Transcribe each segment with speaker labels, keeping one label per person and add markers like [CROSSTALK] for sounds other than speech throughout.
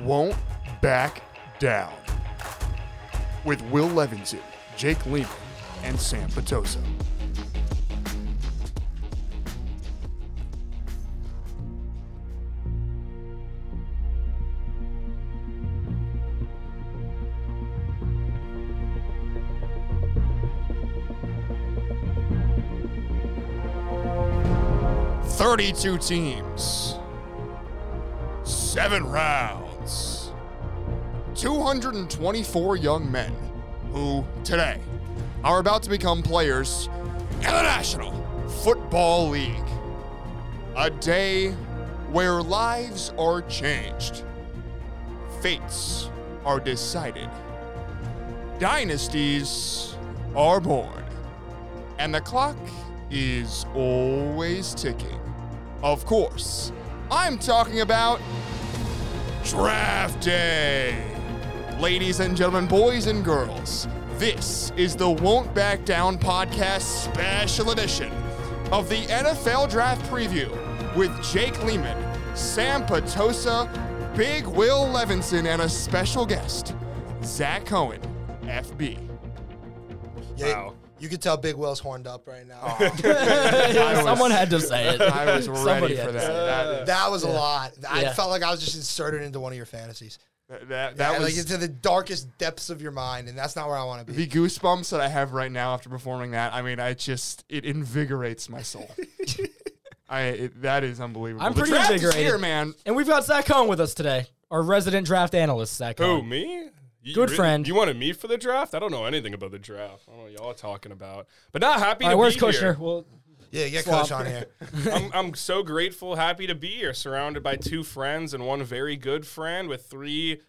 Speaker 1: Won't Back Down with Will Levinson, Jake Lehman, and Sam Potosa. Thirty-two teams, seven rounds. 224 young men who today are about to become players in the National Football League. A day where lives are changed, fates are decided, dynasties are born, and the clock is always ticking. Of course, I'm talking about Draft Day! Ladies and gentlemen, boys and girls, this is the Won't Back Down podcast special edition of the NFL Draft Preview with Jake Lehman, Sam Potosa, Big Will Levinson, and a special guest, Zach Cohen, FB.
Speaker 2: Yeah,
Speaker 1: Wow. Oh.
Speaker 2: You can tell Big Will's horned up right now.
Speaker 1: I was-
Speaker 3: [LAUGHS] Someone had to say it.
Speaker 1: I was ready
Speaker 3: Somebody
Speaker 1: for
Speaker 3: had to
Speaker 1: that.
Speaker 3: say
Speaker 1: That,
Speaker 2: [LAUGHS] that was a lot. I
Speaker 3: Yeah.
Speaker 2: felt like I was just inserted into one of your fantasies.
Speaker 1: that, that,
Speaker 2: That
Speaker 1: was
Speaker 2: like into the darkest depths of your mind, and that's not where I want to be.
Speaker 1: the goosebumps that I have right now after performing that. I mean, I just it invigorates my
Speaker 4: [LAUGHS]
Speaker 1: soul. I it, that is unbelievable.
Speaker 3: I'm
Speaker 1: The
Speaker 3: pretty
Speaker 1: draft is
Speaker 3: invigorated.
Speaker 1: here, man.
Speaker 3: [LAUGHS] And we've got Zach Cohen with us today, our resident draft analyst, Zach
Speaker 4: Who,
Speaker 3: Cohen.
Speaker 4: Oh, me? You,
Speaker 3: Good
Speaker 4: you-
Speaker 3: friend.
Speaker 4: You wanted me for the draft? I don't know anything about the draft. I don't know what y'all are talking about. But not happy
Speaker 3: All right,
Speaker 4: to
Speaker 3: where's
Speaker 4: be
Speaker 3: Kushner? Well,
Speaker 2: yeah, get
Speaker 3: Swamp.
Speaker 2: Coach
Speaker 1: [LAUGHS]
Speaker 2: on here.
Speaker 3: [LAUGHS]
Speaker 4: here. I'm, I'm so grateful, happy to be here, surrounded by two friends and one very good friend with three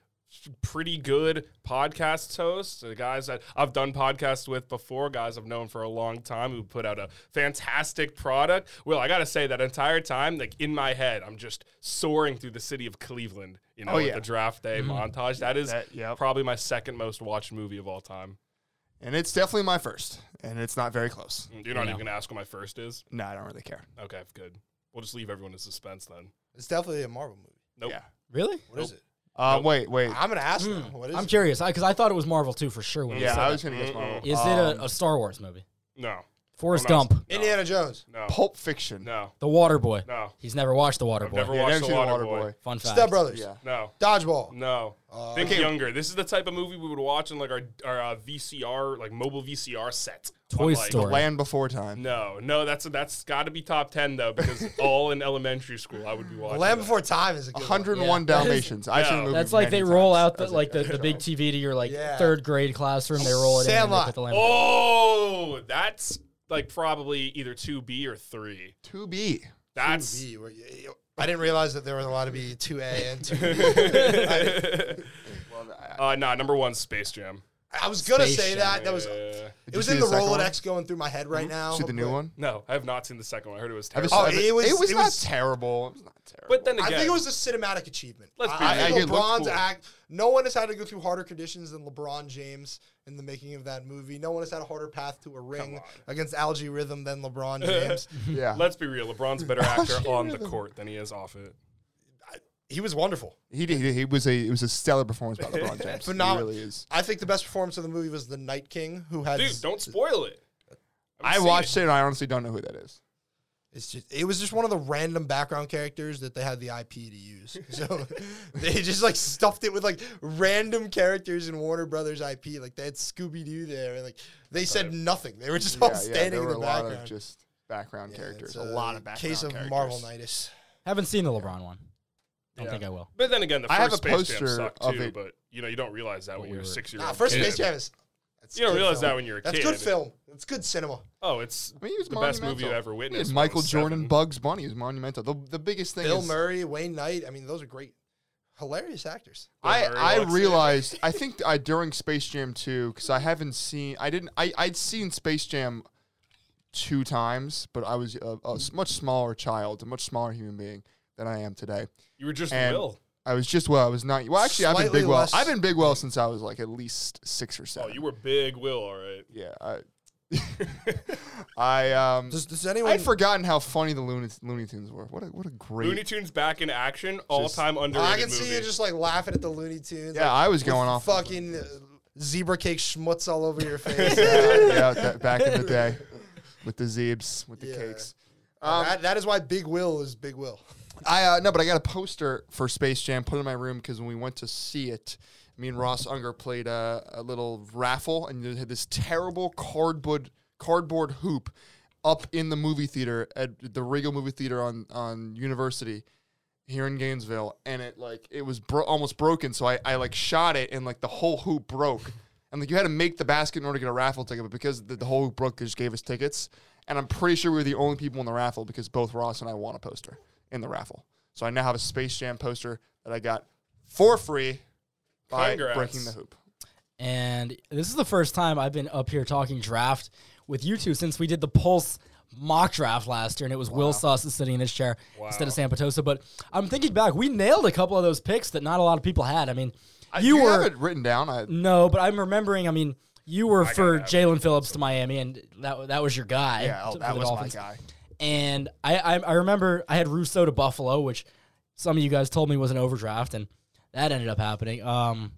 Speaker 4: pretty good podcast hosts, the guys that I've done podcasts with before, guys I've known for a long time who put out a fantastic product. Well, I got to say that entire time, like in my head, I'm just soaring through the city of Cleveland, you know,
Speaker 1: Oh,
Speaker 4: with
Speaker 1: yeah.
Speaker 4: the draft day montage. That is
Speaker 1: That- yep.
Speaker 4: probably my second most watched movie of all time.
Speaker 1: And it's definitely my first, and it's not very close.
Speaker 4: You're not even gonna ask what my first is.
Speaker 1: No, I don't really care.
Speaker 4: Okay, good. We'll just leave everyone in suspense then.
Speaker 2: It's definitely a Marvel movie.
Speaker 4: Nope.
Speaker 1: Yeah.
Speaker 3: really?
Speaker 2: What is it?
Speaker 1: Uh, wait, wait.
Speaker 2: I'm gonna ask them. What is
Speaker 3: Hmm. I'm
Speaker 2: it?
Speaker 3: curious because I thought it was Marvel too for sure. When you
Speaker 1: yeah,
Speaker 3: said
Speaker 1: I
Speaker 3: that.
Speaker 1: was gonna guess Um, Marvel.
Speaker 3: Is it a, a Star Wars movie?
Speaker 4: No.
Speaker 3: Forrest
Speaker 4: Don't ask.
Speaker 3: Gump,
Speaker 2: Indiana Jones.
Speaker 4: No.
Speaker 1: Pulp Fiction?
Speaker 4: No.
Speaker 3: The Water Boy.
Speaker 4: No.
Speaker 3: He's never watched The Water
Speaker 4: I've
Speaker 3: Boy.
Speaker 4: never
Speaker 1: Yeah,
Speaker 4: watched
Speaker 1: never
Speaker 4: The
Speaker 1: seen
Speaker 4: Water
Speaker 1: Waterboy.
Speaker 4: Boy.
Speaker 3: Fun fact.
Speaker 2: Step Brothers.
Speaker 1: Yeah.
Speaker 4: No.
Speaker 2: Dodgeball.
Speaker 4: No.
Speaker 2: Uh,
Speaker 4: Think younger. This is the type of movie we would watch in like our, our uh, VCR, like mobile VCR set. on,
Speaker 3: Toy
Speaker 4: like-
Speaker 3: Story.
Speaker 1: Land Before Time.
Speaker 4: No, no, that's that's got to be top ten though,
Speaker 2: [LAUGHS]
Speaker 4: because all in elementary school I would be watching.
Speaker 2: Land
Speaker 4: that.
Speaker 2: Before Time is a good one.
Speaker 1: 101
Speaker 3: Yeah.
Speaker 1: Dalmatians.
Speaker 2: [LAUGHS]
Speaker 1: I've seen the
Speaker 4: No.
Speaker 1: movie
Speaker 3: That's like they
Speaker 1: many
Speaker 3: roll
Speaker 1: times.
Speaker 3: out the like the, the
Speaker 4: [LAUGHS]
Speaker 3: big TV to your like
Speaker 2: Yeah.
Speaker 3: third grade classroom. They roll it in.
Speaker 2: Sandlot.
Speaker 3: And they put the lamp-
Speaker 4: Oh, that's like probably either two B or three.
Speaker 1: To be.
Speaker 4: That's
Speaker 2: 2B, where you- I didn't realize that there was a lot to be two A and two. B.
Speaker 3: [LAUGHS]
Speaker 4: [LAUGHS] uh, nah, number one, Space Jam.
Speaker 2: I was gonna
Speaker 3: Space
Speaker 2: say
Speaker 3: Jam.
Speaker 2: that. That was.
Speaker 4: Uh,
Speaker 2: It was
Speaker 1: see
Speaker 2: in
Speaker 1: the
Speaker 2: the
Speaker 1: second one?
Speaker 2: Rolodex going through my head right now.
Speaker 1: Hmm? See the new
Speaker 2: but-
Speaker 1: one.
Speaker 4: no, I have not seen the second one. I heard it was
Speaker 1: I've-
Speaker 4: terrible.
Speaker 2: Oh,
Speaker 1: I've-
Speaker 2: it was-
Speaker 1: It was
Speaker 2: it
Speaker 1: not
Speaker 2: was-
Speaker 1: terrible. It was not terrible.
Speaker 4: but then again,
Speaker 2: I think it was a cinematic achievement.
Speaker 4: Let's be
Speaker 2: I- I
Speaker 4: honest.
Speaker 2: think
Speaker 1: It looked
Speaker 2: LeBron's
Speaker 4: cool.
Speaker 2: act. No one has had to go through harder conditions than LeBron James in the making of that movie. No one has had a harder path to a ring against algae rhythm than LeBron
Speaker 4: [LAUGHS]
Speaker 2: James.
Speaker 1: yeah.
Speaker 4: let's be real. LeBron's a better
Speaker 2: [LAUGHS]
Speaker 4: actor on the court than he is off it.
Speaker 2: he was wonderful.
Speaker 1: He did. He was a. It was a stellar performance by
Speaker 2: [LAUGHS]
Speaker 1: LeBron James.
Speaker 2: Phenomenal.
Speaker 1: He really is.
Speaker 2: I think the best performance of the movie was the Night King, who had
Speaker 4: Dude, don't spoil it.
Speaker 1: I watched it. and I honestly don't know who that is.
Speaker 2: It's just it was just one of the random background characters that they had the IP to use. [LAUGHS] So they just like stuffed it with like random characters in Warner Brothers IP. Like they had Scooby Doo there, and like they said nothing. They were just all standing
Speaker 1: there
Speaker 2: in
Speaker 1: were
Speaker 2: the
Speaker 1: a
Speaker 2: background.
Speaker 1: lot of just background
Speaker 2: Yeah,
Speaker 1: characters.
Speaker 2: it's uh,
Speaker 1: A, lot of background
Speaker 2: case of
Speaker 1: characters.
Speaker 2: Marvelnitis.
Speaker 3: Haven't seen the LeBron one. Don't
Speaker 4: Yeah.
Speaker 3: think I will.
Speaker 4: But then again, the
Speaker 1: I
Speaker 4: first
Speaker 1: have a
Speaker 4: Space
Speaker 1: poster
Speaker 4: Jam sucked
Speaker 1: of
Speaker 4: too.
Speaker 1: it.
Speaker 4: But you know, you don't realize that when
Speaker 3: we
Speaker 4: you're a
Speaker 3: were-
Speaker 4: six year old.
Speaker 2: Nah, Ah, first Space Jam is. that's
Speaker 4: You don't
Speaker 2: good
Speaker 4: realize
Speaker 2: film.
Speaker 4: that when you're a
Speaker 2: That's
Speaker 4: kid.
Speaker 2: good film. It's good cinema.
Speaker 4: Oh, it's
Speaker 1: I mean, he was
Speaker 4: the best movie
Speaker 1: monumental.
Speaker 4: you ever
Speaker 1: He had
Speaker 4: witnessed. when I
Speaker 1: Michael
Speaker 4: was
Speaker 1: Jordan,
Speaker 4: seven.
Speaker 1: Bugs Bunny is monumental. The, the biggest thing
Speaker 2: Bill
Speaker 1: is
Speaker 2: Murray, Wayne Knight. I mean, those are great, hilarious actors.
Speaker 4: Bill
Speaker 1: I,
Speaker 4: Murray
Speaker 1: I
Speaker 4: walks in.
Speaker 1: realized I think I during Space Jam 2 because I haven't seen I didn't I I'd seen Space Jam two times but I was a, a s- much smaller child a much smaller human being than I am today
Speaker 4: You were just
Speaker 1: and
Speaker 4: Will.
Speaker 1: I was just well I was not well actually I've been
Speaker 2: Slightly
Speaker 1: big well
Speaker 2: less-
Speaker 1: I've been big well since I was like at least six or
Speaker 4: Oh,
Speaker 1: seven
Speaker 4: you were big Will, all right.
Speaker 1: yeah
Speaker 4: [LAUGHS]
Speaker 1: I I um
Speaker 2: Does, does anyone?
Speaker 1: I'd forgotten how funny the Looney, Looney Tunes were what a, what a great
Speaker 4: Looney Tunes back in action, all time underrated
Speaker 2: I can
Speaker 4: movie.
Speaker 2: see you just like laughing at the Looney Tunes.
Speaker 1: Yeah, I
Speaker 2: like,
Speaker 1: was going
Speaker 2: with
Speaker 1: off-
Speaker 2: Fucking uh, zebra cake schmutz all over your
Speaker 1: [LAUGHS]
Speaker 2: face.
Speaker 1: yeah that, back in the day with the zebs with the
Speaker 2: Yeah.
Speaker 1: cakes. Um,
Speaker 2: that, that is why Big Will is Big Will.
Speaker 1: I uh, no, but I got a poster for Space Jam put in my room because when we went to see it, me and Ross Unger played a, a little raffle, and they had this terrible cardboard cardboard hoop up in the movie theater at the Regal movie theater on on University here in Gainesville, and it like it was bro- almost broken, so I I like shot it, and like the whole hoop broke, [LAUGHS] and like you had to make the basket in order to get a raffle ticket, but because the, the whole hoop broke, they just gave us tickets. And I'm pretty sure we were the only people in the raffle because both Ross and I won a poster in the raffle. So I now have a Space Jam poster that I got for free by
Speaker 4: Congrats.
Speaker 1: breaking the hoop.
Speaker 3: And this is the first time I've been up here talking draft with you two since we did the Pulse mock draft last year, and it was Will Sauce is sitting in this chair instead of Sam Potosa. But I'm thinking back, we nailed a couple of those picks that not a lot of people had. I mean, you,
Speaker 1: You,
Speaker 3: were Mm,
Speaker 1: have it written down. I,
Speaker 3: no, but I'm remembering. I mean, you were for Jalen Phillips to Miami, and that that was your guy.
Speaker 1: yeah,
Speaker 3: to-
Speaker 1: oh,
Speaker 3: for
Speaker 1: that
Speaker 3: the
Speaker 1: was my
Speaker 3: Dolphins.
Speaker 1: guy.
Speaker 3: And I, I I remember I had Russo to Buffalo, which some of you guys told me was an overdraft, and that ended up happening. Um,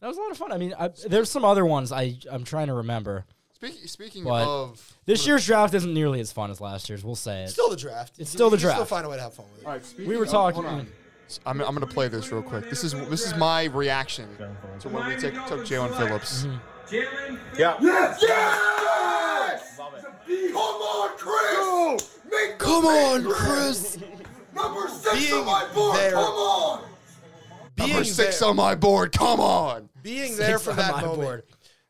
Speaker 3: that was a lot of fun. I mean, I, there's some other ones I I'm trying to remember.
Speaker 1: Speaking, speaking
Speaker 3: But-
Speaker 1: of.
Speaker 3: This year's draft isn't nearly as fun as last year's. We'll say it.
Speaker 2: Still the draft.
Speaker 3: It's still the
Speaker 2: You Still
Speaker 3: draft.
Speaker 2: find a way to have fun with it.
Speaker 3: we were talking.
Speaker 1: I'm, I'm going to play this real quick. This is this is my reaction to when we took, took Jalen Phillips.
Speaker 5: Come on, Chris! Make
Speaker 1: Come on, Chris.
Speaker 5: number six
Speaker 2: Being
Speaker 5: on my board!
Speaker 2: there-
Speaker 5: Come on!
Speaker 1: [LAUGHS] Number six
Speaker 2: there,
Speaker 1: on my board. Come on.
Speaker 2: being
Speaker 1: [LAUGHS]
Speaker 2: there for
Speaker 3: on
Speaker 2: that
Speaker 3: my
Speaker 2: moment
Speaker 3: board.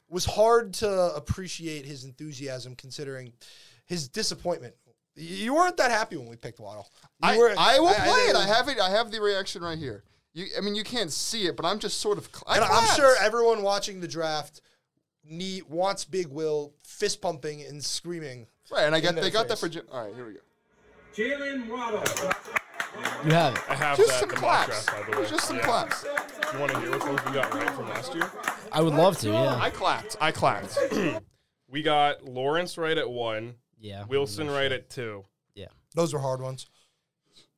Speaker 2: was hard to appreciate his enthusiasm, considering his disappointment. Y- You weren't that happy when we picked Waddle. You
Speaker 1: I,
Speaker 2: were-
Speaker 1: I will play it. I have it. I have the reaction right here. You, I mean, you can't see it, but I'm just sort of. Cl- I
Speaker 2: And I'm
Speaker 1: clapped.
Speaker 2: sure everyone watching the draft need, wants Big Will fist pumping and screaming.
Speaker 1: Right, and I got
Speaker 2: their
Speaker 1: they got that
Speaker 2: face.
Speaker 1: for. Jim. All right, here we go.
Speaker 5: Jalen Waddle.
Speaker 3: You have it.
Speaker 4: I have
Speaker 1: Just
Speaker 4: that
Speaker 1: some
Speaker 4: in the mock
Speaker 1: claps.
Speaker 4: draft, by the way.
Speaker 1: Just some
Speaker 4: Yeah.
Speaker 1: claps.
Speaker 4: You want to hear which ones we got right from last year?
Speaker 3: I would love to. Yeah.
Speaker 1: I clapped. I
Speaker 4: [LAUGHS]
Speaker 1: clapped.
Speaker 4: We got Lawrence right at one,
Speaker 3: Yeah.
Speaker 4: Wilson right at two.
Speaker 3: Yeah.
Speaker 2: Those were hard ones.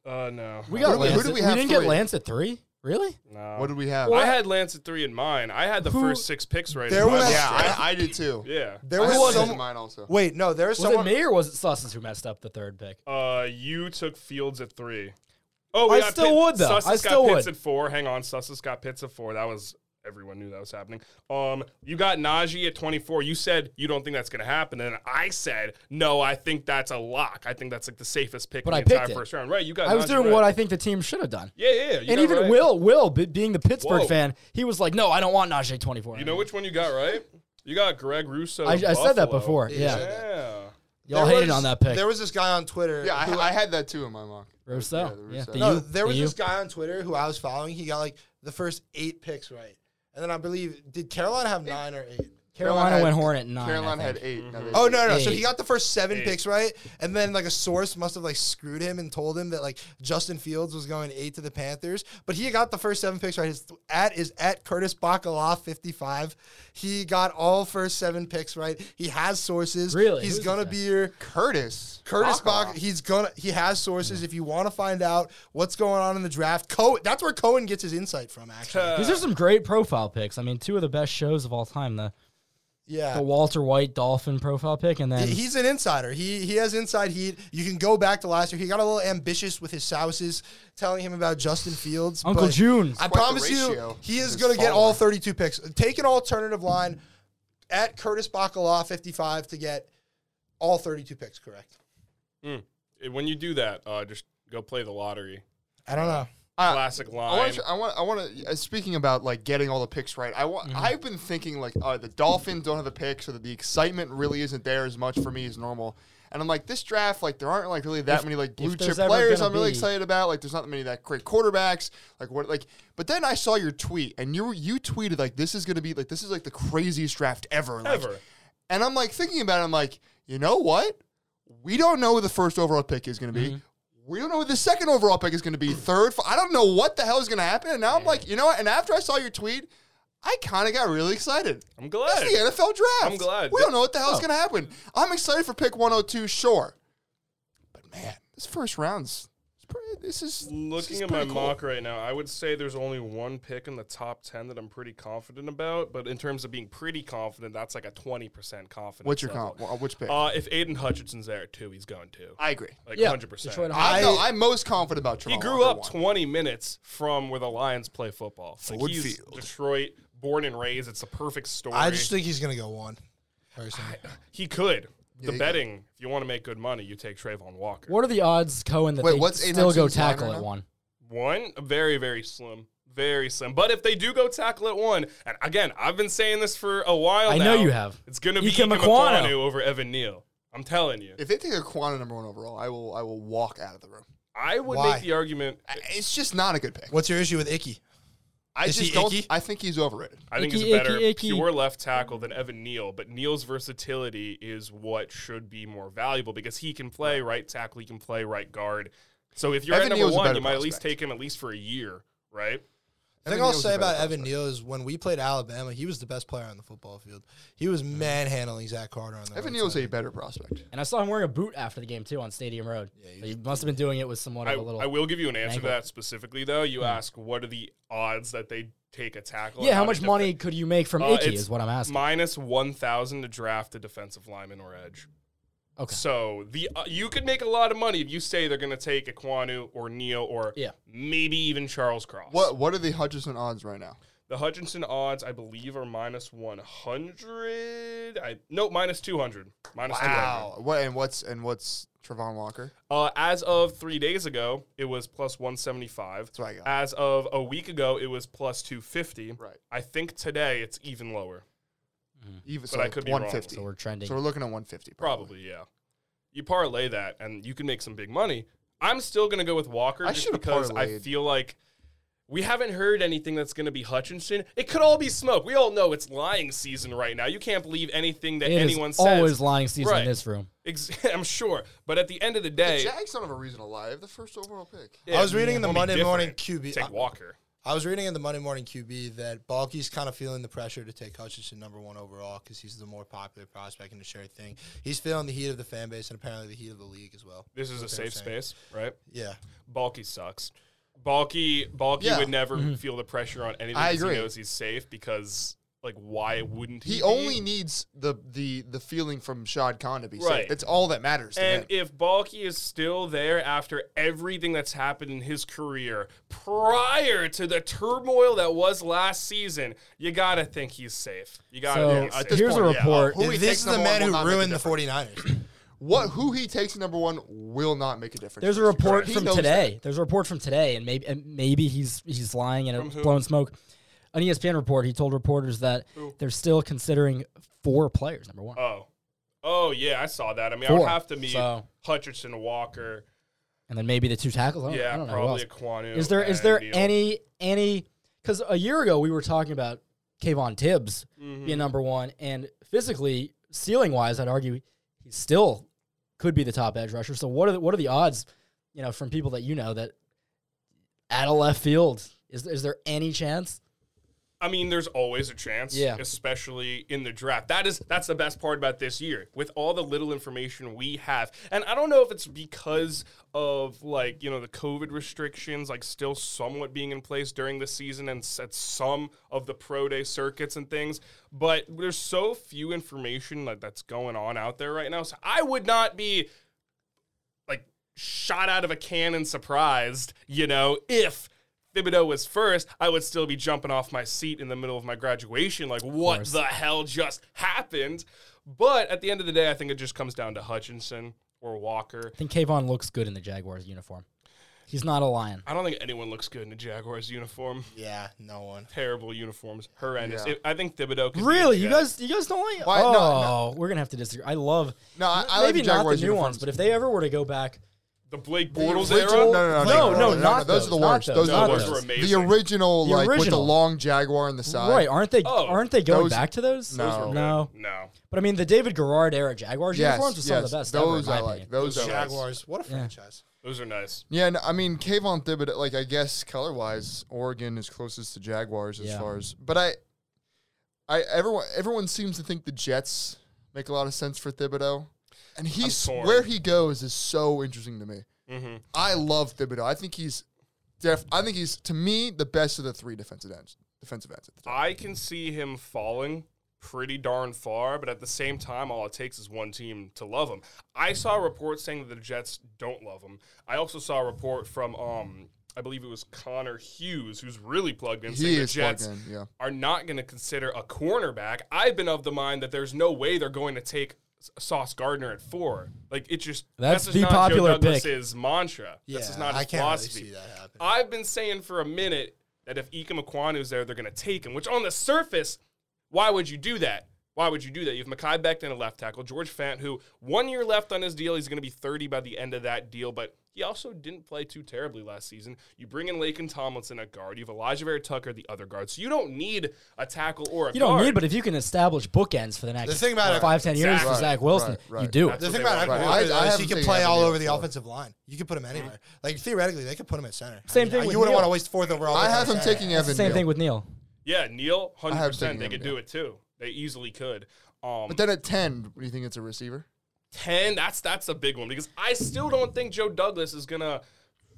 Speaker 4: Uh, no.
Speaker 3: We got
Speaker 1: Who do we-
Speaker 3: Lance.
Speaker 1: who do
Speaker 3: at-
Speaker 1: we have
Speaker 3: didn't
Speaker 1: three?
Speaker 3: get Lance at three. Really?
Speaker 4: no.
Speaker 1: what did we have?
Speaker 4: I had Lance at three in mine. I had the
Speaker 3: Who-
Speaker 4: first six picks right.
Speaker 2: There
Speaker 4: in mine.
Speaker 2: was-
Speaker 1: yeah, I, I did too.
Speaker 4: yeah.
Speaker 2: There
Speaker 1: I
Speaker 2: was
Speaker 1: had Lance
Speaker 2: some-
Speaker 1: in mine also.
Speaker 2: Wait, no, there was,
Speaker 3: Was
Speaker 2: someone.
Speaker 3: it me or was it Sussens who messed up the third pick?
Speaker 4: Uh, you took Fields at three. Oh, we
Speaker 3: I
Speaker 4: got
Speaker 3: still would, though.
Speaker 4: Sussex
Speaker 3: I still
Speaker 4: got Pitts
Speaker 3: would.
Speaker 4: at four. Hang on, Sussex got Pitts at four. That was everyone knew that was happening. Um, you got Najee at twenty four. You said you don't think that's going to happen, and I said no. I think that's a lock. I think that's like the safest pick
Speaker 3: But
Speaker 4: in
Speaker 3: I
Speaker 4: the entire
Speaker 3: picked it.
Speaker 4: first round. Right? You got.
Speaker 3: I was
Speaker 4: Najee
Speaker 3: doing
Speaker 4: right.
Speaker 3: what I think the team should have done.
Speaker 4: Yeah, yeah. you
Speaker 3: and
Speaker 4: got
Speaker 3: even
Speaker 4: right.
Speaker 3: Will, Will be- being the Pittsburgh
Speaker 4: Whoa.
Speaker 3: fan, he was like, "No, I don't want Najee 24."
Speaker 4: You know which one you got right? You got Greg Russo.
Speaker 3: I, I said that
Speaker 4: Buffalo.
Speaker 3: before. Yeah,
Speaker 4: Yeah.
Speaker 3: y'all
Speaker 2: there
Speaker 3: hated
Speaker 2: was-
Speaker 3: on that pick.
Speaker 2: There was this guy on Twitter.
Speaker 1: Yeah,
Speaker 2: who-
Speaker 1: I, I had that too in my mock.
Speaker 3: Rousseau.
Speaker 1: the
Speaker 3: Yeah,
Speaker 1: Rousseau.
Speaker 3: the
Speaker 2: no,
Speaker 3: U-
Speaker 2: there was
Speaker 3: the U.
Speaker 2: this guy on Twitter who I was following. He got like the first eight picks right, and then I believe did Carolina have nine or eight?
Speaker 3: Carolina
Speaker 1: had-
Speaker 3: went Hornet nine.
Speaker 1: Caroline
Speaker 3: I
Speaker 1: had
Speaker 3: think.
Speaker 1: 8
Speaker 4: Mm-hmm.
Speaker 1: No, they-
Speaker 2: Oh no, no. So he
Speaker 3: Eight.
Speaker 2: got the first seven picks right, and then like a source must have like screwed him and told him that like Justin Fields was going eight to the Panthers, but he got the first seven picks right. His th- at is at Curtis Bacala fifty five. He got all first seven picks right. He has sources.
Speaker 3: Really?
Speaker 2: he's
Speaker 3: Who's
Speaker 2: gonna
Speaker 3: this
Speaker 2: be your
Speaker 1: Curtis.
Speaker 2: Curtis
Speaker 1: Bacala.
Speaker 2: Bach, he's gonna he has sources. If you want to find out what's going on in the draft, Cohen that's where Cohen
Speaker 3: [LAUGHS]
Speaker 2: gets his insight from. Actually,
Speaker 3: These are some great profile picks. I mean, two of the best shows of all time. The
Speaker 2: Yeah.
Speaker 3: the Walter White Dolphin profile pic, and then
Speaker 2: He's an insider. He he has inside heat. You can go back to last year. He got a little ambitious with his souses, telling him about Justin Fields.
Speaker 3: Uncle
Speaker 2: but
Speaker 3: June.
Speaker 2: I
Speaker 1: Quite the
Speaker 2: promise you,
Speaker 1: ratio
Speaker 2: he
Speaker 1: of
Speaker 2: is
Speaker 1: his
Speaker 2: going to get all
Speaker 1: follower.
Speaker 2: 32 picks. Take an alternative line at Curtis Bacala 55 to get all 32 picks. Correct.
Speaker 4: When you do that, uh, just go play the lottery.
Speaker 2: I don't know.
Speaker 1: Uh,
Speaker 4: Classic
Speaker 1: I
Speaker 4: line.
Speaker 1: want. to. I want. I want to. Uh, speaking about like getting all the picks right, I want.
Speaker 3: Mm-hmm.
Speaker 1: I've been thinking like, uh, the Dolphins don't have the picks, so that the excitement really isn't there as much for me as normal. And I'm like, this draft, like, there aren't like really that many like blue chip
Speaker 3: there's ever
Speaker 1: players.
Speaker 3: gonna
Speaker 1: I'm really
Speaker 3: be-
Speaker 1: excited about. Like, there's not many that great quarterbacks. Like, what? Like, but then I saw your tweet, and you you tweeted like, this is gonna be like, this is like the craziest draft ever. Like,
Speaker 4: Ever.
Speaker 1: and I'm like thinking about it. I'm like, you know what? We don't know what the first overall pick is going to be.
Speaker 3: Mm-hmm.
Speaker 1: We don't know what the second overall pick is going to be. Third, fi- I don't know what the hell is going to happen. And now I'm like, you know what? And after I saw your tweet, I kind of got really excited.
Speaker 4: I'm
Speaker 1: It's
Speaker 4: glad.
Speaker 1: the NFL draft.
Speaker 4: I'm glad. Oh.
Speaker 1: We don't know what the hell's going to happen. I'm excited for pick 102, sure. But man, this first round's it's pretty, this is this is
Speaker 4: Looking at my
Speaker 1: pretty cool.
Speaker 4: mock right now, I would say there's only one pick in the top 10 that I'm pretty confident about. But in terms of being pretty confident, that's like a 20% confidence.
Speaker 1: What's your
Speaker 4: level.
Speaker 1: comp? wh- Which pick?
Speaker 4: Uh, if Aiden Hutchinson's there too, he's going to.
Speaker 1: I agree.
Speaker 4: Like
Speaker 3: yeah,
Speaker 4: 100%.
Speaker 3: Detroit, Ohio.
Speaker 1: I, know. I'm most confident about Trevor.
Speaker 4: He grew up 20 minutes from where the Lions play football. Like
Speaker 1: Ford
Speaker 4: he's
Speaker 1: Field.
Speaker 4: Detroit, born and raised. It's a perfect story.
Speaker 2: I just think he's going to go one. Personally.
Speaker 4: he could.
Speaker 1: Yeah, he
Speaker 4: The
Speaker 1: could.
Speaker 4: betting, if you want to make good money, you take Trayvon Walker.
Speaker 3: what are the odds, Cohen, that
Speaker 1: Wait,
Speaker 3: they
Speaker 1: what's Aiden
Speaker 3: still go
Speaker 1: Hutchinson's line
Speaker 3: tackle
Speaker 1: right
Speaker 3: at
Speaker 1: now?
Speaker 3: one?
Speaker 4: One, very, very slim. Very slim. But if they do go tackle at one, and again, I've been saying this for a while
Speaker 3: I
Speaker 4: now.
Speaker 3: know you have.
Speaker 4: It's going to be
Speaker 3: Ike
Speaker 4: Ike
Speaker 3: Mekwanu.
Speaker 4: Mekwanu over Evan Neal. I'm telling you.
Speaker 1: If they take a Quanta number one overall, I will I will walk out of the room.
Speaker 4: I would
Speaker 2: Why?
Speaker 4: make the argument.
Speaker 1: I- It's just not a good pick.
Speaker 2: What's your issue with Icky?
Speaker 1: I
Speaker 2: Is
Speaker 1: just
Speaker 2: he
Speaker 1: don't.
Speaker 2: icky?
Speaker 1: I think he's overrated.
Speaker 4: I think
Speaker 3: Icky,
Speaker 4: he's a better
Speaker 3: icky, icky.
Speaker 4: pure left tackle than Evan Neal, but Neal's versatility is what should be more valuable because he can play right tackle, he can play right guard. So if you're
Speaker 1: Evan
Speaker 4: at number
Speaker 1: Neal's a
Speaker 4: one,
Speaker 1: better
Speaker 4: you might at least
Speaker 1: prospect.
Speaker 4: take him at least for a year, right?
Speaker 2: The thing
Speaker 1: Evan
Speaker 2: I'll
Speaker 1: Neal's a
Speaker 2: say about
Speaker 1: better
Speaker 2: Evan Neal is when we played Alabama, he was the best player on the football field. He was manhandling Zach Carter on the
Speaker 1: Evan
Speaker 2: right
Speaker 1: Neal's
Speaker 2: side.
Speaker 1: a better prospect.
Speaker 3: And I saw him wearing a boot after the game too on Stadium Road. so he must have been doing it with somewhat
Speaker 4: I,
Speaker 3: of a little.
Speaker 4: I will give you an answer
Speaker 3: angle. Hmm.
Speaker 4: to that specifically, though. You ask, what are the odds that they take a tackle?
Speaker 3: yeah,
Speaker 4: and
Speaker 3: how
Speaker 4: to
Speaker 3: much
Speaker 4: def-
Speaker 3: money could you make from
Speaker 4: Uh,
Speaker 3: Icky
Speaker 4: it's
Speaker 3: is what I'm asking.
Speaker 4: Minus 1,000 to draft a defensive lineman or edge.
Speaker 3: okay.
Speaker 4: So the uh, you could make a lot of money if you say they're going to take Aquanu or Neal or
Speaker 3: Yeah.
Speaker 4: maybe even Charles Cross.
Speaker 1: What What are the Hutchinson odds right now?
Speaker 4: The Hutchinson odds, I believe, are minus one hundred. I no minus two hundred. Minus
Speaker 1: Wow. What and what's and what's Trevon Walker?
Speaker 4: two hundred. Uh, as of three days ago, it was plus one seventy five. That's
Speaker 1: what I got.
Speaker 4: As of a week ago, it was plus two fifty.
Speaker 1: Right.
Speaker 4: I think today it's even lower.
Speaker 1: Even
Speaker 4: Mm. But I could be wrong,
Speaker 1: 150.
Speaker 3: so we're trending.
Speaker 1: So we're looking at 150.
Speaker 4: Probably, yeah. You parlay that, and you can make some big money. I'm still gonna go with Walker
Speaker 1: I
Speaker 4: just
Speaker 1: should've
Speaker 4: because I
Speaker 1: parlayed.
Speaker 4: feel like we haven't heard anything that's gonna be Hutchinson. It could all be smoke. We all know it's lying season right now. You can't believe anything that
Speaker 3: It is
Speaker 4: anyone says.
Speaker 3: always lying season
Speaker 4: Right.
Speaker 3: in this room.
Speaker 4: Ex- [LAUGHS] I'm sure, but at the end of the
Speaker 1: The
Speaker 4: day,
Speaker 1: Jags don't have a reason to lie. They have the first overall pick.
Speaker 4: yeah,
Speaker 2: I was reading in the
Speaker 4: it won't be
Speaker 2: Monday morning
Speaker 4: different.
Speaker 2: QB.
Speaker 4: Take Walker.
Speaker 2: I was reading in the Monday Morning QB that Balky's kind of feeling the pressure to take Hutchinson number one overall because he's the more popular prospect and the sure thing. He's feeling the heat of the fan base and apparently the heat of the league as well.
Speaker 4: This is a safe space, right?
Speaker 2: Yeah.
Speaker 4: Balky sucks. Balky, Balky
Speaker 1: Yeah.
Speaker 4: would never
Speaker 3: Mm-hmm.
Speaker 4: feel the pressure on anything.
Speaker 1: I
Speaker 4: 'cause
Speaker 1: agree.
Speaker 4: He knows he's safe because, like, why wouldn't he?
Speaker 1: He
Speaker 4: be?
Speaker 1: only needs the the the feeling from Shad Khan to be safe.
Speaker 4: Right.
Speaker 1: That's all that matters. to
Speaker 4: And
Speaker 1: him.
Speaker 4: if Balky is still there after everything that's happened in his career prior to the turmoil that was last season, you gotta think he's safe. You gotta.
Speaker 3: So,
Speaker 4: think
Speaker 3: at
Speaker 4: he's safe.
Speaker 3: this Here's a point, yeah, report.
Speaker 1: who he
Speaker 2: this
Speaker 1: takes
Speaker 2: is the
Speaker 1: number one
Speaker 2: man
Speaker 1: will
Speaker 2: who
Speaker 1: not make a
Speaker 2: ruined the
Speaker 1: difference.
Speaker 4: [COUGHS]
Speaker 2: 49ers.
Speaker 1: What who he takes number one will not make a difference.
Speaker 3: There's a
Speaker 1: this year.
Speaker 3: report
Speaker 1: He
Speaker 3: from
Speaker 1: knows
Speaker 3: today. There's a report from today, and maybe and maybe he's he's lying and it's blowing smoke. An E ESPN report. He told reporters that they're still considering four players. Number one.
Speaker 4: Oh, oh yeah, I saw that. I mean, I would
Speaker 3: Four.
Speaker 4: have to meet
Speaker 3: So-
Speaker 4: Hutchinson, Walker.
Speaker 3: and then maybe the two tackles. I don't,
Speaker 4: Yeah,
Speaker 3: I don't know who
Speaker 4: probably
Speaker 3: else.
Speaker 4: Aquanu
Speaker 3: Is there is
Speaker 4: and
Speaker 3: there
Speaker 4: Neal.
Speaker 3: any any? Because a year ago we were talking about Kayvon Tibbs
Speaker 1: Mm-hmm.
Speaker 3: being number one, and physically, ceiling wise, I'd argue he still could be the top edge rusher. So what are the, what are the odds? You know, from people that you know that at a left field is is there any chance?
Speaker 4: I mean, there's always a chance,
Speaker 3: Yeah.
Speaker 4: especially in the draft. That is that's the best part about this year, with all the little information we have. And I don't know if it's because of like you know the COVID restrictions, like still somewhat being in place during the season and s- at some of the pro day circuits and things. But there's so few information like that's going on out there right now. So I would not be like shot out of a cannon surprised, you know, if Thibodeau was first, I would still be jumping off my seat in the middle of my graduation. Like, what the hell just happened? But at the end of the day, I think it just comes down to Hutchinson or Walker.
Speaker 3: I think Kayvon looks good in the Jaguars uniform. He's not a lion.
Speaker 4: I don't think anyone looks good in a Jaguars uniform.
Speaker 2: Yeah, no one.
Speaker 4: Terrible uniforms, horrendous. It- I think Thibodeau. could be a
Speaker 3: Really, you
Speaker 4: Jet.
Speaker 3: guys, you guys don't like?
Speaker 1: Why- no,
Speaker 3: Oh,
Speaker 1: no.
Speaker 3: we're gonna have to disagree. I love
Speaker 1: No, I- I like
Speaker 3: maybe not the
Speaker 1: Jaguars
Speaker 3: new
Speaker 1: uniforms.
Speaker 3: ones, but if they ever were to go back,
Speaker 4: the Blake Bortles
Speaker 1: original- No, no, no,
Speaker 4: era.
Speaker 3: No,
Speaker 1: no,
Speaker 3: no, not
Speaker 1: Those are the
Speaker 3: those, not
Speaker 1: worst. Those are
Speaker 3: those.
Speaker 1: the
Speaker 3: No,
Speaker 1: worst.
Speaker 3: those were
Speaker 4: amazing.
Speaker 1: The original,
Speaker 3: The
Speaker 1: like with the
Speaker 3: original.
Speaker 1: long jaguar on the side.
Speaker 3: right? Aren't they?
Speaker 4: Oh,
Speaker 3: aren't they going
Speaker 1: those-
Speaker 3: back to those?
Speaker 1: no. Those were good.
Speaker 3: no.
Speaker 4: no.
Speaker 3: But I mean, the David Garrard era Jaguars
Speaker 1: Yes,
Speaker 3: uniforms were some of
Speaker 1: yes,
Speaker 3: the best.
Speaker 1: Those
Speaker 3: ever, in
Speaker 1: I
Speaker 3: my
Speaker 1: like.
Speaker 3: opinion.
Speaker 1: Those I like.
Speaker 2: Jaguars, what a franchise.
Speaker 4: Those are nice.
Speaker 1: Yeah, no, I mean Kayvon Thibodeau. Like I guess color wise, Oregon is closest to Jaguars as
Speaker 3: Yeah.
Speaker 1: far as. But I, I everyone everyone seems to think the Jets make a lot of sense for Thibodeau, and he's
Speaker 4: torn. Mm-hmm.
Speaker 1: where he goes is so interesting to me. I love Thibodeau. I think he's, def. I think he's to me the best of the three defensive ends. Defensive ends. At the time.
Speaker 4: I can see him falling pretty darn far, but at the same time, all it takes is one team to love him. I saw a report saying that the Jets don't love him. I also saw a report from, um, I believe it was Connor Hughes, who's really plugged in, saying
Speaker 1: He
Speaker 4: the
Speaker 1: is plugged
Speaker 4: Jets
Speaker 1: in, yeah.
Speaker 4: are not going to consider a cornerback. I've been of the mind that there's no way they're going to take S- Sauce Gardner at four. Like it just
Speaker 3: That's
Speaker 4: just
Speaker 3: the
Speaker 4: not
Speaker 3: popular
Speaker 4: Joe
Speaker 3: pick.
Speaker 4: Douglas's mantra.
Speaker 2: Yeah,
Speaker 4: this is not his
Speaker 2: I can't really
Speaker 4: philosophy.
Speaker 2: see that happen.
Speaker 4: I've been saying for a minute that if Ike Makwanu's there, they're going to take him, which on the surface, why would you do that? Why would you do that? You have Makai Becton, a left tackle, George Fant, who one year left on his deal. He's going to be 30 by the end of that deal, but he also didn't play too terribly last season. You bring in Lakin Tomlinson at guard. You have Elijah Vera Tucker, the other guard. So you don't need a tackle or a
Speaker 3: You don't
Speaker 4: guard.
Speaker 3: need, but if you can establish bookends for the next
Speaker 2: The thing about it-
Speaker 3: five, ten years for
Speaker 4: Exactly.
Speaker 3: Zach Wilson,
Speaker 1: Right, right.
Speaker 3: you do
Speaker 4: That's
Speaker 3: it.
Speaker 2: The
Speaker 4: what
Speaker 2: thing
Speaker 4: they
Speaker 2: about
Speaker 4: want.
Speaker 1: Right.
Speaker 2: Akron
Speaker 1: I- I
Speaker 2: is he
Speaker 1: haven't
Speaker 2: could
Speaker 1: seen
Speaker 2: play
Speaker 1: him
Speaker 2: all
Speaker 1: here
Speaker 2: over the
Speaker 1: before.
Speaker 2: offensive line. You could put him anywhere.
Speaker 4: Mm-hmm.
Speaker 2: Like theoretically, they could put him at center.
Speaker 3: Same thing
Speaker 2: You
Speaker 3: with
Speaker 2: wouldn't
Speaker 3: Neal.
Speaker 2: want to waste fourth overall.
Speaker 1: I
Speaker 2: pick
Speaker 1: have
Speaker 2: on
Speaker 1: him
Speaker 2: center.
Speaker 1: taking
Speaker 3: That's
Speaker 1: Evan.
Speaker 3: the same
Speaker 1: Neal.
Speaker 3: thing with Neil.
Speaker 4: Yeah, Neil,
Speaker 1: I have
Speaker 4: 100%.
Speaker 1: taken
Speaker 4: They
Speaker 1: him,
Speaker 4: could
Speaker 1: yeah.
Speaker 4: do it too. They easily could. Um,
Speaker 1: But then at ten, what do you think it's a receiver?
Speaker 4: 10 that's that's a big one because i still don't think joe douglas is gonna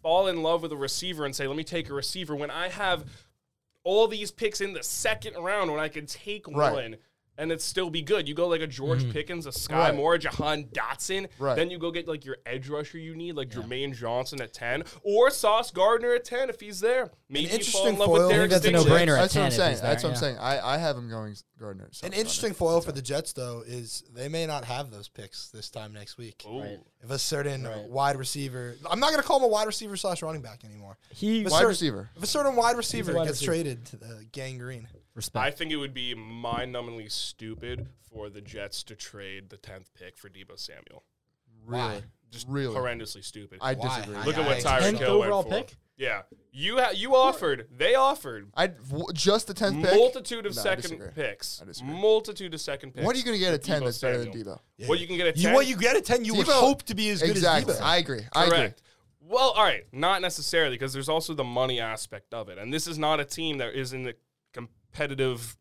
Speaker 4: fall in love with a receiver and say let me take a receiver when i have all these picks in the second round when i could take
Speaker 1: Right.
Speaker 4: one and it still be good. You go like a George
Speaker 2: Mm-hmm.
Speaker 4: Pickens, a Sky
Speaker 1: Right.
Speaker 4: Moore, a Jahan Dotson.
Speaker 1: Right.
Speaker 4: Then you go get like your edge rusher you need, like Jermaine Johnson at ten, or Sauce Gardner at ten if he's there. Maybe you fall
Speaker 2: interesting
Speaker 4: in love
Speaker 2: foil-
Speaker 4: with
Speaker 2: I
Speaker 4: Derek
Speaker 2: think that's a
Speaker 3: no-brainer.
Speaker 4: Stingley.
Speaker 3: Trainer at
Speaker 1: That's what
Speaker 3: 10
Speaker 1: I'm
Speaker 3: if
Speaker 1: saying.
Speaker 3: he's
Speaker 1: That's
Speaker 3: there,
Speaker 1: what I'm saying. I, I have him going Gardner. so-
Speaker 2: An interesting foil for the Jets, though, is they may not have those picks this time next week. If a certain wide receiver, I'm not going to call him a wide receiver slash running back anymore.
Speaker 3: He
Speaker 2: If a
Speaker 1: Wide
Speaker 2: certain-
Speaker 1: receiver.
Speaker 2: If a certain wide receiver
Speaker 3: wide
Speaker 2: gets
Speaker 3: receiver.
Speaker 2: traded to the gang green,
Speaker 3: respect.
Speaker 4: I think it would be mind-numbingly stupid for the Jets to trade the tenth pick for Debo Samuel.
Speaker 1: Really,
Speaker 4: Just
Speaker 1: really.
Speaker 4: horrendously stupid.
Speaker 1: I
Speaker 2: Why?
Speaker 1: disagree.
Speaker 2: I-
Speaker 4: Look at
Speaker 2: I-
Speaker 4: what Tyreek
Speaker 3: 10th
Speaker 4: Hill
Speaker 3: overall
Speaker 4: went for.
Speaker 3: pick?
Speaker 4: Yeah, you ha- you offered, they offered
Speaker 1: I w- just the tenth pick.
Speaker 4: multitude of
Speaker 1: No, I disagree.
Speaker 4: second picks,
Speaker 1: I disagree.
Speaker 4: multitude of second picks.
Speaker 1: What are you going to get at ten
Speaker 4: Debo
Speaker 1: that's better than
Speaker 4: Samuel.
Speaker 1: Debo?
Speaker 4: What you can get at
Speaker 2: you
Speaker 4: ten?
Speaker 2: what you get at ten, you would
Speaker 1: Debo-
Speaker 2: hope to be as good
Speaker 1: exactly.
Speaker 2: as Debo.
Speaker 1: I agree. I agree.
Speaker 4: Correct. Well, all right, not necessarily because there's also the money aspect of it, and this is not a team that is in the competitive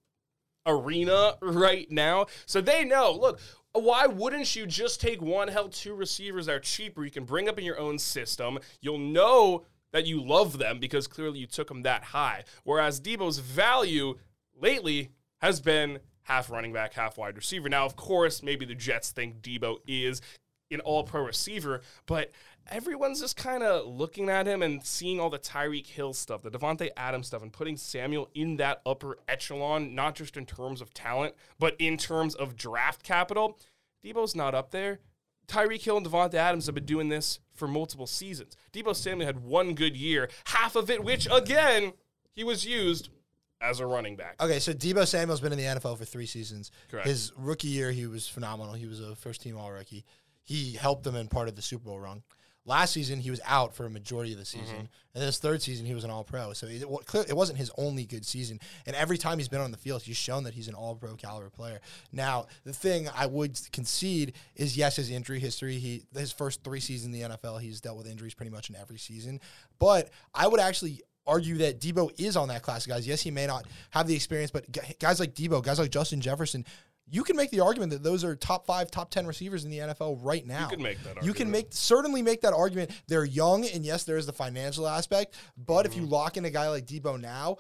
Speaker 4: arena right now. So they know, look, why wouldn't you just take one, hell, two receivers that are cheaper? You can bring up in your own system. You'll know that you love them because clearly you took them that high. Whereas Debo's value lately has been half running back, half wide receiver. Now, of course, maybe the Jets think Debo is an all pro receiver, but everyone's just kind of looking at him and seeing all the Tyreek Hill stuff, the Devontae Adams stuff, and putting Samuel in that upper echelon, not just in terms of talent, but in terms of draft capital. Debo's not up there. Tyreek Hill and Devontae Adams have been doing this for multiple seasons. Debo Samuel had one good year, half of it, which again, he was used as a running back.
Speaker 2: Okay, so Debo Samuel's been in the NFL for three seasons.
Speaker 4: Correct.
Speaker 2: His rookie year, he was phenomenal. He was a first team all rookie. He helped them in part of the Super Bowl run. Last season, he was out for a majority of the season. And then his third season, he was an all pro. So it, wa- clear- it wasn't his only good season. And every time he's been on the field, he's shown that he's an all pro caliber player. Now, the thing I would concede is yes, his injury history. He His first three seasons in the NFL, he's dealt with injuries pretty much in every season. But I would actually argue that Debo is on that class, of guys. Yes, he may not have the experience, but gu- guys like Debo, guys like Justin Jefferson, you can make the argument that those are top five, top ten receivers in the NFL right now.
Speaker 4: could make that
Speaker 2: You can
Speaker 4: argument.
Speaker 2: make certainly make that argument. They're young, and yes, there is the financial aspect. But if you
Speaker 4: Mm-hmm.
Speaker 2: lock in a guy like Debo now,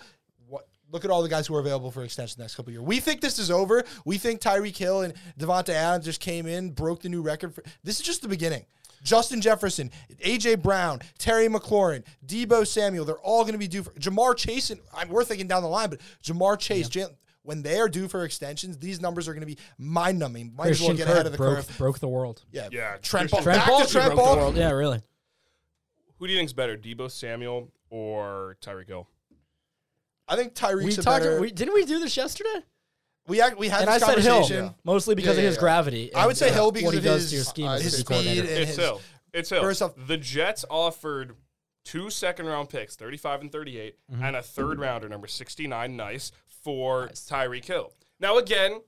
Speaker 2: what? Look at all the guys who are available for extension the next couple of years. We think this is over. We think Tyreek Hill and Devonta Adams just came in, broke the new record. For, this is just the beginning. Justin Jefferson, AJ Brown, Terry McLaurin, Debo Samuel, they're all going to be due for Jamar Chase. And I'm, we're thinking down the line, but Jamar Chase, Jalen- when they are due for extensions, these numbers are going to be mind numbing. Might as well
Speaker 3: Christian
Speaker 2: get
Speaker 3: Kirk
Speaker 2: ahead of the
Speaker 3: broke,
Speaker 2: curve.
Speaker 3: broke the world.
Speaker 2: Yeah,
Speaker 4: Yeah,
Speaker 2: Trent
Speaker 4: Christian
Speaker 2: Ball.
Speaker 4: Kirk.
Speaker 3: Trent
Speaker 2: Back
Speaker 3: Ball
Speaker 2: to Trent
Speaker 3: broke the
Speaker 2: Ball.
Speaker 3: world. Yeah, really.
Speaker 4: Who do you think's better, Debo Samuel or Tyreek Hill?
Speaker 2: I think Tyreek's
Speaker 3: We
Speaker 2: a
Speaker 3: talked.
Speaker 2: better.
Speaker 3: We,
Speaker 2: We
Speaker 3: didn't we do this yesterday?
Speaker 2: we, act, we had
Speaker 3: And I
Speaker 2: this
Speaker 3: said Hill
Speaker 2: conversation.
Speaker 3: mostly because
Speaker 2: Yeah,
Speaker 3: of
Speaker 2: yeah,
Speaker 3: his
Speaker 2: yeah.
Speaker 3: gravity.
Speaker 2: I would
Speaker 3: and,
Speaker 2: say
Speaker 3: uh,
Speaker 2: Hill because
Speaker 3: what
Speaker 2: of
Speaker 3: he does
Speaker 2: his-
Speaker 3: to your scheme
Speaker 2: uh,
Speaker 3: as
Speaker 2: his
Speaker 3: his
Speaker 2: speed
Speaker 3: coordinator.
Speaker 2: and
Speaker 4: It's
Speaker 2: his-
Speaker 4: Hill. It's Hill.
Speaker 2: First off-
Speaker 4: the Jets offered two second round picks, 35 and 38,
Speaker 2: Mm-hmm.
Speaker 4: and a third rounder, number 69, nice, for Tyreek Hill. Now, again,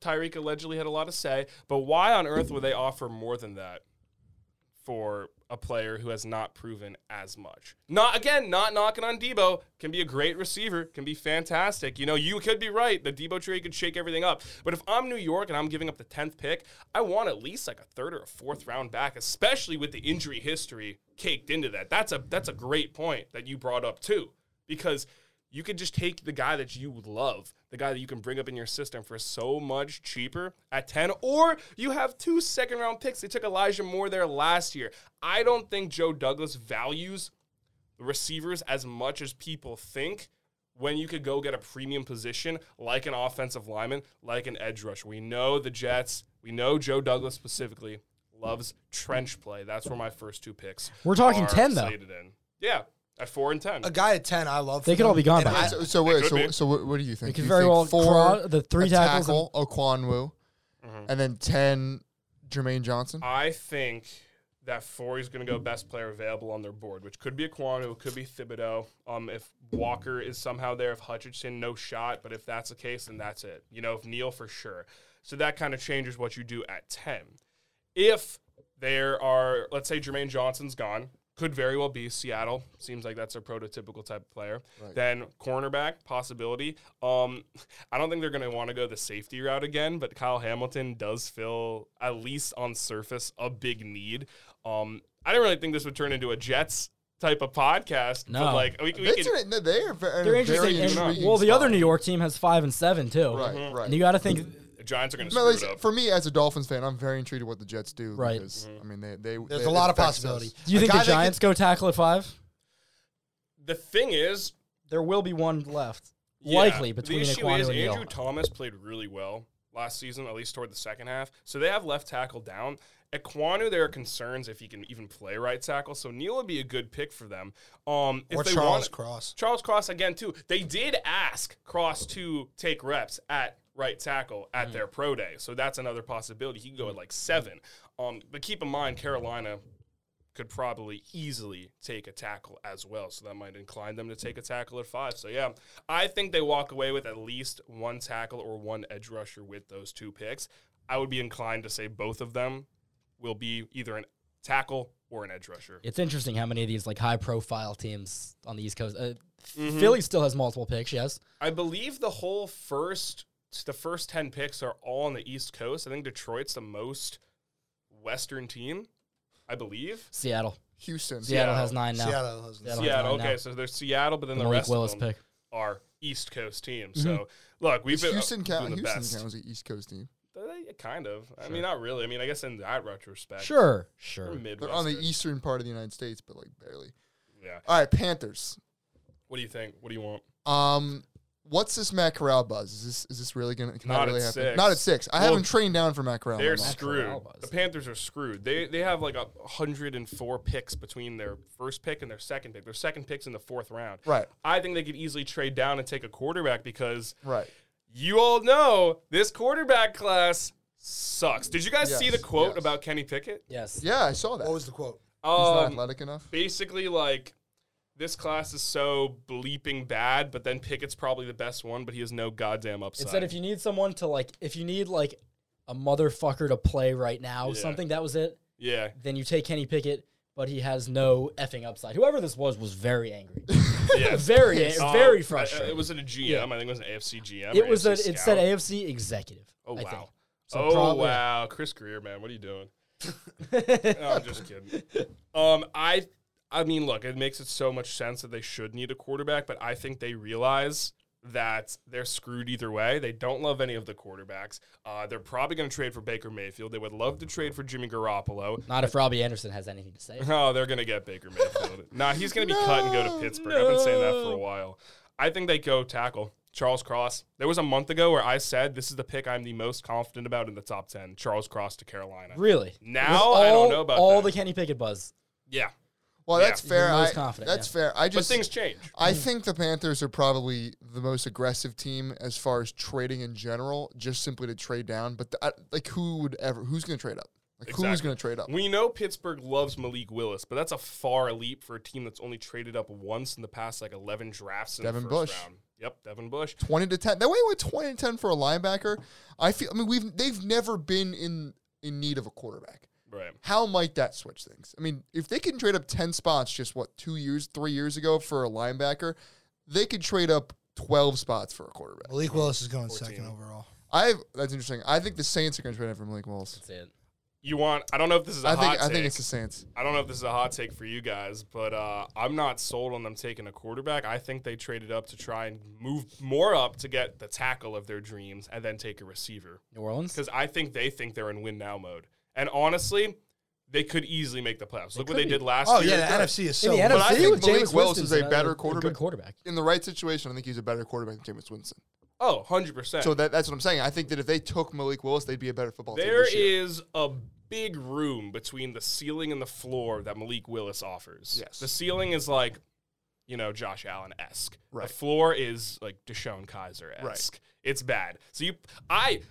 Speaker 4: Tyreek allegedly had a lot to say, but why on earth would they offer more than that for a player who has not proven as much? Not again, not knocking on Debo. Can be a great receiver, can be fantastic. You know, you could be right. The Debo trade could shake everything up. But if I'm New York and I'm giving up the 10th pick, I want at least like a third or a fourth round back, especially with the injury history caked into that. That's a that's a great point that you brought up too. Because you could just take the guy that you love, the guy that you can bring up in your system for so much cheaper at 10, or you have two second round picks. They took Elijah Moore there last year. I don't think Joe Douglas values receivers as much as people think when you could go get a premium position like an offensive lineman, like an edge rusher. We know the Jets, we know Joe Douglas specifically loves trench play. That's where my first two picks.
Speaker 3: We're talking
Speaker 4: are
Speaker 3: 10 though.
Speaker 4: slated in. Yeah, at 4 and 10.
Speaker 2: A guy at ten, I love.
Speaker 3: They
Speaker 2: for
Speaker 3: could all
Speaker 2: them.
Speaker 3: be gone
Speaker 2: And
Speaker 3: by
Speaker 2: I-
Speaker 3: now.
Speaker 2: so-
Speaker 1: So, so wait,
Speaker 4: could
Speaker 1: so,
Speaker 4: be.
Speaker 1: so what, what do you think?
Speaker 3: could
Speaker 1: You
Speaker 3: very
Speaker 1: think
Speaker 3: well
Speaker 1: four,
Speaker 3: crawl- the three
Speaker 1: a
Speaker 3: tackles
Speaker 1: tackle, Okwanwu,
Speaker 2: Mm-hmm.
Speaker 1: and then ten, Jermaine Johnson.
Speaker 2: Uh,
Speaker 4: I think that four is going to go best player available on their board, which could be Aquano, it could be Thibodeau. Um, if Walker is somehow there, if Hutchinson, no shot. But if that's the case, then that's it. You know, if Neal for sure. So that kind of changes what you do at ten. If there are, let's say Jermaine Johnson's gone, could very well be Seattle. Seems like that's a prototypical type of player. Then cornerback possibility. Um, I don't think they're going to want to go the safety route again, but Kyle Hamilton does fill at least on surface a big need. Um, I didn't really think this would turn into a Jets type of podcast. but
Speaker 3: No.
Speaker 4: like we, we
Speaker 1: They
Speaker 4: could-
Speaker 1: turn it- no, they are ve- in a
Speaker 3: They're
Speaker 1: very
Speaker 3: interesting. and-
Speaker 1: intriguing
Speaker 3: well, the other
Speaker 1: spot.
Speaker 3: New York team has five and seven too.
Speaker 1: Right,
Speaker 2: Mm-hmm.
Speaker 1: Mhm. right.
Speaker 3: And you got to think
Speaker 4: the Giants are going to
Speaker 1: No,
Speaker 4: screw
Speaker 1: like,
Speaker 4: it up.
Speaker 1: for me as a Dolphins fan, I'm very intrigued at what the Jets do.
Speaker 3: Right.
Speaker 1: Because, I mean, they, they
Speaker 2: There's
Speaker 1: they-
Speaker 2: a
Speaker 1: it
Speaker 2: lot of
Speaker 1: affects us.
Speaker 2: possibility.
Speaker 3: Do you
Speaker 2: A
Speaker 3: think
Speaker 2: guy
Speaker 3: the
Speaker 2: that could-
Speaker 3: Giants go tackle at five?
Speaker 4: the thing is,
Speaker 3: There will be one left,
Speaker 4: Yeah.
Speaker 3: likely between
Speaker 4: the issue
Speaker 3: Aquanu
Speaker 4: is
Speaker 3: and
Speaker 4: Andrew
Speaker 3: Neal.
Speaker 4: Thomas played really well last season, at least toward the second half. So they have left tackle down. Aquanu, there are concerns if he can even play right tackle. So Neal would be a good pick for them. Um, if
Speaker 2: Or
Speaker 4: they
Speaker 2: Charles
Speaker 4: want-
Speaker 2: Cross.
Speaker 4: Charles Cross again too. They did ask Cross to take reps at right tackle at their pro day, so that's another possibility. He can go at like seven. Um, but keep in mind, Carolina could probably easily take a tackle as well. So that might incline them to take a tackle at five. So yeah, I think they walk away with at least one tackle or one edge rusher with those two picks. I would be inclined to say both of them will be either an tackle or an edge rusher.
Speaker 3: It's interesting how many of these like high profile teams on the East Coast. Uh,
Speaker 4: Mm-hmm.
Speaker 3: Philly still has multiple picks. Yes,
Speaker 4: I believe the whole first the first 10 picks are all on the East Coast. I think Detroit's the most western team, I believe.
Speaker 3: Seattle.
Speaker 1: Houston.
Speaker 3: Seattle has nine now.
Speaker 2: Seattle has-
Speaker 3: Seattle.
Speaker 4: Seattle.
Speaker 3: nine now.
Speaker 4: Okay, so there's Seattle, but then the
Speaker 3: Malik
Speaker 4: rest
Speaker 3: Willis
Speaker 4: of them
Speaker 3: pick. Mm-hmm.
Speaker 4: are East Coast teams. So look, we've
Speaker 1: Does
Speaker 4: been
Speaker 1: Houston
Speaker 4: uh,
Speaker 1: count.
Speaker 4: doing the
Speaker 1: Houston
Speaker 4: best.
Speaker 1: count as an East Coast team.
Speaker 4: Uh, Kind of. I mean, not really. I mean, I guess in that retrospect,
Speaker 3: Sure,
Speaker 4: we're
Speaker 3: sure.
Speaker 4: Midwestern.
Speaker 1: They're on the eastern part of the United States, but like barely.
Speaker 4: Yeah.
Speaker 1: All right, Panthers.
Speaker 4: What do you think? What do you want?
Speaker 1: Um, what's this Matt Corral buzz? Is this is this really gonna can that
Speaker 4: Not at
Speaker 1: really happen?
Speaker 4: six.
Speaker 1: Not at six. I
Speaker 4: Well,
Speaker 1: haven't trained down for Matt Corral.
Speaker 4: They're
Speaker 1: I'm not-
Speaker 4: screwed.
Speaker 3: Alba's.
Speaker 4: The Panthers are screwed. They they have like a hundred and four picks between their first pick and their second pick. Their second pick's in the fourth round.
Speaker 1: Right.
Speaker 4: I think they could easily trade down and take a quarterback because
Speaker 1: Right.
Speaker 4: you all know this quarterback class sucks. Did you guys see
Speaker 1: Yes,
Speaker 4: the quote
Speaker 1: yes.
Speaker 4: about Kenny Pickett?
Speaker 3: Yes.
Speaker 1: Yeah, I saw that.
Speaker 2: What was the quote?
Speaker 1: He's not
Speaker 4: Um,
Speaker 1: athletic enough.
Speaker 4: basically like this class is so bleeping bad, but then Pickett's probably the best one, but he has no goddamn upside.
Speaker 3: It said if you need someone to like, if you need like a motherfucker to play right now,
Speaker 4: Yeah.
Speaker 3: something that was it.
Speaker 4: yeah,
Speaker 3: [LAUGHS] Then you take Kenny Pickett but he has no effing upside. Whoever this was was very angry.
Speaker 4: Yeah.
Speaker 3: very,
Speaker 4: Um,
Speaker 3: very
Speaker 4: I-
Speaker 3: frustrating.
Speaker 4: It was at a GM. I think it was an AFC GM.
Speaker 3: It was a,
Speaker 4: an.
Speaker 3: it said AFC executive.
Speaker 4: Oh
Speaker 3: I think.
Speaker 4: wow.
Speaker 3: So
Speaker 4: oh
Speaker 3: probably-
Speaker 4: wow, Chris Greer, man, what are
Speaker 3: [LAUGHS]
Speaker 4: you doing? No, I'm just kidding. Um, I, I mean, look, it makes it so much sense that they should need a quarterback, but I think they realize that they're screwed either way. They don't love any of the quarterbacks. Uh, they're probably going to trade for Baker Mayfield. They would love to trade for Jimmy Garoppolo.
Speaker 3: Not if Robbie Anderson has anything to say.
Speaker 1: [LAUGHS]
Speaker 4: Oh, they're gonna get Baker Mayfield. nah, he's gonna be cut and go to Pittsburgh. I've been saying that for a while. I think they go tackle Charles Cross. There was a month ago where I said this is the pick I'm the most confident about in the top ten. Charles Cross to Carolina.
Speaker 3: Really?
Speaker 4: Now,
Speaker 3: With
Speaker 4: I don't
Speaker 3: all-
Speaker 4: know about
Speaker 3: all the
Speaker 4: that.
Speaker 3: Kenny Pickett buzz.
Speaker 4: Yeah,
Speaker 1: Well,
Speaker 4: Yeah.
Speaker 1: that's fair.
Speaker 3: You're most
Speaker 1: I-
Speaker 3: confident,
Speaker 1: that's
Speaker 3: yeah.
Speaker 1: fair. I
Speaker 4: but
Speaker 1: just
Speaker 4: things change.
Speaker 1: I think the Panthers are probably the most aggressive team as far as trading in general, just simply to trade down. But the, I, like, who would ever? Who's going to trade up? Like, who's
Speaker 4: Exactly.
Speaker 1: going to trade up?
Speaker 4: We know Pittsburgh loves Malik Willis, but that's a far leap for a team that's only traded up once in the past like eleven drafts. In
Speaker 1: Devin
Speaker 4: the first
Speaker 1: Bush.
Speaker 4: Round. Yep, Devin Bush.
Speaker 1: twenty to ten. That way, with twenty to ten for a linebacker, I feel. I mean, we've they've never been in in need of a quarterback.
Speaker 4: Right.
Speaker 1: How might that switch things? I mean, if they can trade up ten spots, just what two years, three years ago for a linebacker, they could trade up twelve spots for a quarterback.
Speaker 2: Malik Willis is going second overall.
Speaker 1: I that's interesting. I think the Saints are going to trade up for Malik Willis.
Speaker 3: That's it.
Speaker 4: You want? I don't know if this is a
Speaker 1: I
Speaker 4: hot
Speaker 1: think
Speaker 4: take.
Speaker 1: I think it's the Saints.
Speaker 4: I don't know if this is a hot take for you guys, but uh, I'm not sold on them taking a quarterback. I think they traded up to try and move more up to get the tackle of their dreams and then take a receiver
Speaker 3: New Orleans?
Speaker 4: because I think they think they're in win now mode. And honestly, they could easily make the playoffs. Look what they
Speaker 3: could.
Speaker 4: did last
Speaker 2: Oh
Speaker 4: year.
Speaker 2: yeah, the NFC is
Speaker 3: In
Speaker 2: so.
Speaker 3: the
Speaker 2: weak.
Speaker 3: NFC,
Speaker 1: I think
Speaker 3: with
Speaker 1: Malik
Speaker 3: Jameis
Speaker 1: Willis
Speaker 3: Winston,
Speaker 1: is a
Speaker 3: uh,
Speaker 1: better
Speaker 3: Good
Speaker 1: quarterback.
Speaker 3: quarterback.
Speaker 1: In the right situation, I think he's a better quarterback than Jameis Winston.
Speaker 4: Oh, 100%.
Speaker 1: So that, that's what I'm saying. I think that if they took Malik Willis, they'd be a better football team.
Speaker 4: There
Speaker 1: this year.
Speaker 4: is a big room between the ceiling and the floor that Malik Willis offers.
Speaker 1: Yes.
Speaker 4: The ceiling is like, you know, Josh Allen esque.
Speaker 1: Right.
Speaker 4: The floor is like Deshaun Kaiser esque. It's bad. So you, I,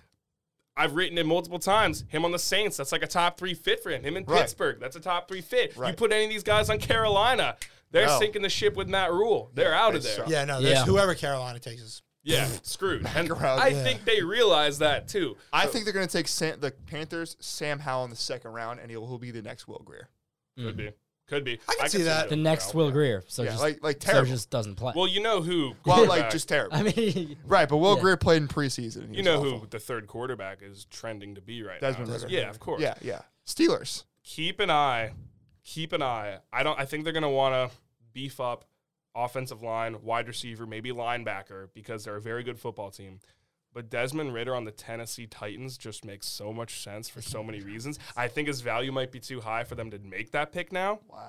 Speaker 4: I've written it multiple times. Him on the Saints, that's like a top three fit for him. Him in
Speaker 1: Right.
Speaker 4: Pittsburgh, that's a top three fit. You
Speaker 1: Right.
Speaker 4: put any of these guys on Carolina, they're
Speaker 1: No.
Speaker 4: sinking the ship with Matt Rule. They're out of
Speaker 1: they
Speaker 4: there.
Speaker 1: suck.
Speaker 2: Yeah, no, there's
Speaker 3: Yeah.
Speaker 2: whoever Carolina takes is
Speaker 1: [LAUGHS]
Speaker 4: Yeah, screwed. And
Speaker 1: Crowd,
Speaker 4: I
Speaker 1: yeah.
Speaker 4: think they realize that too.
Speaker 1: I
Speaker 4: So-
Speaker 1: think they're going to take Sam, the Panthers, Sam Howell in the second round, and he'll, he'll be the next Will Greer.
Speaker 4: Could be. Could be.
Speaker 2: I can see that.
Speaker 3: Mm. The next Will Greer. So
Speaker 1: Yeah,
Speaker 3: just,
Speaker 1: like- like
Speaker 3: so
Speaker 1: terrible.
Speaker 3: just doesn't [LAUGHS] play.
Speaker 4: Well, you know who.
Speaker 1: Well, like
Speaker 4: quarterback-
Speaker 1: just terrible.
Speaker 3: [LAUGHS] I mean,
Speaker 1: right, but Will
Speaker 3: yeah.
Speaker 1: Greer played in preseason. and he
Speaker 4: you
Speaker 1: was
Speaker 4: know
Speaker 1: awful.
Speaker 4: who the third quarterback is trending to be right
Speaker 1: Desmond
Speaker 4: now.
Speaker 1: Ritter.
Speaker 4: Yeah, of course.
Speaker 1: Yeah, yeah. Steelers.
Speaker 4: Keep an eye. Keep an eye. I don't. I think they're gonna want to beef up offensive line, wide receiver, maybe linebacker because they're a very good football team. But Desmond Ritter on the Tennessee Titans just makes so much sense for so many reasons. I think his value might be too high for them to make that pick now. Wow.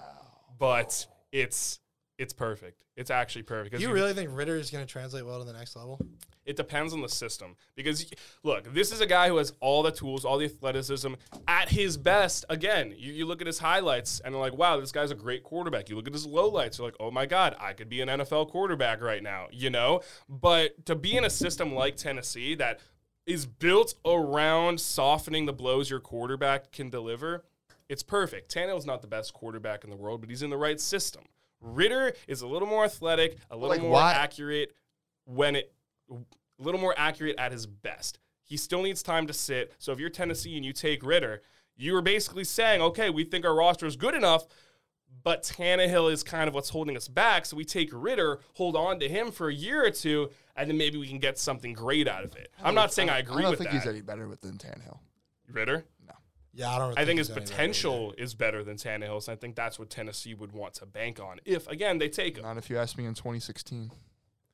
Speaker 4: But it's it's perfect. It's actually perfect. 'cause
Speaker 2: You really think Ritter is going to translate well to the next level?
Speaker 4: It depends on the system because y- look, this is a guy who has all the tools, all the athleticism at his best. Again, you, you look at his highlights and you're like, wow, this guy's a great quarterback. You look at his lowlights, you're like, oh my god, I could be an NFL quarterback right now, you know. But to be in a system like Tennessee that is built around softening the blows your quarterback can deliver, it's perfect. Tannehill's not the best quarterback in the world, but he's in the right system. Ritter is a little more athletic, a little
Speaker 1: Like,
Speaker 4: more
Speaker 1: why-
Speaker 4: accurate when it a little more accurate at his best. He still needs time to sit. So if you're Tennessee and you take Ritter, you are basically saying, okay, we think our roster is good enough, but Tannehill is kind of what's holding us back. So we take Ritter, hold on to him for a year or two, and then maybe we can get something great out of it. I'm not saying I agree
Speaker 1: I don't
Speaker 4: with
Speaker 1: think
Speaker 4: that.
Speaker 1: he's any better with than Tannehill.
Speaker 4: Ritter.
Speaker 2: Yeah, I don't.
Speaker 4: I think
Speaker 2: he's
Speaker 4: his
Speaker 2: gonna be that good either.
Speaker 4: potential is better than Tannehill's. And I think that's what Tennessee would want to bank on. If again they take him.
Speaker 1: Not if you ask me in 2016.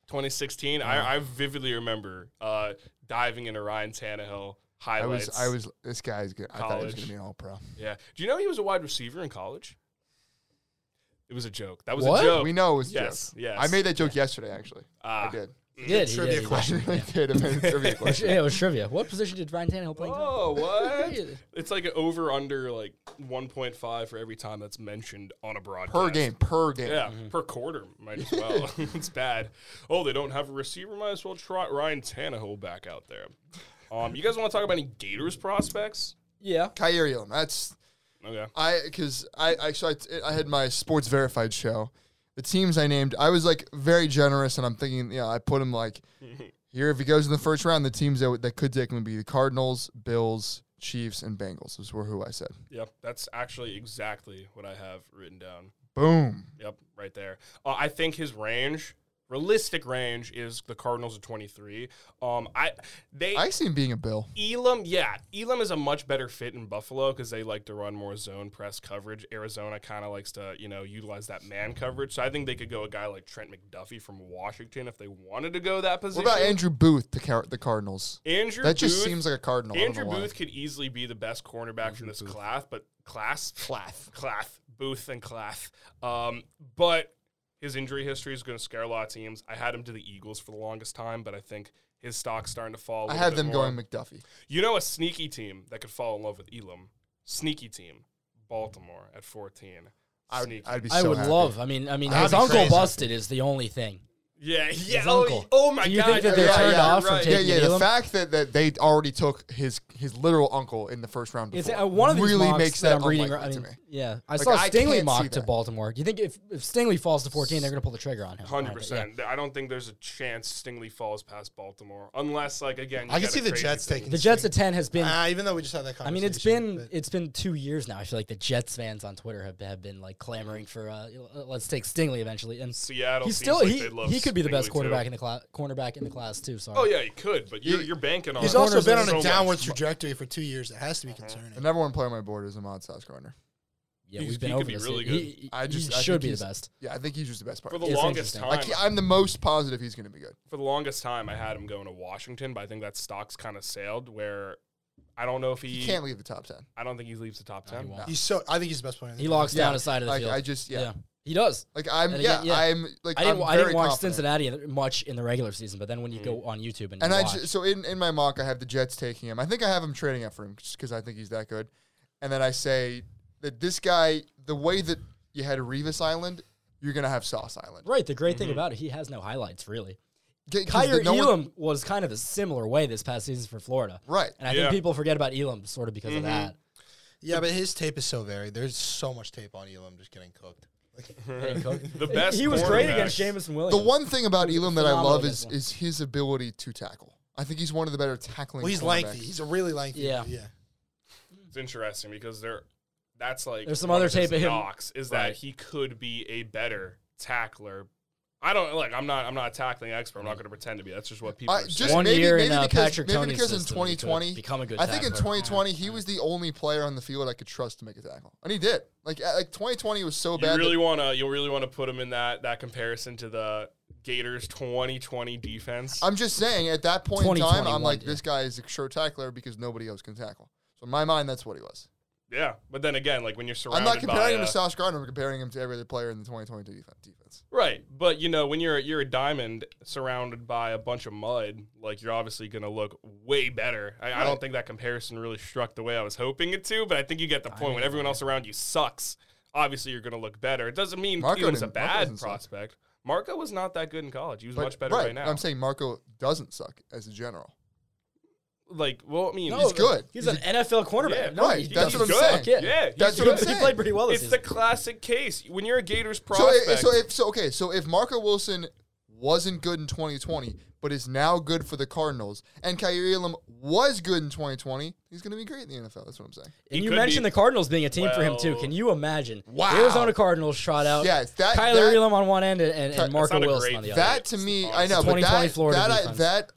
Speaker 4: 2016, I, I vividly remember uh, diving into Ryan Tannehill
Speaker 1: I
Speaker 4: highlights.
Speaker 1: was, I was, this guy's good. I thought he was
Speaker 4: College.
Speaker 1: going to be an all pro.
Speaker 4: Yeah. Do you know he was a wide receiver in college? It was a joke. That was
Speaker 3: What?
Speaker 4: a joke.
Speaker 1: We know it was a
Speaker 4: Oh, Yes,
Speaker 1: joke.
Speaker 4: yes.
Speaker 1: I made that joke yesterday, actually. I
Speaker 4: Ah.
Speaker 1: did.
Speaker 3: he did. he
Speaker 2: Trivia
Speaker 3: did, he did.
Speaker 1: I [LAUGHS] really did. I made a trivia question.
Speaker 3: [LAUGHS] Yeah, it was trivia. What position did Ryan Tannehill play? in college?
Speaker 4: Oh, what?
Speaker 3: Yeah.
Speaker 4: [LAUGHS] it's like an over under like 1.5 for every time that's mentioned on a broadcast.
Speaker 1: Per game, per game.
Speaker 4: Yeah, per quarter, might as well. [LAUGHS] it's bad. Oh, they don't have a receiver. Might as well try Ryan Tannehill back out there. Um, you guys want to talk about any Gators prospects?
Speaker 3: Yeah.
Speaker 1: Kyrie Elam. That's
Speaker 4: Okay.
Speaker 1: I because I I, so I I had my sports verified show. The teams I named, I was like very generous, and I'm thinking, you know, I put
Speaker 4: [LAUGHS]
Speaker 1: him like here if he goes in the first round. The teams that, would- that could take him would be the Cardinals, Bills, Chiefs, and Bengals. Those were who I said.
Speaker 4: Yep, that's actually exactly what I have written down.
Speaker 1: Boom.
Speaker 4: Yep, right there. Uh, I think his range, realistic range, is the Cardinals at twenty three. Um, I they
Speaker 1: I see him being a Bill.
Speaker 4: Elam, yeah, Elam is a much better fit in Buffalo because they like to run more zone press coverage. Arizona kind of likes to, you know, utilize that man coverage. So I think they could go a guy like Trent McDuffie from Washington if they wanted to go
Speaker 1: What
Speaker 4: that position.
Speaker 1: about Andrew Booth, the Car- the Cardinals?
Speaker 4: Andrew
Speaker 1: That just
Speaker 4: Booth-
Speaker 1: seems like a Cardinal. I don't
Speaker 4: Andrew
Speaker 1: know why.
Speaker 4: Booth could easily be the best cornerback from this class, but class, Clath, Clath, Booth, and Clath. Um, but his injury history is going to scare a lot of teams. I had him to the Eagles for the longest time, but I think his stock's starting to fall. I
Speaker 1: I had them going McDuffie.
Speaker 4: You know, a sneaky team that could fall in love with Elam. Sneaky team, Baltimore at fourteen.
Speaker 1: I would,
Speaker 4: Sneaky.
Speaker 1: I'd be. So
Speaker 3: I would
Speaker 1: happy.
Speaker 3: love. I mean, I mean,
Speaker 1: That'd
Speaker 3: his
Speaker 1: be
Speaker 3: uncle
Speaker 1: crazy.
Speaker 3: busted is the only thing.
Speaker 4: yeah, yeah.
Speaker 3: His
Speaker 4: Oh,
Speaker 3: uncle.
Speaker 4: oh my
Speaker 3: Do you
Speaker 4: god!
Speaker 3: think that they're
Speaker 4: yeah,
Speaker 3: turned
Speaker 4: yeah,
Speaker 3: off from
Speaker 4: right.
Speaker 3: taking
Speaker 1: yeah, yeah.
Speaker 3: Taking
Speaker 1: The
Speaker 3: Elam?
Speaker 1: fact that, that they already took his his literal uncle in the first round
Speaker 3: It's
Speaker 1: before
Speaker 3: uh, one of these
Speaker 1: really
Speaker 3: mocks
Speaker 1: makes
Speaker 3: that,
Speaker 1: that,
Speaker 3: I'm reading.
Speaker 1: unlikely
Speaker 3: I
Speaker 1: to
Speaker 3: mean,
Speaker 1: me.
Speaker 3: yeah, I
Speaker 1: Like,
Speaker 3: saw
Speaker 1: I
Speaker 3: Stingley
Speaker 1: can't see
Speaker 3: mock to
Speaker 1: that.
Speaker 3: Baltimore. Do you think if, if Stingley falls to 14, they're going to pull the trigger on him?
Speaker 4: Hundred
Speaker 3: Right, yeah.
Speaker 4: percent. I don't think there's a chance Stingley falls past Baltimore, unless like again. you
Speaker 2: I can
Speaker 4: get a
Speaker 2: see the
Speaker 4: crazy
Speaker 2: Jets
Speaker 4: thing.
Speaker 2: taking
Speaker 3: The Jets at 10 has been.
Speaker 2: Ah, even though we just had that
Speaker 3: I
Speaker 2: conversation.
Speaker 3: mean, it's been
Speaker 2: but-
Speaker 3: it's been two years now. I feel like the Jets fans on Twitter have, have been like clamoring for uh, let's take Stingley eventually. And
Speaker 4: Seattle
Speaker 3: he's
Speaker 4: seems
Speaker 3: still
Speaker 4: like
Speaker 3: he,
Speaker 4: they'd love
Speaker 3: he could be the
Speaker 4: Stingley,
Speaker 3: best
Speaker 4: too.
Speaker 3: quarterback in the class cornerback in the class too. Sorry.
Speaker 4: Oh yeah, he could, but you're, you're banking on.
Speaker 2: he's
Speaker 4: so
Speaker 2: also been on
Speaker 4: much
Speaker 2: a downward
Speaker 4: money.
Speaker 2: trajectory for two years. That has to be concerning.
Speaker 1: The number one player on my board is Ahmad Saskarner.
Speaker 3: yeah.
Speaker 4: he's-
Speaker 3: We've been
Speaker 4: he could
Speaker 3: over
Speaker 4: be
Speaker 3: this.
Speaker 4: really
Speaker 3: He-
Speaker 4: good.
Speaker 3: he-
Speaker 1: I just
Speaker 3: he
Speaker 1: I think
Speaker 3: should be the
Speaker 1: he's-
Speaker 3: best.
Speaker 1: Yeah, I think he's just the best part.
Speaker 4: For the
Speaker 3: It's
Speaker 4: longest
Speaker 3: interesting.
Speaker 4: time,
Speaker 1: Like he- I'm the most positive he's going to be good.
Speaker 4: for the longest time, I had him going to Washington, but I think that stock's kind of sailed. Where I don't know if he.
Speaker 1: He can't leave the top ten.
Speaker 4: I don't think he leaves the top ten.
Speaker 3: won't.
Speaker 2: He's so. I think he's the best player. In the
Speaker 3: He
Speaker 2: league.
Speaker 3: locks down
Speaker 1: Yeah.
Speaker 3: his side of the
Speaker 1: Like,
Speaker 3: field.
Speaker 1: I just- yeah.
Speaker 3: He does.
Speaker 1: Like I'm,
Speaker 3: And
Speaker 1: yeah,
Speaker 3: again, yeah.
Speaker 1: I'm like
Speaker 3: I didn't,
Speaker 1: I'm
Speaker 3: I didn't
Speaker 1: very
Speaker 3: watch
Speaker 1: confident. Mm-hmm.
Speaker 3: Cincinnati much in the regular season, but then when you go on YouTube and,
Speaker 1: And
Speaker 3: you
Speaker 1: I
Speaker 3: watch,
Speaker 1: just, so in, in my mock I have the Jets taking him. I think I have him trading up for him just because I think he's that good. And then I say that this guy, the way that you had Revis Island, you're gonna have Sauce Island.
Speaker 3: right, the great
Speaker 1: Mm-hmm.
Speaker 3: thing about it, he has no highlights really.
Speaker 1: Right.
Speaker 3: Kyer Elam was kind of a similar way this past season for Florida,
Speaker 1: right.
Speaker 3: and I
Speaker 4: Yeah.
Speaker 3: think people forget about Elam sort of because of that.
Speaker 2: Yeah, but his tape is so varied. There's so much tape on Elam just getting cooked.
Speaker 1: [LAUGHS]
Speaker 4: Mm-hmm. [LAUGHS] The best.
Speaker 3: he was great against
Speaker 4: quarterbacks-
Speaker 3: Jamison Williams.
Speaker 1: The one thing about Elam that I
Speaker 3: phenomenal
Speaker 1: love
Speaker 3: at
Speaker 1: is
Speaker 3: this one.
Speaker 1: is his ability to tackle. I think he's one of the better tackling.
Speaker 2: Well, he's
Speaker 1: cornerbacks.
Speaker 2: lengthy. He's a really lengthy.
Speaker 3: Yeah.
Speaker 2: dude, yeah.
Speaker 4: It's interesting because there, that's like
Speaker 3: There's some
Speaker 4: one
Speaker 3: other
Speaker 4: his
Speaker 3: tape of him.
Speaker 4: knocks is that
Speaker 3: Right.
Speaker 4: he could be a better tackler. I don't like. I'm not. I'm not a tackling expert. I'm
Speaker 3: Mm.
Speaker 4: not going to pretend to be. That's just what people.
Speaker 1: I-
Speaker 4: are
Speaker 1: just
Speaker 4: saying.
Speaker 3: One
Speaker 1: maybe,
Speaker 3: year
Speaker 1: maybe
Speaker 3: in, uh,
Speaker 1: because,
Speaker 3: Patrick
Speaker 1: maybe
Speaker 3: Tony's
Speaker 1: because in
Speaker 3: system, he could
Speaker 1: 2020,
Speaker 3: become a good
Speaker 1: I think in
Speaker 3: tackler.
Speaker 1: 2020 he was the only player on the field I could trust to make a tackle, and he did. Like uh, like 2020 was so
Speaker 4: You
Speaker 1: bad.
Speaker 4: really
Speaker 1: that,
Speaker 4: want to. You really want to put him in that that comparison to the Gators 2020 defense.
Speaker 1: I'm just saying at that point in time, I'm
Speaker 3: 2021,
Speaker 1: like
Speaker 3: yeah.
Speaker 1: this guy is a sure tackler because nobody else can tackle. So in my mind, that's what he was.
Speaker 4: yeah, but then again, like when you're surrounded
Speaker 1: I'm not
Speaker 4: by uh,
Speaker 1: comparing him
Speaker 4: a-
Speaker 1: to Sauce Gardner. I'm comparing him to every other player in the 2022 defen- defense.
Speaker 4: Right, but you know when you're you're a diamond surrounded by a bunch of mud, like you're obviously going to look way better. I, I
Speaker 1: Right.
Speaker 4: don't think that comparison really struck the way I was hoping it to, but I think you get the point. When everyone else around you sucks, obviously you're going to look better. It doesn't mean
Speaker 1: Marco
Speaker 4: he was a
Speaker 1: didn't- Marco
Speaker 4: bad
Speaker 1: doesn't suck.
Speaker 4: prospect. Marco was not that good in college. He was
Speaker 1: But-
Speaker 4: much better
Speaker 1: right,
Speaker 4: right, now.
Speaker 1: I'm saying Marco doesn't suck as a general.
Speaker 4: like, well, I mean,
Speaker 3: No,
Speaker 1: he's good.
Speaker 3: He's,
Speaker 1: He's
Speaker 3: an NFL cornerback.
Speaker 4: Yeah,
Speaker 3: no,
Speaker 1: right,
Speaker 3: he-
Speaker 1: that's
Speaker 3: he's
Speaker 1: what I'm
Speaker 3: good.
Speaker 1: saying.
Speaker 3: Kid.
Speaker 4: Yeah,
Speaker 1: That's
Speaker 4: he's
Speaker 1: what I'm
Speaker 4: good.
Speaker 3: He
Speaker 1: saying.
Speaker 3: played pretty well this
Speaker 4: it's the
Speaker 3: season.
Speaker 4: classic case when you're a Gators
Speaker 1: So, i-
Speaker 4: prospect.
Speaker 1: so if so, okay, so if Marco Wilson wasn't good in 2020, but is now good for the Cardinals, and Kyrie Elam was good in 2020, he's going to be great in the NFL. That's what I'm saying.
Speaker 3: and
Speaker 4: He
Speaker 3: you
Speaker 4: could
Speaker 3: mentioned
Speaker 4: be-
Speaker 3: the Cardinals being a team for him too.
Speaker 4: Well-
Speaker 3: Can you imagine?
Speaker 1: Wow.
Speaker 3: Arizona Cardinals shot out.
Speaker 1: Yes, that-
Speaker 3: Kyler
Speaker 1: that-
Speaker 3: Elam on one end and, and,
Speaker 1: That's
Speaker 3: and Marco
Speaker 4: not a
Speaker 3: Wilson
Speaker 4: great-
Speaker 3: on the other.
Speaker 1: That to me, I know, but
Speaker 3: 2020
Speaker 1: that
Speaker 3: Florida
Speaker 1: that, I,
Speaker 3: defense.
Speaker 1: that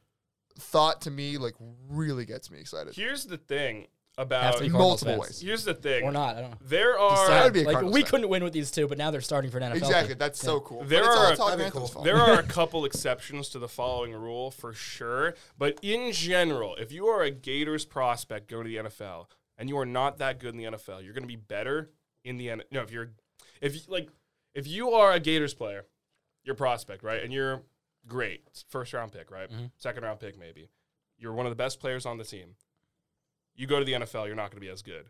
Speaker 1: thought to me like really gets me excited.
Speaker 4: here's the thing
Speaker 3: Have
Speaker 4: about
Speaker 3: to be Cardinals
Speaker 1: Multiple
Speaker 3: fans.
Speaker 1: ways.
Speaker 4: here's the thing
Speaker 3: or not? I don't know.
Speaker 4: There are
Speaker 1: Decide. That'd be a
Speaker 3: like
Speaker 1: Cardinals
Speaker 3: we
Speaker 1: fan.
Speaker 3: couldn't win with these two, but now they're starting for an NFL.
Speaker 1: Exactly.
Speaker 3: team.
Speaker 1: That's so cool. But
Speaker 4: There
Speaker 1: it's
Speaker 4: are-
Speaker 1: all Todd
Speaker 2: That'd be
Speaker 1: Mantle's fault.
Speaker 2: cool.
Speaker 4: There
Speaker 1: [LAUGHS]
Speaker 4: are a couple exceptions to the following rule for sure, but in general, if you are a Gators prospect go to the NFL and you are not that good in the NFL, you're going to be better in the NFL. No, if you're if you, like if you are a Gators player, you're a prospect, right? And you're great. First round pick, right?
Speaker 1: Mm-hmm.
Speaker 4: Second round pick maybe. You're one of the best players on the team. You go to the NFL, you're not going to be as good.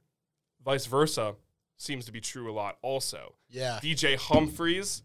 Speaker 4: Vice versa seems to be true a lot also.
Speaker 2: Yeah.
Speaker 4: DJ Humphreys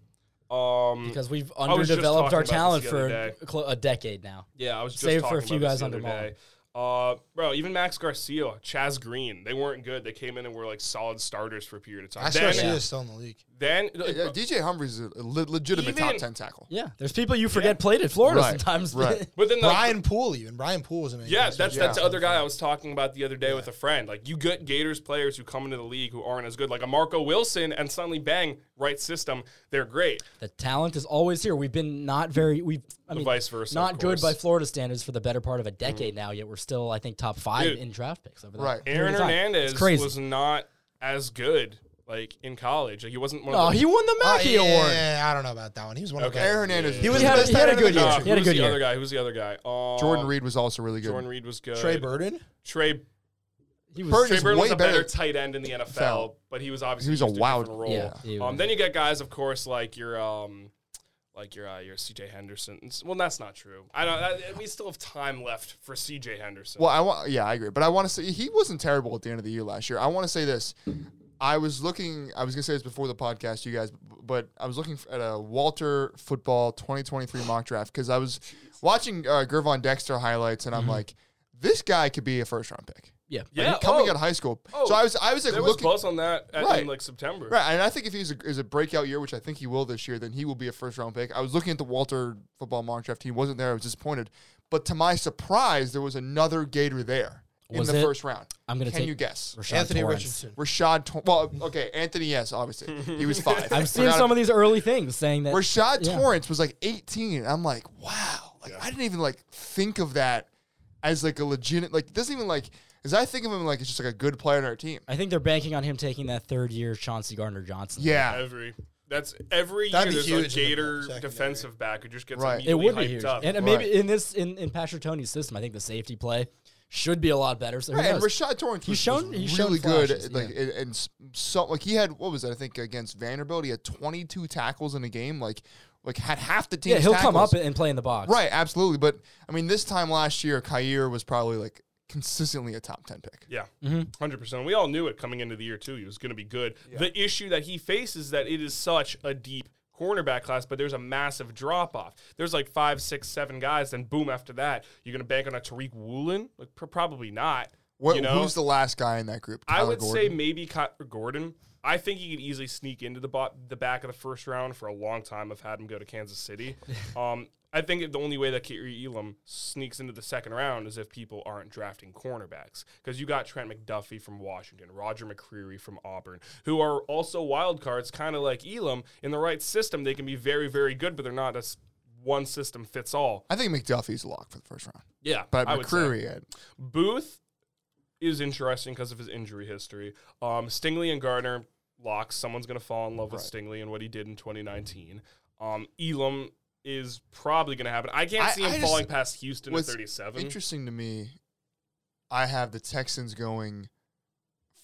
Speaker 4: um
Speaker 3: because we've
Speaker 4: was just
Speaker 3: underdeveloped our
Speaker 4: talking about
Speaker 3: talent
Speaker 4: this the
Speaker 3: for
Speaker 4: other day.
Speaker 3: clo- a decade now.
Speaker 4: Yeah, I was just
Speaker 3: Save
Speaker 4: talking
Speaker 3: for a few
Speaker 4: about this
Speaker 3: guys
Speaker 4: the
Speaker 3: under
Speaker 4: other
Speaker 3: Mullen.
Speaker 4: day. Uh, bro, even Max Garcia, Chaz Green, they weren't good. They came in and were like solid starters for a period of time.
Speaker 2: Max
Speaker 4: Then,
Speaker 2: Garcia is still in the league.
Speaker 4: Then uh,
Speaker 1: Yeah, DJ Humphries is a le- legitimate top
Speaker 4: Even-
Speaker 1: ten tackle.
Speaker 3: Yeah, there's people you forget played at Florida
Speaker 1: Right,
Speaker 3: sometimes.
Speaker 1: right.
Speaker 4: but then the,
Speaker 2: Brian Poole, even Brian Poole was an
Speaker 4: Yeah, that's
Speaker 1: Yeah.
Speaker 4: that's the other guy I was talking about the other day with a friend. Like you get Gators players who come into the league who aren't as good, like a Marco Wilson, and suddenly bang, right system, they're great.
Speaker 3: [LAUGHS] the talent is always here. We've been not very we I mean,
Speaker 4: vice versa,
Speaker 3: not
Speaker 4: of
Speaker 3: good
Speaker 4: course. Mm.
Speaker 3: by Florida standards for the better part of a decade now. Yet we're still I think top five
Speaker 4: Dude.
Speaker 3: in draft picks over there.
Speaker 1: Right.
Speaker 4: Aaron Hernandez
Speaker 3: crazy.
Speaker 4: was not as good like in college. Like he wasn't one
Speaker 3: Oh,
Speaker 4: of the
Speaker 3: he won the
Speaker 2: Uh,
Speaker 3: Mackey
Speaker 2: yeah,
Speaker 3: Award.
Speaker 2: I don't know about that one. He was one
Speaker 4: Okay.
Speaker 2: of the
Speaker 1: Aaron Hernandez.
Speaker 4: He
Speaker 2: was-
Speaker 1: the
Speaker 2: he had a-
Speaker 1: best
Speaker 2: he had a
Speaker 1: tackle in
Speaker 3: good
Speaker 1: the
Speaker 3: year.
Speaker 4: Uh,
Speaker 1: country.
Speaker 3: He had a
Speaker 4: who's
Speaker 3: good
Speaker 4: the
Speaker 3: year.
Speaker 4: other guy? Who's the other guy? Uh,
Speaker 1: Jordan Reed was also really good.
Speaker 4: Jordan Reed was good.
Speaker 2: Trey Burden.
Speaker 4: Trey
Speaker 3: He
Speaker 1: Burton
Speaker 3: was
Speaker 4: Trey
Speaker 1: is
Speaker 4: Burton was
Speaker 1: way
Speaker 4: a better
Speaker 1: better.
Speaker 4: tight end in the NFL,
Speaker 1: Fell.
Speaker 4: but he was obviously
Speaker 1: He was
Speaker 4: just
Speaker 1: a wild-
Speaker 4: different role.
Speaker 3: Yeah, he
Speaker 4: um,
Speaker 3: was.
Speaker 4: then you get guys, of course, like your um, like your uh, your CJ Henderson. It's- Well, that's not true. I don't. I, we still have time left for CJ Henderson.
Speaker 1: Well, I want. Yeah, I agree. But I want to say he wasn't terrible at the end of the year last year. I want to say this. I was looking. I was gonna say this before the podcast, you guys, but I was looking at a Walter Football 2023 mock draft because I was watching uh, Gervon Dexter highlights, and I'm like, this guy could be a first round pick.
Speaker 3: yeah.
Speaker 4: Mm-hmm. yeah,
Speaker 1: Like, coming
Speaker 4: oh,
Speaker 1: out of high school.
Speaker 4: oh,
Speaker 1: so I was, I was like
Speaker 4: there
Speaker 1: looking.
Speaker 4: was buzz on that at,
Speaker 1: Right.
Speaker 4: in like September.
Speaker 1: Right, and I think if he's a, is a breakout year, which I think he will this year, then he will be a first round pick. I was looking at the Walter football mock draft. He wasn't there. I was disappointed, but to my surprise, there was another Gator there
Speaker 3: Was
Speaker 1: in the
Speaker 3: it?
Speaker 1: first round.
Speaker 3: I'm gonna
Speaker 1: Can
Speaker 3: take
Speaker 1: you guess?
Speaker 3: Rashad
Speaker 2: Anthony
Speaker 3: Torrance.
Speaker 2: Richardson.
Speaker 1: Rashad. Tor- well, okay, Anthony. Yes, obviously he was
Speaker 3: [LAUGHS]
Speaker 1: five.
Speaker 3: I'm seeing some of these early things saying that
Speaker 1: Rashad
Speaker 3: yeah.
Speaker 1: Torrance was like 18. I'm like, wow. Like I didn't even like think of that as like a legit. Like it doesn't even like. As I think of him, like it's just like a good player on our team.
Speaker 3: I think they're banking on him taking that third year Chauncey Gardner Johnson.
Speaker 1: Yeah,
Speaker 4: Every that's every
Speaker 2: That'd
Speaker 4: year
Speaker 2: be
Speaker 4: there's a
Speaker 2: huge in the
Speaker 4: Gator
Speaker 2: secondary.
Speaker 4: defensive back who just gets
Speaker 1: Right.
Speaker 3: It
Speaker 4: immediately
Speaker 3: would be
Speaker 4: hyped
Speaker 3: huge.
Speaker 4: up.
Speaker 3: And uh,
Speaker 1: Right.
Speaker 3: maybe in this in, in Patrick system, I think the safety play should be a lot better. So who
Speaker 1: Right, and
Speaker 3: knows?
Speaker 1: Rashad Torrance was,
Speaker 3: He's shown-
Speaker 1: was
Speaker 3: he's shown
Speaker 1: really
Speaker 3: flashes,
Speaker 1: good. Like
Speaker 3: yeah.
Speaker 1: and, and s- so like he had what was it? I think against Vanderbilt, he had 22 tackles in a game. Like like had half the team.
Speaker 3: yeah, he'll come up and play in the box.
Speaker 1: right, absolutely. But I mean, this time last year, Kair was probably like consistently a top 10 pick.
Speaker 4: Yeah, 100 percent. We all knew it coming into the year too. He was going to be good. The issue that he faces is that it is such a deep cornerback class, but there's a massive drop off. There's like five, six, seven guys. Then boom, after that, you're going to bank on a Tariq Woolen? Like pr- probably not.
Speaker 1: What,
Speaker 4: you know?
Speaker 1: Who's the last guy in that group?
Speaker 4: I
Speaker 1: Tyler
Speaker 4: would say
Speaker 1: Gordon?
Speaker 4: maybe Ky- Gordon. I think he could easily sneak into the bo- the back of the first round for a long time. I've had him go to
Speaker 1: [LAUGHS]
Speaker 4: Kansas City. um, I think the only way that Kyrie Elam sneaks into the second round is if people aren't drafting cornerbacks because you got Trent McDuffie from Washington, Roger McCreary from Auburn, who are also wild cards, kind of like Elam. In the right system, they can be very, very good, but they're not as one system fits all.
Speaker 1: I think McDuffie's a lock for the first round.
Speaker 4: Yeah,
Speaker 1: But
Speaker 4: I would say.
Speaker 1: McCreary, had-
Speaker 4: Booth is interesting because of his injury history. Um, Stingley and Gardner locks. Someone's going to fall in love with Stingley and what he did in 2019. Um, Elam is probably going to happen. I can't
Speaker 1: I-
Speaker 4: see him
Speaker 1: I just-
Speaker 4: falling past Houston at
Speaker 1: what's
Speaker 4: 37.
Speaker 1: Interesting to me, I have the Texans going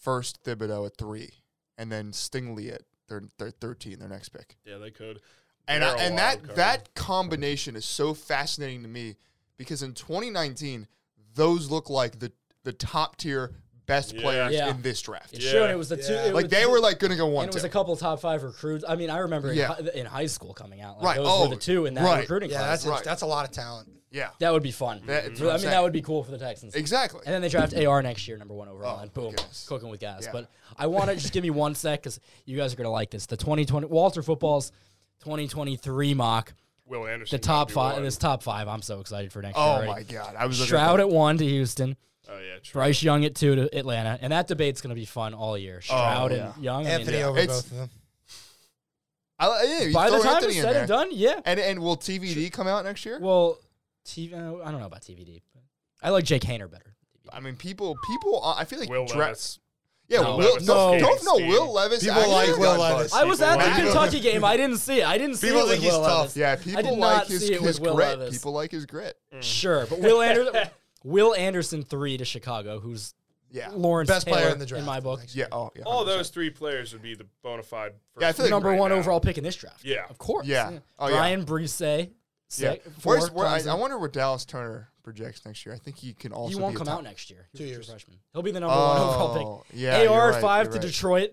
Speaker 1: first Thibodeau at three, and then Stingley at thir- thir- 13, their next pick.
Speaker 4: Yeah, they could.
Speaker 1: and
Speaker 4: They're
Speaker 1: I,
Speaker 4: a
Speaker 1: and
Speaker 4: wild
Speaker 1: that
Speaker 4: card.
Speaker 1: that combination is so fascinating to me because in 2019 those look like the the top tier best
Speaker 4: Yeah.
Speaker 1: players
Speaker 3: Yeah.
Speaker 1: in this draft.
Speaker 3: It
Speaker 4: Yeah.
Speaker 3: showed it was the two.
Speaker 2: Yeah.
Speaker 3: it
Speaker 1: Like
Speaker 3: was
Speaker 1: they
Speaker 3: two-
Speaker 1: were like going to go one
Speaker 3: And it
Speaker 1: two.
Speaker 3: was a couple top five recruits. I mean, I remember in
Speaker 1: Yeah.
Speaker 3: hi- in, high school coming out, like
Speaker 1: Right,
Speaker 3: those
Speaker 1: oh,
Speaker 3: were the two in that
Speaker 1: right.
Speaker 3: recruiting
Speaker 2: Yeah,
Speaker 3: class.
Speaker 2: that's
Speaker 1: Right.
Speaker 2: that's a lot of talent.
Speaker 1: yeah,
Speaker 3: that would be fun.
Speaker 1: That- that's
Speaker 3: So,
Speaker 1: what
Speaker 3: I
Speaker 1: I'm
Speaker 3: mean,
Speaker 1: saying.
Speaker 3: that would be cool for the Texans.
Speaker 1: exactly.
Speaker 3: And then they draft AR next year, number one overall,
Speaker 1: Oh,
Speaker 3: and boom,
Speaker 1: goodness.
Speaker 3: cooking with gas.
Speaker 1: Yeah.
Speaker 3: But I want to just give me one sec because you guys are gonna like this. The 2020 Walter Football's 2023 mock,
Speaker 4: Will
Speaker 3: the
Speaker 4: Anderson.
Speaker 3: top
Speaker 4: might be
Speaker 3: five.
Speaker 4: one.
Speaker 3: This top five. I'm so excited for next year.
Speaker 1: oh
Speaker 3: already.
Speaker 1: my god, I was looking
Speaker 3: Shroud
Speaker 1: at
Speaker 3: at one to Houston.
Speaker 4: Oh yeah, true.
Speaker 3: Bryce Young at two to Atlanta, and that debate's going to be fun all year. Shroud
Speaker 1: Oh, yeah.
Speaker 3: and Young. I mean,
Speaker 2: Anthony over
Speaker 1: It's-
Speaker 2: both of them.
Speaker 1: I, yeah, you
Speaker 3: by the
Speaker 1: throw
Speaker 3: time
Speaker 1: Anthony
Speaker 3: it's
Speaker 1: in
Speaker 3: said and
Speaker 1: there.
Speaker 3: done, yeah.
Speaker 1: And and will TVD come out next year?
Speaker 3: Well, T- uh, I don't know about TVD. But I like Jake Hayner better.
Speaker 1: I mean, people people uh, I feel like
Speaker 4: Will
Speaker 1: dra-
Speaker 4: Levis.
Speaker 1: Yeah,
Speaker 3: No.
Speaker 1: Will,
Speaker 4: Levis
Speaker 1: no,
Speaker 4: is
Speaker 1: don't know
Speaker 4: skating
Speaker 1: Will
Speaker 4: speed.
Speaker 1: Levis.
Speaker 2: People
Speaker 1: actually
Speaker 2: like Will
Speaker 1: got
Speaker 2: Levis.
Speaker 1: buzzed.
Speaker 3: I was at
Speaker 4: Matt-
Speaker 3: the Kentucky game. I didn't see it. I didn't see
Speaker 2: People
Speaker 3: it with
Speaker 2: think he's
Speaker 3: Will
Speaker 2: tough.
Speaker 3: Levis.
Speaker 1: Yeah,
Speaker 3: I
Speaker 1: people
Speaker 3: did
Speaker 1: like
Speaker 3: not
Speaker 1: his,
Speaker 3: see it
Speaker 1: his
Speaker 3: with Will
Speaker 1: grit.
Speaker 3: Levis.
Speaker 1: People like his grit.
Speaker 3: Sure,
Speaker 1: [LAUGHS]
Speaker 3: but Will Anderson, Will Anderson three to Chicago, who's
Speaker 1: Yeah.
Speaker 3: Lawrence
Speaker 2: Best player
Speaker 3: Taylor
Speaker 2: in the draft,
Speaker 3: my book,
Speaker 1: Yeah, oh yeah.
Speaker 4: All those three players would be the bona fide. First
Speaker 1: Yeah, I feel like
Speaker 3: number
Speaker 4: right
Speaker 3: one
Speaker 4: now.
Speaker 3: overall pick in this draft.
Speaker 4: Yeah.
Speaker 3: of course.
Speaker 1: Yeah. Oh, yeah.
Speaker 3: Brian Brise.
Speaker 1: Yeah.
Speaker 3: Sec, four,
Speaker 1: Where's where, I,
Speaker 3: Clemson.
Speaker 1: I wonder where Dallas Turner projects next year. I think he can also.
Speaker 3: He won't
Speaker 1: be a
Speaker 3: come
Speaker 1: top-
Speaker 3: out next year. He's
Speaker 2: Two
Speaker 3: a true
Speaker 2: years.
Speaker 3: freshman. He'll be the number one
Speaker 1: Oh,
Speaker 3: overall pick.
Speaker 1: yeah, you're
Speaker 3: AR
Speaker 1: right,
Speaker 3: five
Speaker 1: you're
Speaker 3: to
Speaker 1: right.
Speaker 3: Detroit.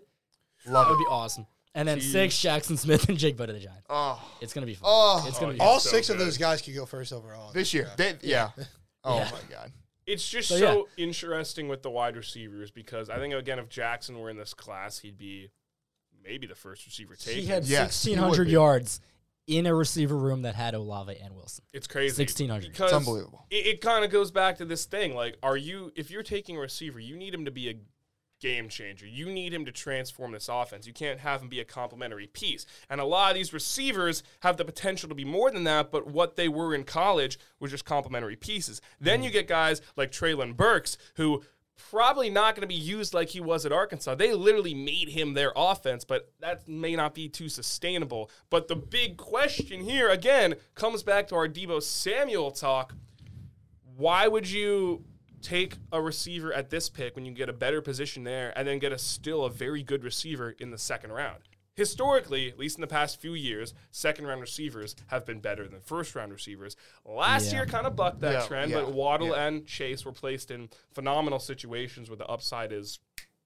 Speaker 1: Love
Speaker 3: That would be
Speaker 1: it.
Speaker 3: awesome. And then six, Jackson Smith and Jake Butt of the Giants.
Speaker 1: Oh,
Speaker 3: It's gonna be fun.
Speaker 1: Oh.
Speaker 3: it's gonna be.
Speaker 2: All
Speaker 3: Fun.
Speaker 4: so
Speaker 2: six of
Speaker 4: good.
Speaker 2: those guys could go first overall.
Speaker 1: this year. They, yeah. Oh
Speaker 3: Yeah.
Speaker 1: my god.
Speaker 4: It's just so,
Speaker 3: So, yeah.
Speaker 4: interesting with the wide receivers because I think again if Jackson were in this class, he'd be maybe the first receiver
Speaker 3: He
Speaker 4: taken.
Speaker 3: had
Speaker 1: Yes, he would
Speaker 3: 1,600
Speaker 1: be.
Speaker 3: yards in a receiver room that had Olave and Wilson.
Speaker 4: It's crazy.
Speaker 3: 1600. It's
Speaker 4: Because
Speaker 1: unbelievable.
Speaker 4: It, it kind of goes back to this thing. Like, are you, if you're taking a receiver, you need him to be a game changer. You need him to transform this offense. You can't have him be a complementary piece. And a lot of these receivers have the potential to be more than that, but what they were in college was just complementary pieces. Then you get guys like Traylon Burks, who probably not going to be used like he was at Arkansas. They literally made him their offense, but that may not be too sustainable. But the big question here, again, comes back to our Debo Samuel talk. Why would you take a receiver at this pick when you get a better position there and then get a still a very good receiver in the second round? Historically, at least in the past few years, second round receivers have been better than first round receivers. Last year kind of bucked that
Speaker 1: Yeah,
Speaker 4: trend,
Speaker 1: yeah,
Speaker 4: but Waddle
Speaker 1: yeah.
Speaker 4: and Chase were placed in phenomenal situations where the upside is,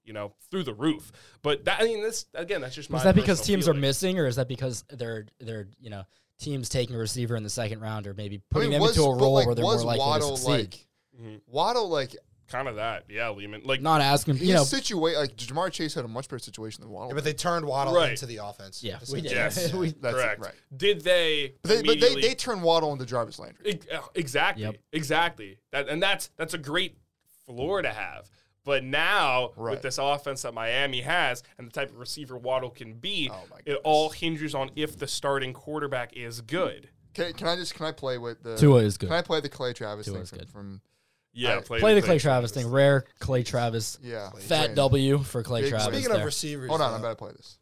Speaker 4: you know, through the roof. But that I mean, this again, that's just my.
Speaker 3: Is that because
Speaker 4: personal
Speaker 3: teams
Speaker 4: feeling.
Speaker 3: are missing, or is that because they're they're you know teams taking a receiver in the second round, or maybe
Speaker 1: I
Speaker 3: putting
Speaker 1: mean,
Speaker 3: them
Speaker 1: was-
Speaker 3: into a
Speaker 1: but,
Speaker 3: role
Speaker 1: like,
Speaker 3: where they're more
Speaker 1: was
Speaker 3: likely
Speaker 1: Waddle
Speaker 3: to succeed?
Speaker 1: like Waddle like
Speaker 4: Kind of that, yeah, Lehman. Like
Speaker 3: Not asking,
Speaker 1: his
Speaker 3: you know,
Speaker 1: situation like Jamar Chase had a much better situation than Waddle.
Speaker 2: Yeah, but they turned Waddle
Speaker 4: Right.
Speaker 2: into the offense.
Speaker 3: yeah,
Speaker 2: It's
Speaker 3: we
Speaker 2: like-
Speaker 3: did. [LAUGHS]
Speaker 4: Yes.
Speaker 3: We-
Speaker 1: That's
Speaker 4: correct.
Speaker 1: right.
Speaker 4: Did they?
Speaker 1: But they, but they,
Speaker 4: immediately-
Speaker 1: they turn Waddle into Jarvis Landry.
Speaker 4: Ex- uh, Exactly.
Speaker 3: Yep.
Speaker 4: Exactly. That and that's that's a great floor to have. But now
Speaker 1: Right.
Speaker 4: with this offense that Miami has and the type of receiver Waddle can be,
Speaker 1: Oh my
Speaker 4: it
Speaker 1: goodness.
Speaker 4: all hinges on if the starting quarterback is good.
Speaker 1: Can, can I just can I play with the
Speaker 3: Tua is good.
Speaker 1: Can I play the Clay Travis
Speaker 3: Tua
Speaker 1: thing
Speaker 3: is
Speaker 1: from,
Speaker 3: good.
Speaker 1: from
Speaker 4: Yeah,
Speaker 1: I-
Speaker 3: play the Clay Travis thing. Rare Clay Travis.
Speaker 1: yeah
Speaker 3: Fat
Speaker 1: Wait.
Speaker 3: W for Clay
Speaker 1: Big-
Speaker 3: Travis.
Speaker 2: Speaking
Speaker 3: there.
Speaker 2: of receivers,
Speaker 1: Hold on,
Speaker 4: uh,
Speaker 2: though,
Speaker 1: I'm about to play this.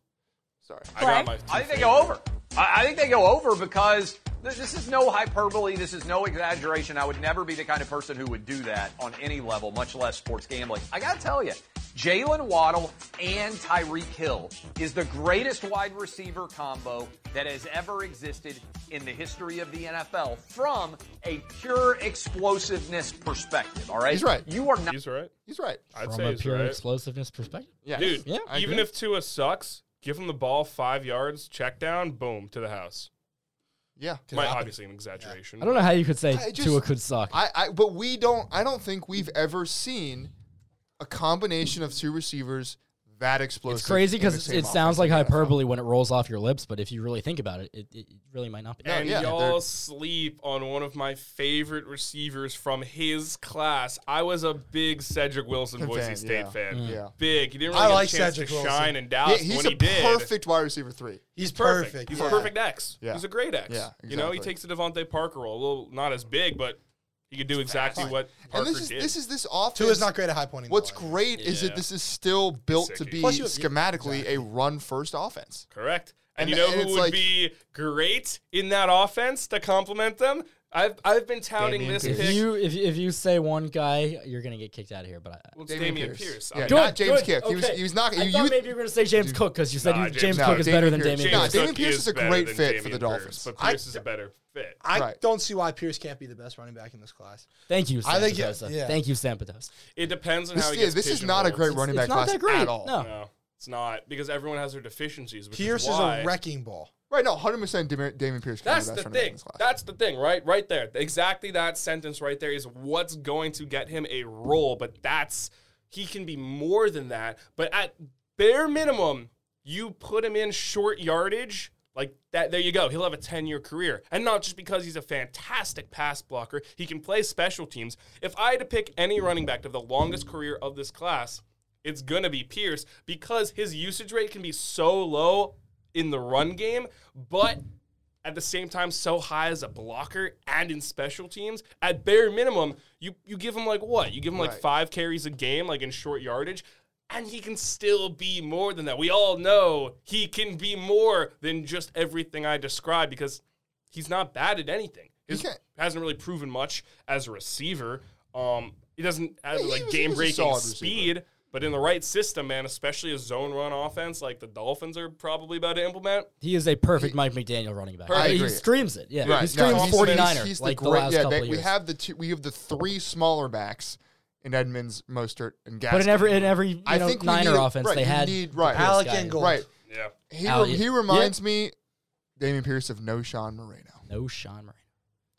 Speaker 1: Sorry.
Speaker 4: I got my two
Speaker 6: I think
Speaker 4: favorites.
Speaker 6: they go over. I, I think they go over because th- this is no hyperbole. This is no exaggeration. I would never be the kind of person who would do that on any level, much less sports gambling. I got to tell you, Jalen Waddle and Tyreek Hill is the greatest wide receiver combo that has ever existed in the history of the NFL from a pure explosiveness perspective. All right,
Speaker 1: He's right.
Speaker 6: You are not.
Speaker 4: He's right.
Speaker 1: He's right.
Speaker 4: I'd
Speaker 3: From
Speaker 4: say
Speaker 3: a
Speaker 4: he's
Speaker 3: pure
Speaker 4: right.
Speaker 3: explosiveness perspective,
Speaker 1: Yeah,
Speaker 4: Dude,
Speaker 3: Yeah, I
Speaker 4: even
Speaker 3: agree.
Speaker 4: if Tua sucks, give him the ball five yards, check down, boom, to the house.
Speaker 1: yeah.
Speaker 4: Might obviously an exaggeration.
Speaker 3: I don't know how you could say
Speaker 1: I just-
Speaker 3: Tua could suck.
Speaker 1: I, I but we don't I don't think we've ever seen a combination of two receivers that explosive.
Speaker 3: it's crazy
Speaker 1: in the
Speaker 3: because
Speaker 1: same
Speaker 3: it
Speaker 1: offense
Speaker 3: sounds like
Speaker 1: in the NFL.
Speaker 3: hyperbole when it rolls off your lips, but if you really think about it, it, it it really might not be.
Speaker 4: And
Speaker 1: yeah,
Speaker 4: y'all
Speaker 1: they're-
Speaker 4: sleep on one of my favorite receivers from his class. I was a big Cedric Wilson
Speaker 1: Fan,
Speaker 4: Boise State
Speaker 1: yeah.
Speaker 4: fan.
Speaker 1: Mm. Yeah.
Speaker 4: Big. He didn't
Speaker 2: I
Speaker 4: really get
Speaker 2: like
Speaker 4: a chance
Speaker 2: Cedric
Speaker 4: to
Speaker 2: Wilson.
Speaker 4: shine in
Speaker 1: Yeah,
Speaker 4: Dallas. but
Speaker 1: he's
Speaker 4: when
Speaker 1: a
Speaker 4: he did,
Speaker 1: perfect wide receiver three.
Speaker 2: he's
Speaker 4: perfect.
Speaker 2: perfect.
Speaker 4: He's
Speaker 2: yeah.
Speaker 4: a perfect X.
Speaker 1: Yeah.
Speaker 4: He's a great X.
Speaker 1: Yeah,
Speaker 4: You know, he
Speaker 1: exactly.
Speaker 4: takes the Devontae Parker role. A little not as big, but he could do exactly what
Speaker 1: and
Speaker 4: Parker
Speaker 1: this is
Speaker 4: did.
Speaker 1: this is this offense.
Speaker 2: Tua's not great at high pointing. the
Speaker 1: What's
Speaker 2: ball.
Speaker 1: great is that
Speaker 4: Yeah.
Speaker 1: this is still built to
Speaker 4: Sicky.
Speaker 1: be
Speaker 2: Plus you-
Speaker 1: schematically a run first offense.
Speaker 4: Correct. And,
Speaker 1: And-
Speaker 4: you know
Speaker 1: and
Speaker 4: who
Speaker 1: it's
Speaker 4: would
Speaker 1: like-
Speaker 4: be great in that offense to complement them? I've I've been touting
Speaker 1: Damian
Speaker 4: this
Speaker 1: Pierce.
Speaker 3: If
Speaker 4: pick.
Speaker 3: you if, you- if you say one guy, you're gonna get kicked out of here. But I,
Speaker 4: Well, it's Damian, Pierce. I
Speaker 1: Yeah,
Speaker 4: mean,
Speaker 1: not James Cook. He was
Speaker 3: okay.
Speaker 1: he was not.
Speaker 3: I
Speaker 1: you-
Speaker 3: thought
Speaker 1: you-
Speaker 3: maybe you were going to say James Cook because you said
Speaker 4: Nah,
Speaker 3: you-
Speaker 4: James-
Speaker 3: James
Speaker 1: no,
Speaker 3: Cook is
Speaker 1: Damian
Speaker 3: better than
Speaker 1: Pierce.
Speaker 3: Damian
Speaker 1: Nah,
Speaker 3: Pierce.
Speaker 1: Damian Pierce is a
Speaker 4: better
Speaker 1: great
Speaker 4: than
Speaker 1: fit for
Speaker 4: Damian
Speaker 1: the Dolphins.
Speaker 4: But
Speaker 2: I-
Speaker 4: Pierce is a better fit.
Speaker 2: I
Speaker 1: Right.
Speaker 2: don't see why Pierce can't be the best running back in this class.
Speaker 3: Thank you, Sam
Speaker 2: I think-
Speaker 3: Potosa.
Speaker 2: yeah.
Speaker 3: Thank you, Sam Potosa.
Speaker 4: It depends on how
Speaker 1: This,
Speaker 4: he
Speaker 1: yeah,
Speaker 4: gets
Speaker 1: this is not a
Speaker 4: pigeonholed.
Speaker 1: great running
Speaker 3: it's
Speaker 1: back
Speaker 3: not
Speaker 1: class
Speaker 3: that great.
Speaker 1: at all.
Speaker 3: No.
Speaker 4: No, it's not because everyone has their deficiencies. Which
Speaker 2: Pierce
Speaker 4: is,
Speaker 2: is,
Speaker 4: why
Speaker 2: a wrecking ball.
Speaker 1: Right, no, hundred percent. Damian Pierce. Can
Speaker 4: That's
Speaker 1: be the
Speaker 4: the
Speaker 1: best running back in
Speaker 4: thing.
Speaker 1: this class.
Speaker 4: That's the thing, right? Right there. Exactly that sentence right there is what's going to get him a role, but that's he can be more than that. But at bare minimum, you put him in short yardage like that there you go. He'll have a 10-year career. And not just because he's a fantastic pass blocker, he can play special teams. If I had to pick any running back to have the longest career of this class, it's gonna be Pierce because his usage rate can be so low in the run game, but at the same time so high as a blocker and in special teams. At bare minimum, you you give him like what? You give him like
Speaker 1: Right.
Speaker 4: five carries a game, like in short yardage. And he can still be more than that. We all know he can be more than just everything I described because he's not bad at anything. He
Speaker 1: can't-
Speaker 4: hasn't really proven much as a receiver. Um, he doesn't have
Speaker 1: he
Speaker 4: like
Speaker 1: was- he
Speaker 4: game
Speaker 1: was a
Speaker 4: breaking
Speaker 1: solid
Speaker 4: speed, but in the right system, man, especially a zone run offense like the Dolphins are probably about to implement,
Speaker 3: He is a perfect Mike McDaniel running back.
Speaker 1: I
Speaker 3: He
Speaker 1: agree.
Speaker 3: screams it. Yeah,
Speaker 1: Right,
Speaker 3: he
Speaker 1: no,
Speaker 3: screams
Speaker 1: he's-
Speaker 3: 49er
Speaker 1: he's
Speaker 3: like the,
Speaker 1: great-
Speaker 3: last
Speaker 1: yeah,
Speaker 3: couple
Speaker 1: they-
Speaker 3: of
Speaker 1: we
Speaker 3: years.
Speaker 1: have the two, we have the three smaller backs in Edmonds, Mostert, and Gaskin.
Speaker 3: but in every in every you
Speaker 1: I
Speaker 3: know,
Speaker 1: think we
Speaker 3: Niner
Speaker 1: need a-
Speaker 3: offense,
Speaker 1: right,
Speaker 3: they
Speaker 1: you
Speaker 3: had
Speaker 1: need- right.
Speaker 3: the best
Speaker 2: Alec
Speaker 3: guy.
Speaker 2: Ingold.
Speaker 1: right,
Speaker 4: yeah.
Speaker 1: he
Speaker 3: Al-
Speaker 1: rem- he
Speaker 3: yeah.
Speaker 1: reminds me, Damian Pierce of no Sean Moreno.
Speaker 3: No, Sean Marino.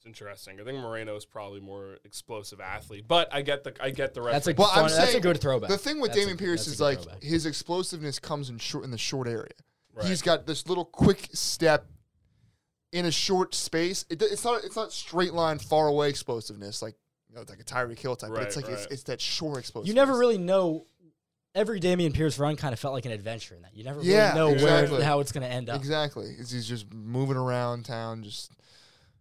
Speaker 4: interesting. I think Moreno's probably more explosive athlete, but I get the I get the reference.
Speaker 3: That's a
Speaker 1: Well,
Speaker 3: fun-
Speaker 1: I'm
Speaker 3: that's
Speaker 1: saying
Speaker 3: a good throwback.
Speaker 1: The thing with
Speaker 3: That's a-
Speaker 1: Damian Pierce
Speaker 3: that's a
Speaker 1: is
Speaker 3: good
Speaker 1: like
Speaker 3: throwback.
Speaker 1: his explosiveness comes in short in the short area.
Speaker 4: Right.
Speaker 1: He's got this little quick step in a short space. It, it's not it's not straight line far away explosiveness like you know, like a Tyree Kill type, but it's
Speaker 4: Right,
Speaker 1: like it's,
Speaker 4: right.
Speaker 1: it's that short explosiveness.
Speaker 3: you never really know. Every Damian Pierce run kind of felt like an adventure in that. You never
Speaker 1: Yeah,
Speaker 3: really know
Speaker 1: exactly.
Speaker 3: where how it's going to end up.
Speaker 1: exactly. It's- he's just moving around town. Just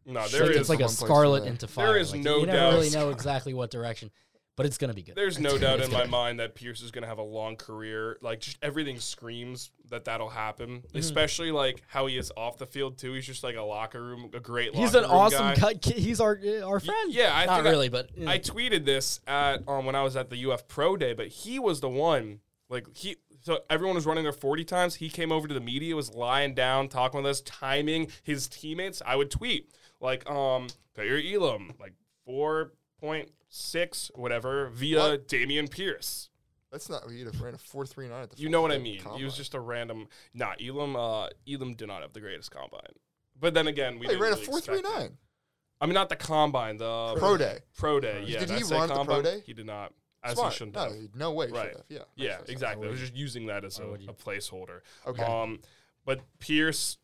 Speaker 4: no,
Speaker 3: It's like-
Speaker 4: there is
Speaker 3: it's like a
Speaker 1: Someone place
Speaker 3: scarlet
Speaker 1: today.
Speaker 3: into fire.
Speaker 4: There is
Speaker 3: Like,
Speaker 4: no
Speaker 3: You never
Speaker 4: doubt.
Speaker 3: really know exactly what direction, but it's going to be good. [LAUGHS]
Speaker 4: There's no doubt in my mind that Pierce is going to have a long career. Like just everything screams that that'll happen,
Speaker 3: Mm-hmm.
Speaker 4: especially like how he is off the field too. He's just like a locker room, a great.
Speaker 3: He's
Speaker 4: locker
Speaker 3: an
Speaker 4: room
Speaker 3: awesome
Speaker 4: guy.
Speaker 3: cut. Ki- he's our uh, our
Speaker 4: Y-
Speaker 3: friend.
Speaker 4: Yeah, I
Speaker 3: not
Speaker 4: think I-
Speaker 3: really, but mm.
Speaker 4: I tweeted this at um, when I was at the UF Pro Day, but he was the one. Like he, so everyone was running their forty times. He came over to the media, was lying down, talking with us, timing his teammates. I would tweet like, um, Taylor Elam, like four point six, whatever, via
Speaker 1: What?
Speaker 4: Damian Pierce.
Speaker 1: that's not we ran a four three nine at the
Speaker 4: You know what I
Speaker 1: fucking
Speaker 4: mean? He
Speaker 1: combine.
Speaker 4: was just a random. Nah, Elam, uh, Elam did not have the greatest combine. But then again, we
Speaker 1: He
Speaker 4: didn't
Speaker 1: ran a
Speaker 4: really
Speaker 1: four three
Speaker 4: expect it.
Speaker 1: nine.
Speaker 4: I mean, not the combine, the
Speaker 1: Pro day.
Speaker 4: Pro day, yeah.
Speaker 1: Did
Speaker 4: I
Speaker 1: he
Speaker 4: say
Speaker 1: run at the pro
Speaker 4: combine?
Speaker 1: day?
Speaker 4: He did not. As
Speaker 1: Smart.
Speaker 4: he shouldn't
Speaker 1: no,
Speaker 4: have.
Speaker 1: he- no way. should
Speaker 4: Right.
Speaker 1: have. Yeah. makes
Speaker 4: Yeah,
Speaker 1: sense.
Speaker 4: exactly. I was just using that as a, a placeholder.
Speaker 1: Okay.
Speaker 4: Um, but Pierce,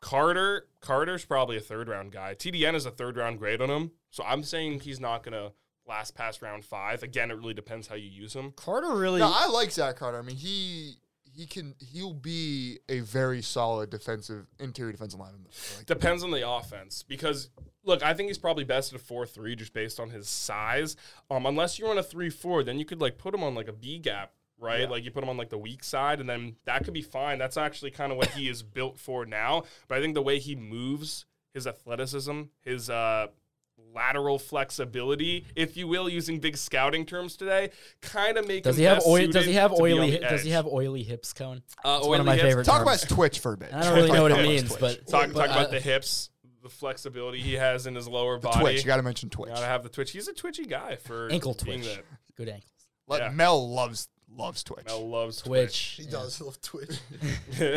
Speaker 4: Carter, Carter's probably a third round guy. TDN is a third round grade on him, so I'm saying he's not gonna last past round five. Again, it really depends how you use him.
Speaker 3: Carter really.
Speaker 1: No, I like Zach Carter. I mean, he he can he'll be a very solid defensive interior defensive lineman. Like,
Speaker 4: Depends on the offense because look, I think he's probably best at a four three just based on his size. Um, unless you run a three four, then you could like put him on like a B gap, right? Like you put him on like the weak side, and then that could be fine. That's actually kind of what he is built for now. But I think the way he moves, his athleticism, his uh lateral flexibility, if you will, using big scouting terms today, kind of make
Speaker 3: does
Speaker 4: him
Speaker 3: he have
Speaker 4: best
Speaker 3: oil,
Speaker 4: suited
Speaker 3: Does he have
Speaker 4: to be on
Speaker 3: oily?
Speaker 4: the
Speaker 3: Does he
Speaker 4: edge.
Speaker 3: have oily hips, Cohen?
Speaker 4: Uh,
Speaker 3: It's one of my
Speaker 4: hips?
Speaker 3: favorite.
Speaker 1: Talk about
Speaker 3: terms.
Speaker 1: his Twitch for a bit.
Speaker 3: And I don't really know what it
Speaker 4: Yeah,
Speaker 3: means, but
Speaker 4: Talk, talk
Speaker 3: but,
Speaker 4: about
Speaker 3: uh,
Speaker 4: the hips, the flexibility he has in his lower body.
Speaker 1: Twitch. You got to mention Twitch.
Speaker 4: Gotta have the twitch. He's a twitchy guy for
Speaker 3: ankle
Speaker 4: being
Speaker 3: twitch.
Speaker 4: that.
Speaker 3: Good ankles.
Speaker 1: Like,
Speaker 4: yeah.
Speaker 1: Mel loves loves Twitch.
Speaker 4: Mel loves twitch.
Speaker 3: Twitch.
Speaker 2: He does love Twitch.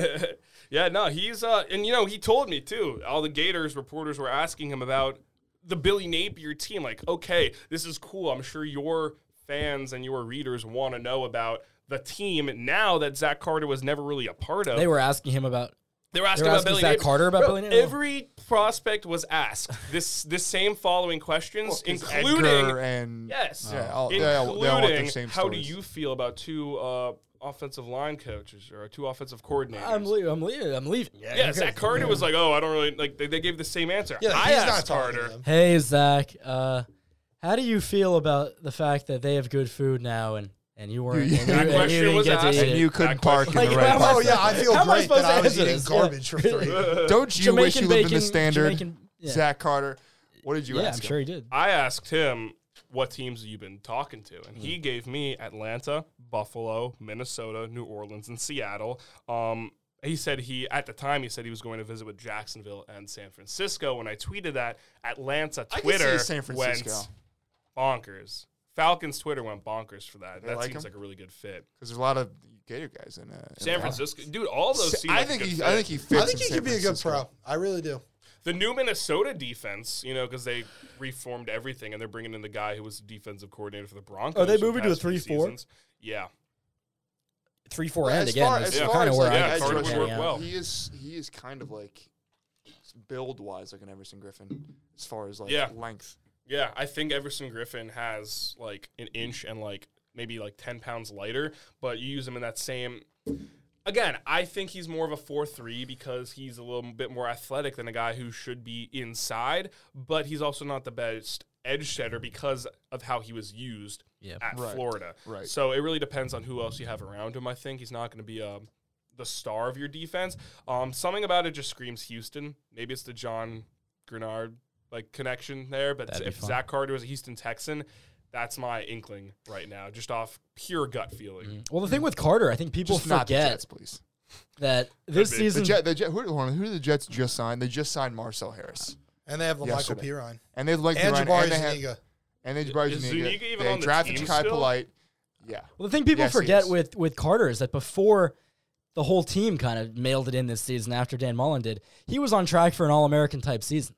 Speaker 4: [LAUGHS] yeah, no, he's uh, and you know he told me too. All the Gators reporters were asking him about the Billy Napier team. Like, okay, this is cool. I'm sure your fans and your readers want to know about the team now that Zach Carter was never really a part of.
Speaker 3: They were asking him about.
Speaker 4: They were asking,
Speaker 3: They were
Speaker 4: about
Speaker 3: asking
Speaker 4: Billy
Speaker 3: Zach
Speaker 4: Napier.
Speaker 3: Carter about
Speaker 4: Bro,
Speaker 3: Billy Napier?
Speaker 4: Every prospect was asked this this same following questions,
Speaker 1: 'cause
Speaker 4: including
Speaker 1: Edgar and
Speaker 4: yes,
Speaker 1: yeah, all- they
Speaker 4: including
Speaker 1: all, they all want the same
Speaker 4: how
Speaker 1: stories.
Speaker 4: do you feel about two uh, offensive line coaches or two offensive coordinators?
Speaker 3: I'm leaving. I'm leaving. I'm leaving.
Speaker 4: yeah, Zach Carter was like, "Oh, I don't really like." They, they gave the same answer.
Speaker 2: Yeah,
Speaker 4: I
Speaker 2: he's not
Speaker 4: asked
Speaker 2: talking to
Speaker 4: Carter.
Speaker 2: them.
Speaker 3: Hey Zach, uh, how do you feel about the fact that they have good food now and and you
Speaker 4: [LAUGHS]
Speaker 3: weren't? And you,
Speaker 4: That
Speaker 3: and you
Speaker 4: question
Speaker 3: didn't
Speaker 4: was
Speaker 3: get to
Speaker 4: asked.
Speaker 3: eat
Speaker 4: And
Speaker 3: it?
Speaker 1: you couldn't
Speaker 4: Back
Speaker 1: park in
Speaker 4: question.
Speaker 1: the
Speaker 3: Like,
Speaker 1: right
Speaker 3: how am I
Speaker 2: oh
Speaker 1: park?
Speaker 3: supposed
Speaker 2: yeah, I feel
Speaker 3: How am I
Speaker 2: great
Speaker 3: supposed
Speaker 2: that I
Speaker 3: to
Speaker 2: was
Speaker 3: answer
Speaker 2: eating
Speaker 3: this?
Speaker 2: garbage for three.
Speaker 3: [LAUGHS]
Speaker 1: Don't you wish you lived
Speaker 3: Jamaican
Speaker 1: in the
Speaker 3: bacon-
Speaker 1: standard?
Speaker 3: Jamaican- yeah.
Speaker 1: Zach Carter, what did you
Speaker 3: Yeah,
Speaker 1: ask?
Speaker 3: I'm sure
Speaker 1: him?
Speaker 3: he did.
Speaker 4: I asked him what teams have you been talking to, and
Speaker 1: Mm-hmm.
Speaker 4: he gave me Atlanta, Buffalo, Minnesota, New Orleans, and Seattle. Um, he said he at the time he said he was going to visit with Jacksonville and San Francisco. When I tweeted that, Atlanta
Speaker 1: I can see
Speaker 4: Twitter
Speaker 1: San Francisco.
Speaker 4: went bonkers. Falcons Twitter went bonkers for that.
Speaker 1: They
Speaker 4: that
Speaker 1: like
Speaker 4: seems
Speaker 1: him?
Speaker 4: like a really good fit.
Speaker 1: Because there's a lot of Gator guys in uh,
Speaker 4: San
Speaker 1: Atlanta.
Speaker 4: Francisco, dude, all those. Seem
Speaker 1: I
Speaker 4: like a
Speaker 1: think
Speaker 4: good
Speaker 1: he,
Speaker 4: fit.
Speaker 1: I think he fits.
Speaker 2: I think
Speaker 1: in
Speaker 2: he
Speaker 1: San
Speaker 2: could be a good
Speaker 1: Francisco.
Speaker 2: pro. I really do.
Speaker 4: The new Minnesota defense, you know, because they reformed everything and they're bringing in the guy who was defensive coordinator for the Broncos.
Speaker 3: Are Oh, they
Speaker 4: for the
Speaker 3: moving to a
Speaker 4: past few
Speaker 3: 3-4?
Speaker 4: seasons. Yeah.
Speaker 3: Three four
Speaker 1: Well,
Speaker 3: end
Speaker 1: as
Speaker 3: again.
Speaker 1: far-
Speaker 3: is
Speaker 1: as
Speaker 4: yeah,
Speaker 1: far
Speaker 3: kind of
Speaker 1: as,
Speaker 3: where
Speaker 1: like,
Speaker 3: I
Speaker 4: yeah,
Speaker 3: was
Speaker 4: Carter would
Speaker 3: getting
Speaker 4: work
Speaker 3: at.
Speaker 4: well.
Speaker 1: He is he is kind of like build wise like an Everson Griffin as far as like
Speaker 4: Yeah.
Speaker 1: length.
Speaker 4: Yeah, I think Everson Griffin has like an inch and like maybe like 10 pounds lighter, but you use him in that same. Again, I think he's more of a 4 3 because he's a little bit more athletic than a guy who should be inside, but he's also not the best edge setter because of how he was used
Speaker 3: Yeah.
Speaker 4: at
Speaker 1: Right.
Speaker 4: Florida.
Speaker 1: Right.
Speaker 4: So it really depends on who else you have around him, I think. He's not going to be a. The star of your defense. Um, something about it just screams Houston. Maybe it's the John Grenard like connection there, but
Speaker 3: That'd be
Speaker 4: if
Speaker 3: fun.
Speaker 4: Zach Carter was a Houston Texan, that's my inkling right now, just off pure gut feeling.
Speaker 3: Well, the thing with Carter, I think people
Speaker 1: Just not the
Speaker 3: forget
Speaker 1: Jets, please.
Speaker 3: that this
Speaker 4: be.
Speaker 1: The
Speaker 3: season.
Speaker 1: Jet, the Jet, who, hold on, who did the Jets just sign? They just signed Marcel Harris,
Speaker 2: And they have Michael
Speaker 1: Yesterday.
Speaker 2: Pirine
Speaker 1: and they like
Speaker 2: and
Speaker 1: Ryan,
Speaker 2: Jabari
Speaker 1: and they have,
Speaker 2: Zuniga.
Speaker 1: and they Jabari
Speaker 4: Is
Speaker 1: Zuniga.
Speaker 4: Zuniga even
Speaker 1: they
Speaker 4: on the
Speaker 1: drafted
Speaker 4: team
Speaker 1: Kai
Speaker 4: still?
Speaker 1: Polite. Yeah,
Speaker 3: Well, the thing people
Speaker 1: Yes, he
Speaker 3: forget
Speaker 1: is.
Speaker 3: with with Carter is that before the whole team kind of mailed it in this season after Dan Mullen did, he was on track for an All American type season.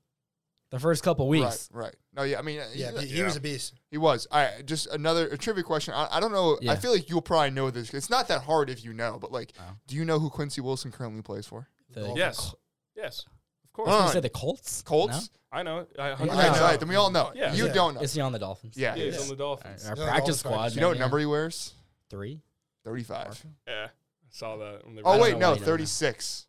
Speaker 3: the first couple
Speaker 1: Right,
Speaker 3: weeks.
Speaker 1: right. No, yeah. I mean, uh,
Speaker 2: Yeah,
Speaker 1: he,
Speaker 2: he, he was a beast.
Speaker 1: he was. I just another a trivia question. I, I don't know. I
Speaker 3: Yeah.
Speaker 1: feel like you'll probably know this. It's not that hard if you know, but like, do you know who Quincy Wilson currently plays for?
Speaker 3: The,
Speaker 4: Yes. Yes. Of course.
Speaker 3: You
Speaker 1: Uh,
Speaker 3: said the Colts?
Speaker 1: Colts.
Speaker 4: I know. I,
Speaker 1: Right,
Speaker 3: Yeah.
Speaker 1: right, Then we all know. it.
Speaker 4: Yeah.
Speaker 1: You
Speaker 2: Yeah.
Speaker 1: don't
Speaker 3: No.
Speaker 1: know.
Speaker 3: Is he on the Dolphins?
Speaker 1: yeah.
Speaker 4: Yeah, he's
Speaker 1: Do
Speaker 4: on the Dolphins.
Speaker 3: Our
Speaker 2: He's on the
Speaker 3: practice
Speaker 2: Dolphins.
Speaker 3: squad.
Speaker 2: Do
Speaker 1: you know what
Speaker 3: maybe,
Speaker 1: number he wears?
Speaker 3: yeah. Three.
Speaker 1: Thirty-five.
Speaker 4: Yeah. I saw that. on the-
Speaker 1: Oh wait, no,
Speaker 3: don't know why you don't know.
Speaker 1: thirty-six.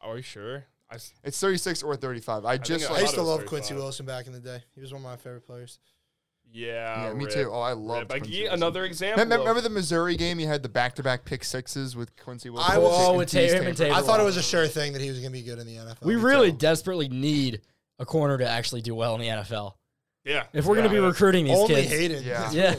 Speaker 4: Are you sure? I, s-
Speaker 1: It's thirty-six or thirty-five. I just
Speaker 4: I
Speaker 2: I
Speaker 1: like.
Speaker 2: used
Speaker 4: thought
Speaker 2: to
Speaker 4: it was
Speaker 2: love
Speaker 4: very
Speaker 2: Quincy
Speaker 4: fun.
Speaker 2: Wilson back in the day. He was one of my favorite players.
Speaker 4: yeah.
Speaker 1: Yeah, me
Speaker 4: rip.
Speaker 1: too. Oh, I love.
Speaker 4: Rip. Like,
Speaker 1: Quincy
Speaker 4: ye-
Speaker 1: Wilson.
Speaker 4: another example.
Speaker 1: Remember,
Speaker 4: of-
Speaker 1: remember the Missouri game? He had the back-to-back pick sixes with Quincy Wilson.
Speaker 2: I was-
Speaker 1: and
Speaker 2: Oh,
Speaker 3: with
Speaker 1: Deuce
Speaker 3: Taylor- him and
Speaker 1: Taylor.
Speaker 3: Taylor.
Speaker 2: I thought it was a sure thing that he was going to be good in the NFL.
Speaker 3: We really desperately need a corner to actually do well in the NFL.
Speaker 4: yeah.
Speaker 3: If we're going to be recruiting these
Speaker 2: only
Speaker 3: kids.
Speaker 2: Hayden.
Speaker 1: Yeah.
Speaker 3: [LAUGHS] Yeah.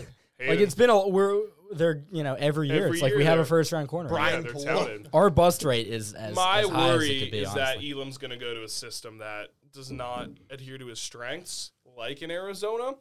Speaker 3: Like
Speaker 4: Hayden.
Speaker 3: it's been a we're they're you know every year
Speaker 4: Every
Speaker 3: it's like
Speaker 4: year
Speaker 3: we have
Speaker 4: they're-
Speaker 3: a first round corner.
Speaker 4: yeah,
Speaker 2: Brian
Speaker 4: they're
Speaker 2: Palomalu.
Speaker 4: talented.
Speaker 3: Our bust rate is as
Speaker 4: My
Speaker 3: as high as it
Speaker 4: worry
Speaker 3: could be,
Speaker 4: is that
Speaker 3: honestly.
Speaker 4: Elam's going to go to a system that does not adhere to his strengths, like in Arizona.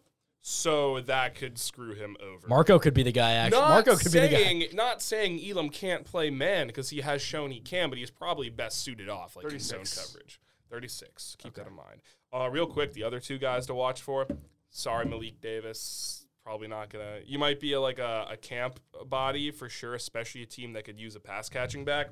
Speaker 4: So that could screw him over.
Speaker 3: Marco could be the guy. Actually,
Speaker 4: not
Speaker 3: Marco could
Speaker 4: saying,
Speaker 3: be the guy.
Speaker 4: Not saying Elam can't play man because he has shown he can, but he's probably best suited off like in zone
Speaker 1: 36.
Speaker 4: coverage. Thirty-six. Keep that in mind. Uh, real quick, the other two guys to watch for. Sorry, Malik Davis. Probably not gonna. You might be a, like a, a camp body for sure, especially a team that could use a pass catching back.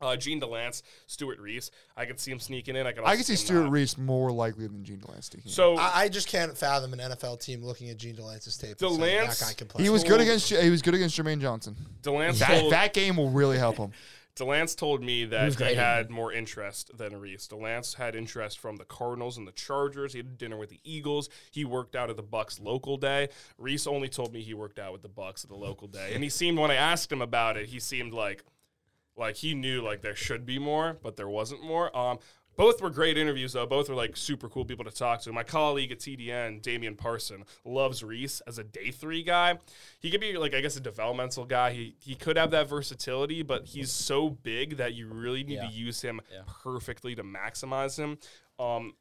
Speaker 4: Uh, Gene DeLance, Stuart Reese. I could see him sneaking in. I could. Also
Speaker 1: I can see
Speaker 4: him
Speaker 1: Stuart
Speaker 4: not.
Speaker 1: Reese more likely than Gene Delance. sticking in.
Speaker 4: So
Speaker 2: I, I just can't fathom an NFL team looking at Gene DeLance's tape. and saying,
Speaker 4: DeLance-
Speaker 2: that guy can play.
Speaker 1: he was good against he was good against Jermaine Johnson.
Speaker 4: DeLance
Speaker 1: That,
Speaker 4: told-
Speaker 1: that game will really help him.
Speaker 4: Delance told me
Speaker 3: He
Speaker 4: that
Speaker 3: was
Speaker 4: he
Speaker 3: great.
Speaker 4: had more interest than Reese. Delance had interest from the Cardinals and the Chargers. He had dinner with the Eagles. He worked out at the Bucks local day. Reese only told me he worked out with the Bucks at the local day. And he seemed when I asked him about it, he seemed like like he knew like there should be more, but there wasn't more. Um, both were great interviews though. Both were like super cool people to talk to. My colleague at TDN, Damian Parson, loves Reese as a day three guy. He could be like I guess a developmental guy. He he could have that versatility, but he's so big that you really need
Speaker 3: Yeah.
Speaker 4: to use him
Speaker 3: Yeah.
Speaker 4: perfectly to maximize him. Um,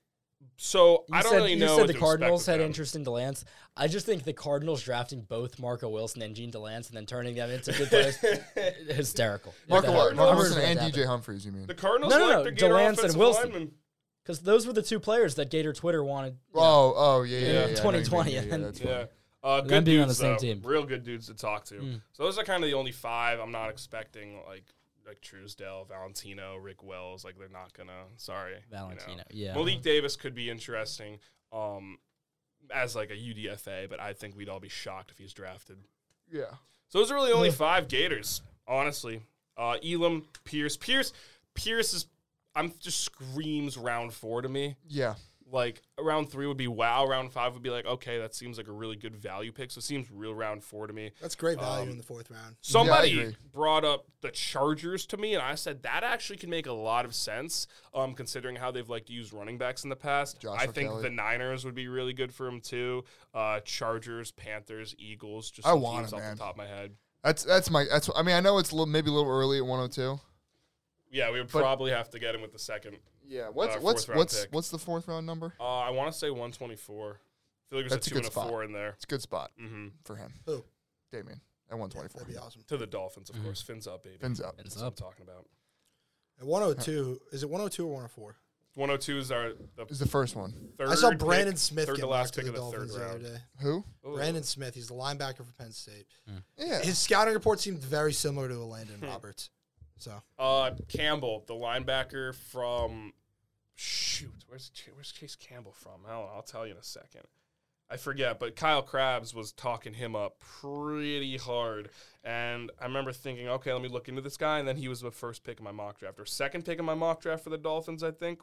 Speaker 4: so
Speaker 3: You
Speaker 4: I don't
Speaker 3: said,
Speaker 4: really
Speaker 3: you
Speaker 4: know.
Speaker 3: said
Speaker 4: what
Speaker 3: the
Speaker 4: to expect
Speaker 3: Cardinals
Speaker 4: with
Speaker 3: had
Speaker 4: them.
Speaker 3: interest in Delance. I just think the Cardinals drafting both Marco Wilson and Gene Delance and then turning them into good
Speaker 4: [LAUGHS]
Speaker 3: players, hysterical.
Speaker 1: Marco, Marco Wilson and
Speaker 3: DJ.
Speaker 1: DJ Humphries, you mean?
Speaker 4: The Cardinals
Speaker 3: No, no,
Speaker 4: like
Speaker 3: no,
Speaker 4: to get
Speaker 3: DeLance and
Speaker 4: offensive
Speaker 3: Wilson.
Speaker 4: linemen.
Speaker 3: Because those were the two players that Gator Twitter wanted.
Speaker 1: Oh, oh, yeah, yeah, yeah. yeah,
Speaker 3: Yeah,
Speaker 1: I know you
Speaker 3: 2020,
Speaker 1: mean, yeah,
Speaker 3: and
Speaker 1: yeah,
Speaker 3: then-
Speaker 1: that's fine.
Speaker 4: Yeah. Uh, good
Speaker 3: them being
Speaker 4: dudes,
Speaker 3: on the same
Speaker 4: though.
Speaker 3: team. Hmm.
Speaker 4: Real good dudes to talk to. So those are kind of the only five I'm not expecting like like Truesdell, Valentino, Rick Wells. Like they're not gonna. Sorry, you know.
Speaker 3: Valentino, yeah.
Speaker 4: Malik Davis could be interesting um, as like a UDFA, but I think we'd all be shocked if he's drafted.
Speaker 1: Yeah.
Speaker 4: So those are really
Speaker 3: Hmm.
Speaker 4: only five Gators, honestly. Uh, Elam, Pierce, Pierce, Pierce is. I'm just screams round four to me
Speaker 1: Yeah.
Speaker 4: like round three would be wow, round five would be like okay, that seems like a really good value pick. So it seems real round four to me.
Speaker 2: That's great value in the fourth round.
Speaker 4: Somebody
Speaker 1: agree.
Speaker 4: brought up the Chargers to me, and I said that actually can make a lot of sense, um, considering how they've liked to use running backs in the past. I
Speaker 1: Joshua
Speaker 4: think
Speaker 1: Kelly.
Speaker 4: the Niners would be really good for him too. Uh, Chargers, Panthers, Eagles, just
Speaker 1: I
Speaker 4: some
Speaker 1: want
Speaker 4: teams
Speaker 1: him,
Speaker 4: off
Speaker 1: man.
Speaker 4: the top of my head.
Speaker 1: That's that's my that's I mean I know it's a little, maybe a little early at 102.
Speaker 4: Yeah, we would
Speaker 1: But-
Speaker 4: probably have to get him with the second.
Speaker 1: Yeah. What's
Speaker 4: Uh,
Speaker 1: what's
Speaker 4: fourth round
Speaker 1: what's
Speaker 4: pick.
Speaker 1: what's the fourth round number?
Speaker 4: Uh, I want to say 124. I feel like there's
Speaker 1: That's a
Speaker 4: a two
Speaker 1: good
Speaker 4: and a
Speaker 1: spot.
Speaker 4: four in there
Speaker 1: It's a good spot
Speaker 4: hmm
Speaker 1: for him,
Speaker 2: Who?
Speaker 1: Damien, at 124.
Speaker 2: That'd be awesome.
Speaker 4: to the Dolphins, of course. Fins up, baby.
Speaker 1: Mm-hmm. Fins up.
Speaker 3: It's
Speaker 4: That's what I'm
Speaker 3: up.
Speaker 4: talking about.
Speaker 2: At 102, is it 102 or 104?
Speaker 4: 102 is our the
Speaker 1: Is the first one.
Speaker 4: third.
Speaker 2: I saw Brandon
Speaker 4: pick-
Speaker 2: Smith
Speaker 4: third
Speaker 2: get
Speaker 4: to
Speaker 2: last
Speaker 4: last
Speaker 2: to
Speaker 4: pick
Speaker 2: the
Speaker 4: of the third
Speaker 2: Dolphins the other
Speaker 4: round.
Speaker 2: day.
Speaker 1: Who?
Speaker 4: Ooh.
Speaker 2: Brandon Smith, he's the linebacker for Penn State.
Speaker 1: Yeah.
Speaker 2: His scouting report seemed very similar to a Landon
Speaker 4: Hmm.
Speaker 2: Roberts. So
Speaker 4: Uh, Campbell, the linebacker from shoot, where's Ch- where's Chase Campbell from? Hell, I'll tell you in a second. I forget, but Kyle Krabs was talking him up pretty hard, and I remember thinking, okay, let me look into this guy, and then he was the first pick in my mock draft or second pick in my mock draft for the Dolphins, I think.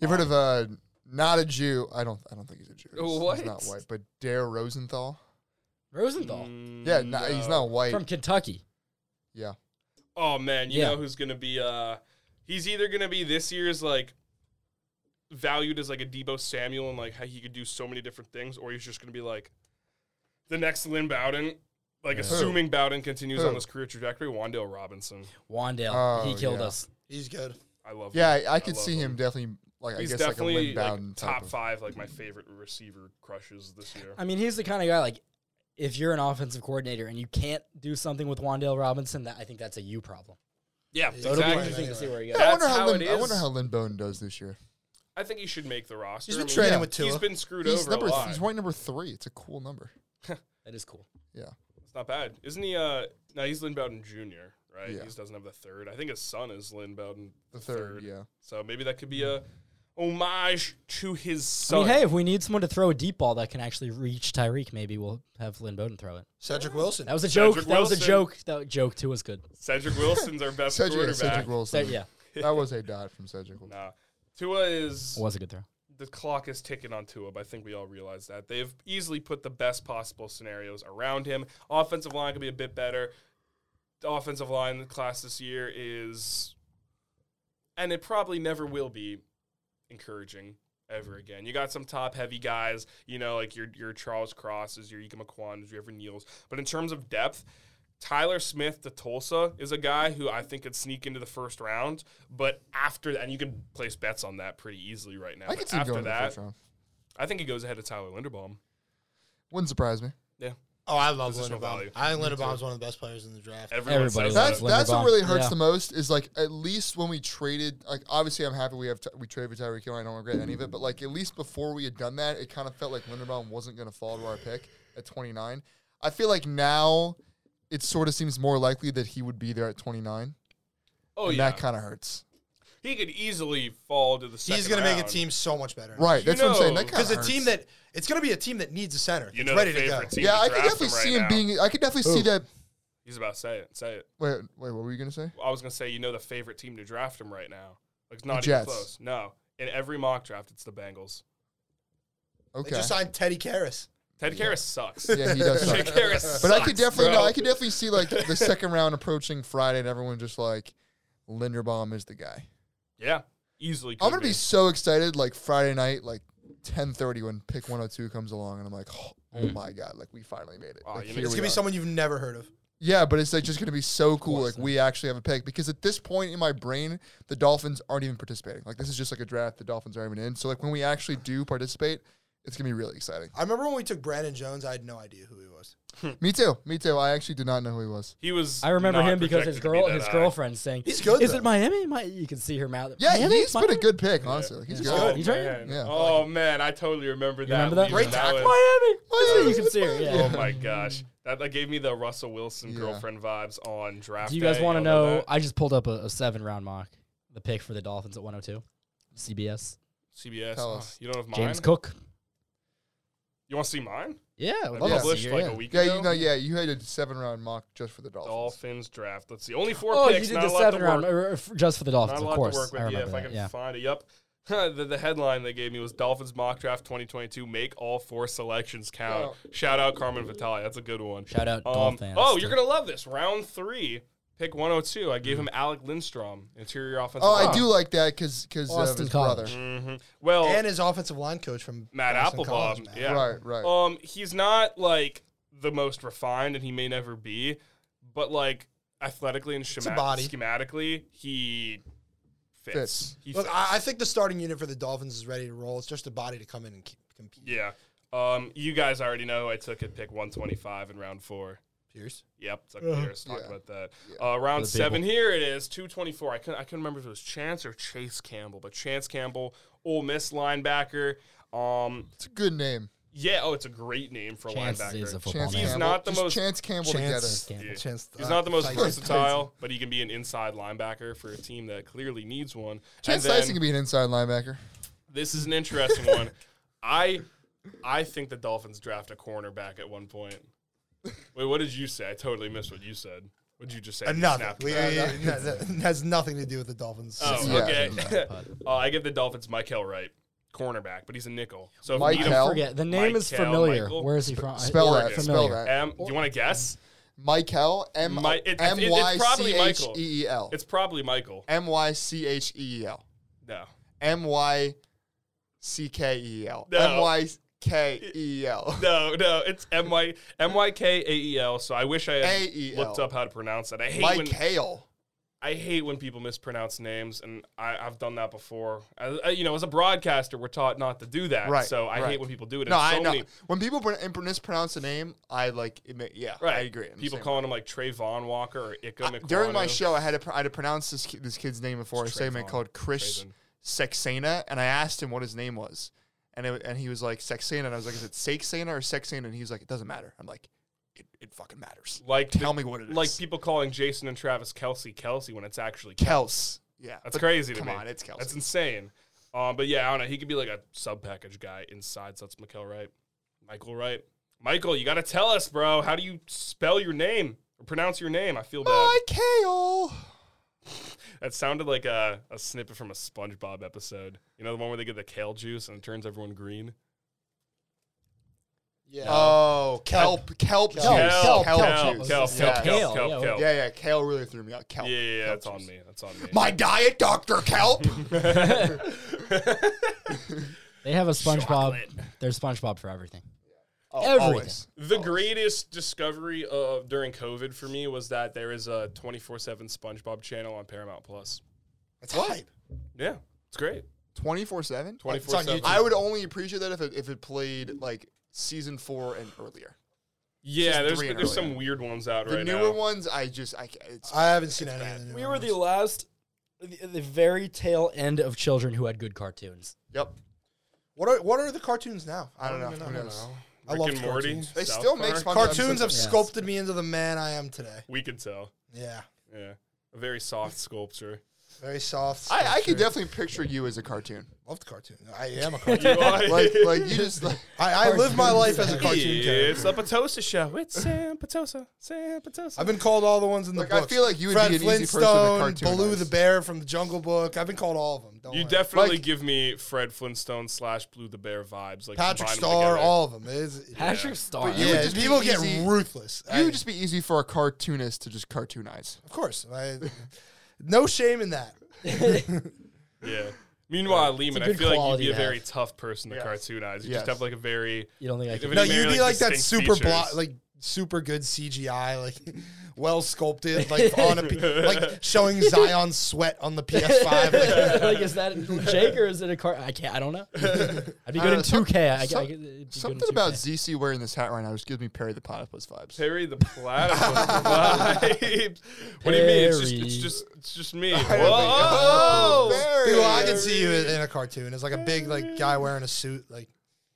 Speaker 1: You've heard of uh not a Jew. I don't I don't think he's a Jew. He's-
Speaker 4: What?
Speaker 1: He's not white, but Dare Rosenthal.
Speaker 2: Oh.
Speaker 3: Rosenthal
Speaker 4: Mm.
Speaker 1: Yeah, no, he's not white.
Speaker 3: from Kentucky.
Speaker 1: yeah.
Speaker 4: Oh man, you
Speaker 3: Yeah.
Speaker 4: know who's gonna be? uh He's either gonna be this year's like valued as like a Debo Samuel and like how he could do so many different things, or he's just gonna be like the next Lynn Bowden. Like assuming Bowden continues
Speaker 1: Who?
Speaker 4: on this career trajectory, Wandale Robinson.
Speaker 3: Wandale,
Speaker 1: Oh,
Speaker 3: he killed
Speaker 1: yeah.
Speaker 3: us.
Speaker 2: he's good.
Speaker 4: I love.
Speaker 1: Yeah,
Speaker 4: him.
Speaker 1: I, I could
Speaker 4: love
Speaker 1: see him, definitely like
Speaker 4: He's
Speaker 1: I guess like a
Speaker 4: definitely
Speaker 1: Lynn Bowden
Speaker 4: like, top
Speaker 1: type of-
Speaker 4: five, like my favorite receiver crushes this year.
Speaker 3: I mean, he's the kind of guy like if you're an offensive coordinator and you can't do something with Wandale Robinson, that I think that's a you problem.
Speaker 4: yeah,
Speaker 2: So
Speaker 3: So it'll be
Speaker 4: exactly.
Speaker 3: interesting to see where he
Speaker 1: I
Speaker 3: goes.
Speaker 4: That's
Speaker 1: wonder how,
Speaker 4: how it
Speaker 1: Lynn, I wonder
Speaker 4: is.
Speaker 1: how Lynn Bowden does this year.
Speaker 4: I think he should make the roster.
Speaker 2: He's been
Speaker 4: I mean,
Speaker 2: training
Speaker 4: yeah,
Speaker 2: with
Speaker 4: He's
Speaker 2: Tua.
Speaker 4: been screwed
Speaker 1: He's
Speaker 4: over
Speaker 1: number.
Speaker 4: a lot.
Speaker 1: He's white number three. It's a cool number.
Speaker 3: That is cool.
Speaker 1: Yeah.
Speaker 4: It's not bad, isn't he? Uh, now he's Lynn Bowden Jr. Right?
Speaker 1: Yeah.
Speaker 4: He doesn't have the third. I think his son is Lynn Bowden
Speaker 1: The third, yeah.
Speaker 4: So maybe that could be a homage to
Speaker 3: I
Speaker 4: his son.
Speaker 3: mean, hey, if we need someone to throw a deep ball that can actually reach Tyreek, maybe we'll have Lynn Bowden throw it.
Speaker 2: Cedric Wilson.
Speaker 3: That was a joke.
Speaker 4: Cedric
Speaker 3: that was a
Speaker 4: Wilson.
Speaker 3: joke. That joke too was good.
Speaker 4: Cedric Wilson's our best
Speaker 1: Cedric, yeah,
Speaker 4: quarterback.
Speaker 1: Cedric
Speaker 3: So,
Speaker 1: Wilson.
Speaker 3: yeah,
Speaker 1: that was a dot from Cedric Wilson.
Speaker 4: Nah. Tua is
Speaker 3: it was a good throw.
Speaker 4: the clock is ticking on Tua. But I think we all realize that they've easily put the best possible scenarios around him. Offensive line could be a bit better. The offensive line class this year is, and it probably never will be, encouraging
Speaker 1: Mm-hmm.
Speaker 4: ever again. You got some top heavy guys, you know, like your your Charles Crosses, your Ika McQuans, your Evan Neals. But in terms of depth, Tyler Smith to Tulsa is a guy who I think could sneak into the first round. But after that, and you can place bets on that pretty easily right now.
Speaker 1: I
Speaker 4: But
Speaker 1: could see him
Speaker 4: after
Speaker 1: going to the
Speaker 4: that,
Speaker 1: first round.
Speaker 4: I think he goes ahead of Tyler Linderbaum.
Speaker 1: Wouldn't surprise me.
Speaker 4: Yeah.
Speaker 2: oh, I love
Speaker 4: Positional value.
Speaker 2: Linderbaum. I think Linderbaum's one of the best players in the draft.
Speaker 4: Everyone
Speaker 3: Everybody
Speaker 4: says
Speaker 3: loves
Speaker 4: that.
Speaker 1: That's that's what
Speaker 3: Linderbaum.
Speaker 1: really hurts
Speaker 3: Yeah.
Speaker 1: the most is like at least when we traded like obviously I'm happy we have t- we traded for Tyreek Hill I don't regret any of it but like at least before we had done that it kind of felt like Linderbaum wasn't going to fall to our pick at 29. I feel like now it sort of seems more likely that he would be there at 29.
Speaker 4: Oh
Speaker 1: and
Speaker 4: yeah,
Speaker 1: that kind of hurts.
Speaker 4: he could easily fall to the. Second
Speaker 2: He's going to make a
Speaker 4: round.
Speaker 2: team so much better.
Speaker 1: Right,
Speaker 4: You
Speaker 1: that's what I'm saying.
Speaker 4: know,
Speaker 1: That kind of
Speaker 2: Because a team that it's going to be a team that needs a center.
Speaker 4: You
Speaker 2: You
Speaker 4: know the
Speaker 2: ready to go.
Speaker 4: favorite team
Speaker 1: Yeah,
Speaker 4: to
Speaker 1: I could
Speaker 4: draft
Speaker 1: definitely
Speaker 4: right
Speaker 1: see him
Speaker 4: now.
Speaker 1: being I could definitely see that
Speaker 4: He's about to say it. Say it.
Speaker 1: Wait, wait, what were you going to say?
Speaker 4: I was gonna say, you know, the favorite team to draft him right now. Like it's not
Speaker 1: Jets.
Speaker 4: even close. No, in every mock draft, it's the Bengals.
Speaker 1: Okay.
Speaker 2: They just signed Teddy Karras.
Speaker 4: Ted Karras sucks.
Speaker 1: yeah, he
Speaker 4: [LAUGHS]
Speaker 1: does.
Speaker 4: Ted
Speaker 1: suck.
Speaker 4: Karras sucks.
Speaker 1: But I could definitely,
Speaker 4: bro.
Speaker 1: no, I could definitely see like the second round approaching Friday, and everyone just like, Linderbaum is the guy.
Speaker 4: Yeah, easily.
Speaker 1: I'm
Speaker 4: could
Speaker 1: gonna be so excited like Friday night, like 10:30 when pick 102 comes along, and I'm like, oh, my god, like we finally made it.
Speaker 4: Aw,
Speaker 1: Like,
Speaker 4: you
Speaker 1: here
Speaker 4: know-
Speaker 2: It's
Speaker 1: we
Speaker 2: going to be
Speaker 1: are.
Speaker 2: someone you've never heard of.
Speaker 1: Yeah, but it's like just gonna be so cool. Like we actually have a pick because at this point in my brain, the Dolphins aren't even participating. Like this is just like a draft. The Dolphins aren't even in. So like when we actually do participate, it's gonna be really exciting.
Speaker 2: I remember when we took Brandon Jones, I had no idea who he was.
Speaker 1: me too. Me too. I actually did not know who he was.
Speaker 4: He was.
Speaker 3: I remember
Speaker 4: not
Speaker 3: him because his
Speaker 4: projected to be
Speaker 3: girl,
Speaker 4: that
Speaker 3: his
Speaker 4: high.
Speaker 3: girlfriend, saying,
Speaker 2: He's good,
Speaker 3: Is
Speaker 2: though.
Speaker 3: it Miami? Mi- You can see her mouth.
Speaker 1: Yeah,
Speaker 3: Miami?
Speaker 1: he's been a
Speaker 3: Miami?
Speaker 1: good pick, honestly. Like, he's
Speaker 3: Yeah.
Speaker 4: Oh
Speaker 1: good.
Speaker 3: He's
Speaker 4: man.
Speaker 3: right.
Speaker 1: Yeah.
Speaker 4: oh man, I totally remember that.
Speaker 3: remember that?
Speaker 4: lead.
Speaker 3: Great
Speaker 1: [LAUGHS]
Speaker 4: was-
Speaker 3: Miami.
Speaker 1: Miami.
Speaker 3: You can see her.
Speaker 4: Oh
Speaker 3: Yeah.
Speaker 4: my gosh, that, that gave me the Russell Wilson
Speaker 1: Yeah.
Speaker 4: girlfriend vibes on draft.
Speaker 3: Do you guys
Speaker 4: day.
Speaker 3: want to
Speaker 4: Y'all
Speaker 3: know?
Speaker 4: that?
Speaker 3: I just pulled up a, a seven round mock, the pick for the Dolphins at 102, CBS.
Speaker 4: CBS.
Speaker 1: Tell
Speaker 4: Oh,
Speaker 1: us.
Speaker 4: you don't have mine.
Speaker 3: James Cook.
Speaker 4: You want to see mine?
Speaker 3: Yeah,
Speaker 4: I
Speaker 3: we'd love to see
Speaker 4: published
Speaker 3: her,
Speaker 4: like
Speaker 3: yeah.
Speaker 4: a week
Speaker 1: Yeah,
Speaker 4: ago.
Speaker 1: you know, yeah, you had a seven round mock just for the Dolphins.
Speaker 4: Dolphins draft. Let's see. Only four
Speaker 3: Oh,
Speaker 4: picks.
Speaker 3: you did
Speaker 4: not
Speaker 3: the
Speaker 4: a lot
Speaker 3: seven
Speaker 4: to
Speaker 3: round
Speaker 4: work
Speaker 3: or- or f- just for the Dolphins,
Speaker 4: Not
Speaker 3: of
Speaker 4: a lot
Speaker 3: course.
Speaker 4: to work
Speaker 3: I
Speaker 4: with. Yeah,
Speaker 3: remember
Speaker 4: if I
Speaker 3: that.
Speaker 4: can
Speaker 3: yeah.
Speaker 4: find it. Yep. [LAUGHS] the, the headline they gave me was Dolphins mock draft 2022 make all four selections count. Shout out Carmen Vitale. That's a good one.
Speaker 3: Shout out Dolphins.
Speaker 4: Oh, you're going to love this. Round three, pick 102. I gave him Alec Lindstrom, interior offensive
Speaker 1: Oh,
Speaker 4: line. Mm-hmm.
Speaker 1: I do like that because because of
Speaker 3: Austin
Speaker 1: his
Speaker 3: Collins.
Speaker 1: brother.
Speaker 4: Well,
Speaker 2: And his offensive line coach from
Speaker 4: Oh. Matt
Speaker 2: Boston
Speaker 4: Applebaum.
Speaker 2: College, man.
Speaker 4: yeah.
Speaker 1: Right, right.
Speaker 4: Um, he's not like the most refined, and he may never be, but like athletically and
Speaker 2: a
Speaker 4: schema-
Speaker 2: body.
Speaker 4: schematically, he fits.
Speaker 1: Fits.
Speaker 4: He
Speaker 2: Look,
Speaker 4: fits.
Speaker 2: I, I think the starting unit for the Dolphins is ready to roll. It's just a body to come in and keep, compete.
Speaker 4: Yeah. Um, you guys already know I took at pick 125 in round four.
Speaker 2: Pierce.
Speaker 4: Yep, Tuck Pierce. Talk
Speaker 1: Yeah.
Speaker 4: about that. Uh, round seven. Here it is, 224. I couldn't, I couldn't remember if it was Chance or Chase Campbell, but Chance Campbell, Ole Miss linebacker. Um,
Speaker 1: It's a good name.
Speaker 4: yeah. Oh, it's a great name for a
Speaker 3: Chance
Speaker 4: linebacker.
Speaker 3: is a football
Speaker 1: Chance
Speaker 3: name.
Speaker 4: He's
Speaker 1: Campbell.
Speaker 4: not the
Speaker 1: Just
Speaker 4: most-
Speaker 1: Chance Campmpbell
Speaker 2: Chance.
Speaker 1: together.
Speaker 3: Campbell.
Speaker 2: Chance. uh,
Speaker 4: He's not the most
Speaker 2: Tyson.
Speaker 4: versatile, but he can be an inside linebacker for a team that clearly needs one.
Speaker 1: Chance
Speaker 4: and then,
Speaker 1: Tyson can be an inside linebacker.
Speaker 4: this is an interesting one. I I think the Dolphins draft a cornerback at one point. Wait, what did you say? I totally missed what you said. What did you just say?
Speaker 2: Uh,
Speaker 4: You
Speaker 2: Nothing.
Speaker 4: snapped
Speaker 2: We-
Speaker 4: back.
Speaker 2: no, that has nothing to do with the Dolphins.
Speaker 4: Oh,
Speaker 1: Yeah.
Speaker 4: okay. [LAUGHS] uh, I give the Dolphins Michael Wright, cornerback, but he's a nickel. So if we need
Speaker 1: Mikel?
Speaker 4: him,
Speaker 3: Forget the name is
Speaker 4: Michael,
Speaker 3: familiar.
Speaker 4: Michael.
Speaker 3: Where is he from? I-
Speaker 1: Spell
Speaker 3: Oregon.
Speaker 1: that. Spell
Speaker 3: Familiar.
Speaker 1: that.
Speaker 4: M, do you want to guess?
Speaker 1: Michael. M
Speaker 4: Mi- it- it-
Speaker 1: M Y
Speaker 4: it's probably
Speaker 1: C H
Speaker 4: Michael.
Speaker 1: E E L.
Speaker 4: It's probably Michael.
Speaker 1: M Y C H E E L.
Speaker 4: No.
Speaker 1: M Y C K E L.
Speaker 4: No.
Speaker 1: M Y K E
Speaker 4: [LAUGHS]
Speaker 1: L.
Speaker 4: No, no, it's M Y M Y K A E L. So I wish I had
Speaker 1: A-E-L.
Speaker 4: looked up how to pronounce that. I hate when
Speaker 1: Michael.
Speaker 4: I hate when people mispronounce names, and I, I've done that before. I, I- you know, as a broadcaster, we're taught not to do that.
Speaker 1: Right,
Speaker 4: So I hate
Speaker 1: right.
Speaker 4: when people do it.
Speaker 1: No,
Speaker 4: and
Speaker 1: I
Speaker 4: so
Speaker 1: know.
Speaker 4: many-
Speaker 1: When people pr- mispronounce the name, I like. admit- Yeah,
Speaker 4: right.
Speaker 1: I agree. I'm the
Speaker 4: people
Speaker 1: same
Speaker 4: calling him like Trayvon Walker or Ika
Speaker 1: I- during my
Speaker 4: McQuanu.
Speaker 1: show, I had to pr- I had to pronounce this ki- this kid's name before a segment
Speaker 4: Trayvon.
Speaker 1: called Chris
Speaker 4: Trayvon.
Speaker 1: Sexena, and I asked him what his name was, and it, and he was like Sexena, and I was like, is it Sexena or Sexena? And he was like, it doesn't matter. I'm like, it, it fucking matters.
Speaker 4: Like
Speaker 1: tell
Speaker 4: the-
Speaker 1: me what it is.
Speaker 4: Like people calling Jason and Travis Kelsey Kelsey when it's actually Kelsey.
Speaker 1: Kels. Yeah,
Speaker 4: That's
Speaker 1: but
Speaker 4: crazy to
Speaker 1: Come
Speaker 4: me.
Speaker 1: on, it's Kelsey.
Speaker 4: That's insane. Um, but yeah, I don't know. He could be like a sub package guy inside. So that's Mikel Wright, Michael Wright, Michael. You got to tell us, bro. How do you spell your name or pronounce your name? I feel bad.
Speaker 1: My Kale.
Speaker 4: That sounded like a, a snippet from a SpongeBob episode. You know the one where they get the kale juice and it turns everyone green.
Speaker 2: Yeah.
Speaker 1: Oh, kelp, kelp, juice. kelp,
Speaker 3: Kelp,
Speaker 4: kelp,
Speaker 1: juice.
Speaker 4: kelp,
Speaker 1: yeah.
Speaker 4: kelp, kelp,
Speaker 3: Kale, yeah.
Speaker 4: kelp, kelp.
Speaker 1: Yeah, yeah, kale really threw me out. Kelp.
Speaker 4: Yeah, yeah, yeah,
Speaker 1: kelp
Speaker 4: that's on
Speaker 1: juice.
Speaker 4: me. That's on me.
Speaker 1: My diet, Doctor Kelp.
Speaker 3: They have a SpongeBob. There's SpongeBob for everything.
Speaker 1: Oh,
Speaker 3: Everything.
Speaker 1: always.
Speaker 4: The greatest discovery of during COVID for me was that there is a 24/7 SpongeBob channel on Paramount Plus.
Speaker 2: That's hype.
Speaker 4: Yeah, it's great.
Speaker 1: Twenty four seven.
Speaker 4: 24/7.
Speaker 1: I would only appreciate that if it if it played like season four and earlier.
Speaker 4: Yeah, there's
Speaker 1: three in
Speaker 4: there's
Speaker 1: early.
Speaker 4: some weird ones out
Speaker 1: The
Speaker 4: right
Speaker 1: newer
Speaker 4: now.
Speaker 1: ones, I just I ca- it's
Speaker 2: I haven't seen any of the new
Speaker 3: We were
Speaker 2: ones.
Speaker 3: the last, the, the very tail end of children who had good cartoons.
Speaker 1: yep.
Speaker 2: What are what are the cartoons now?
Speaker 1: I don't know. Who
Speaker 2: I,
Speaker 1: knows?
Speaker 2: I
Speaker 4: Rick
Speaker 2: love
Speaker 4: and Morty.
Speaker 2: cartoons.
Speaker 1: They
Speaker 4: South
Speaker 1: still make
Speaker 4: Park.
Speaker 1: SpongeBob
Speaker 2: Cartoons have
Speaker 1: episodes.
Speaker 3: Yes.
Speaker 2: sculpted me into the man I am today.
Speaker 4: We could tell.
Speaker 2: Yeah,
Speaker 4: Yeah, a very soft sculpture.
Speaker 2: very soft.
Speaker 1: I, I
Speaker 2: sculpture.
Speaker 1: could definitely picture you as a cartoon.
Speaker 2: loved cartoons. I
Speaker 1: [LAUGHS]
Speaker 2: am a
Speaker 4: [LAUGHS] You
Speaker 2: cartoon.
Speaker 4: are-
Speaker 1: Like like you just
Speaker 2: [LAUGHS]
Speaker 1: like
Speaker 2: I, I live my life as a cartoon
Speaker 4: it's
Speaker 2: character.
Speaker 4: the Potosa show. It's Sam Potosa. Sam Potosa.
Speaker 2: I've been called all the ones in the
Speaker 1: Like, I
Speaker 2: books.
Speaker 1: feel like you would
Speaker 2: Fred
Speaker 1: be an easy person to
Speaker 2: Flintstone, Baloo
Speaker 1: cartoonize.
Speaker 2: the bear from the Jungle Book. I've been called all of them. Don't
Speaker 4: You
Speaker 2: worry.
Speaker 4: definitely
Speaker 1: Like-
Speaker 4: give me Fred Flintstone slash Blue the Bear vibes. Like
Speaker 2: Patrick
Speaker 4: combine them
Speaker 2: Star,
Speaker 4: together.
Speaker 2: all of them. It's,
Speaker 3: Patrick Star.
Speaker 1: you would
Speaker 2: yeah,
Speaker 1: just be
Speaker 2: people get
Speaker 1: easy-
Speaker 2: ruthless.
Speaker 1: you
Speaker 2: I-
Speaker 1: would just be easy for a cartoonist to just cartoonize.
Speaker 2: of course. I, no shame in
Speaker 4: [LAUGHS]
Speaker 2: that.
Speaker 4: Yeah. Meanwhile, Lehman, I
Speaker 3: good
Speaker 4: feel like you'd
Speaker 3: quality
Speaker 4: be a
Speaker 3: to
Speaker 4: very
Speaker 3: have.
Speaker 4: tough person to cartoonize. You
Speaker 1: Yes.
Speaker 4: just have like a very
Speaker 3: You don't think I
Speaker 4: If
Speaker 3: could?
Speaker 4: it
Speaker 2: No,
Speaker 4: is very,
Speaker 2: you'd be like that
Speaker 4: distinct
Speaker 2: super block,
Speaker 4: features.
Speaker 2: like super good CGI, like [LAUGHS] well sculpted, like
Speaker 4: [LAUGHS]
Speaker 2: on a P- like showing Zion's sweat
Speaker 1: [LAUGHS]
Speaker 2: on the PS5. Like,
Speaker 3: [LAUGHS] like, is that Jake or is it a car? I can't. I don't know. I'd be good in
Speaker 1: know, some-
Speaker 3: 2K. I, I,
Speaker 1: some-
Speaker 3: I'd be good in
Speaker 1: Something about
Speaker 3: 2K.
Speaker 1: ZC wearing this hat right now just gives me Perry the Platypus vibes.
Speaker 4: Perry the Platypus vibes. [LAUGHS] What do you mean? It's just it's
Speaker 3: Perry.
Speaker 4: just it's just me.
Speaker 1: Oh,
Speaker 4: Whoa!
Speaker 2: dude, I can see you in a cartoon. It's like a big like guy wearing a suit, like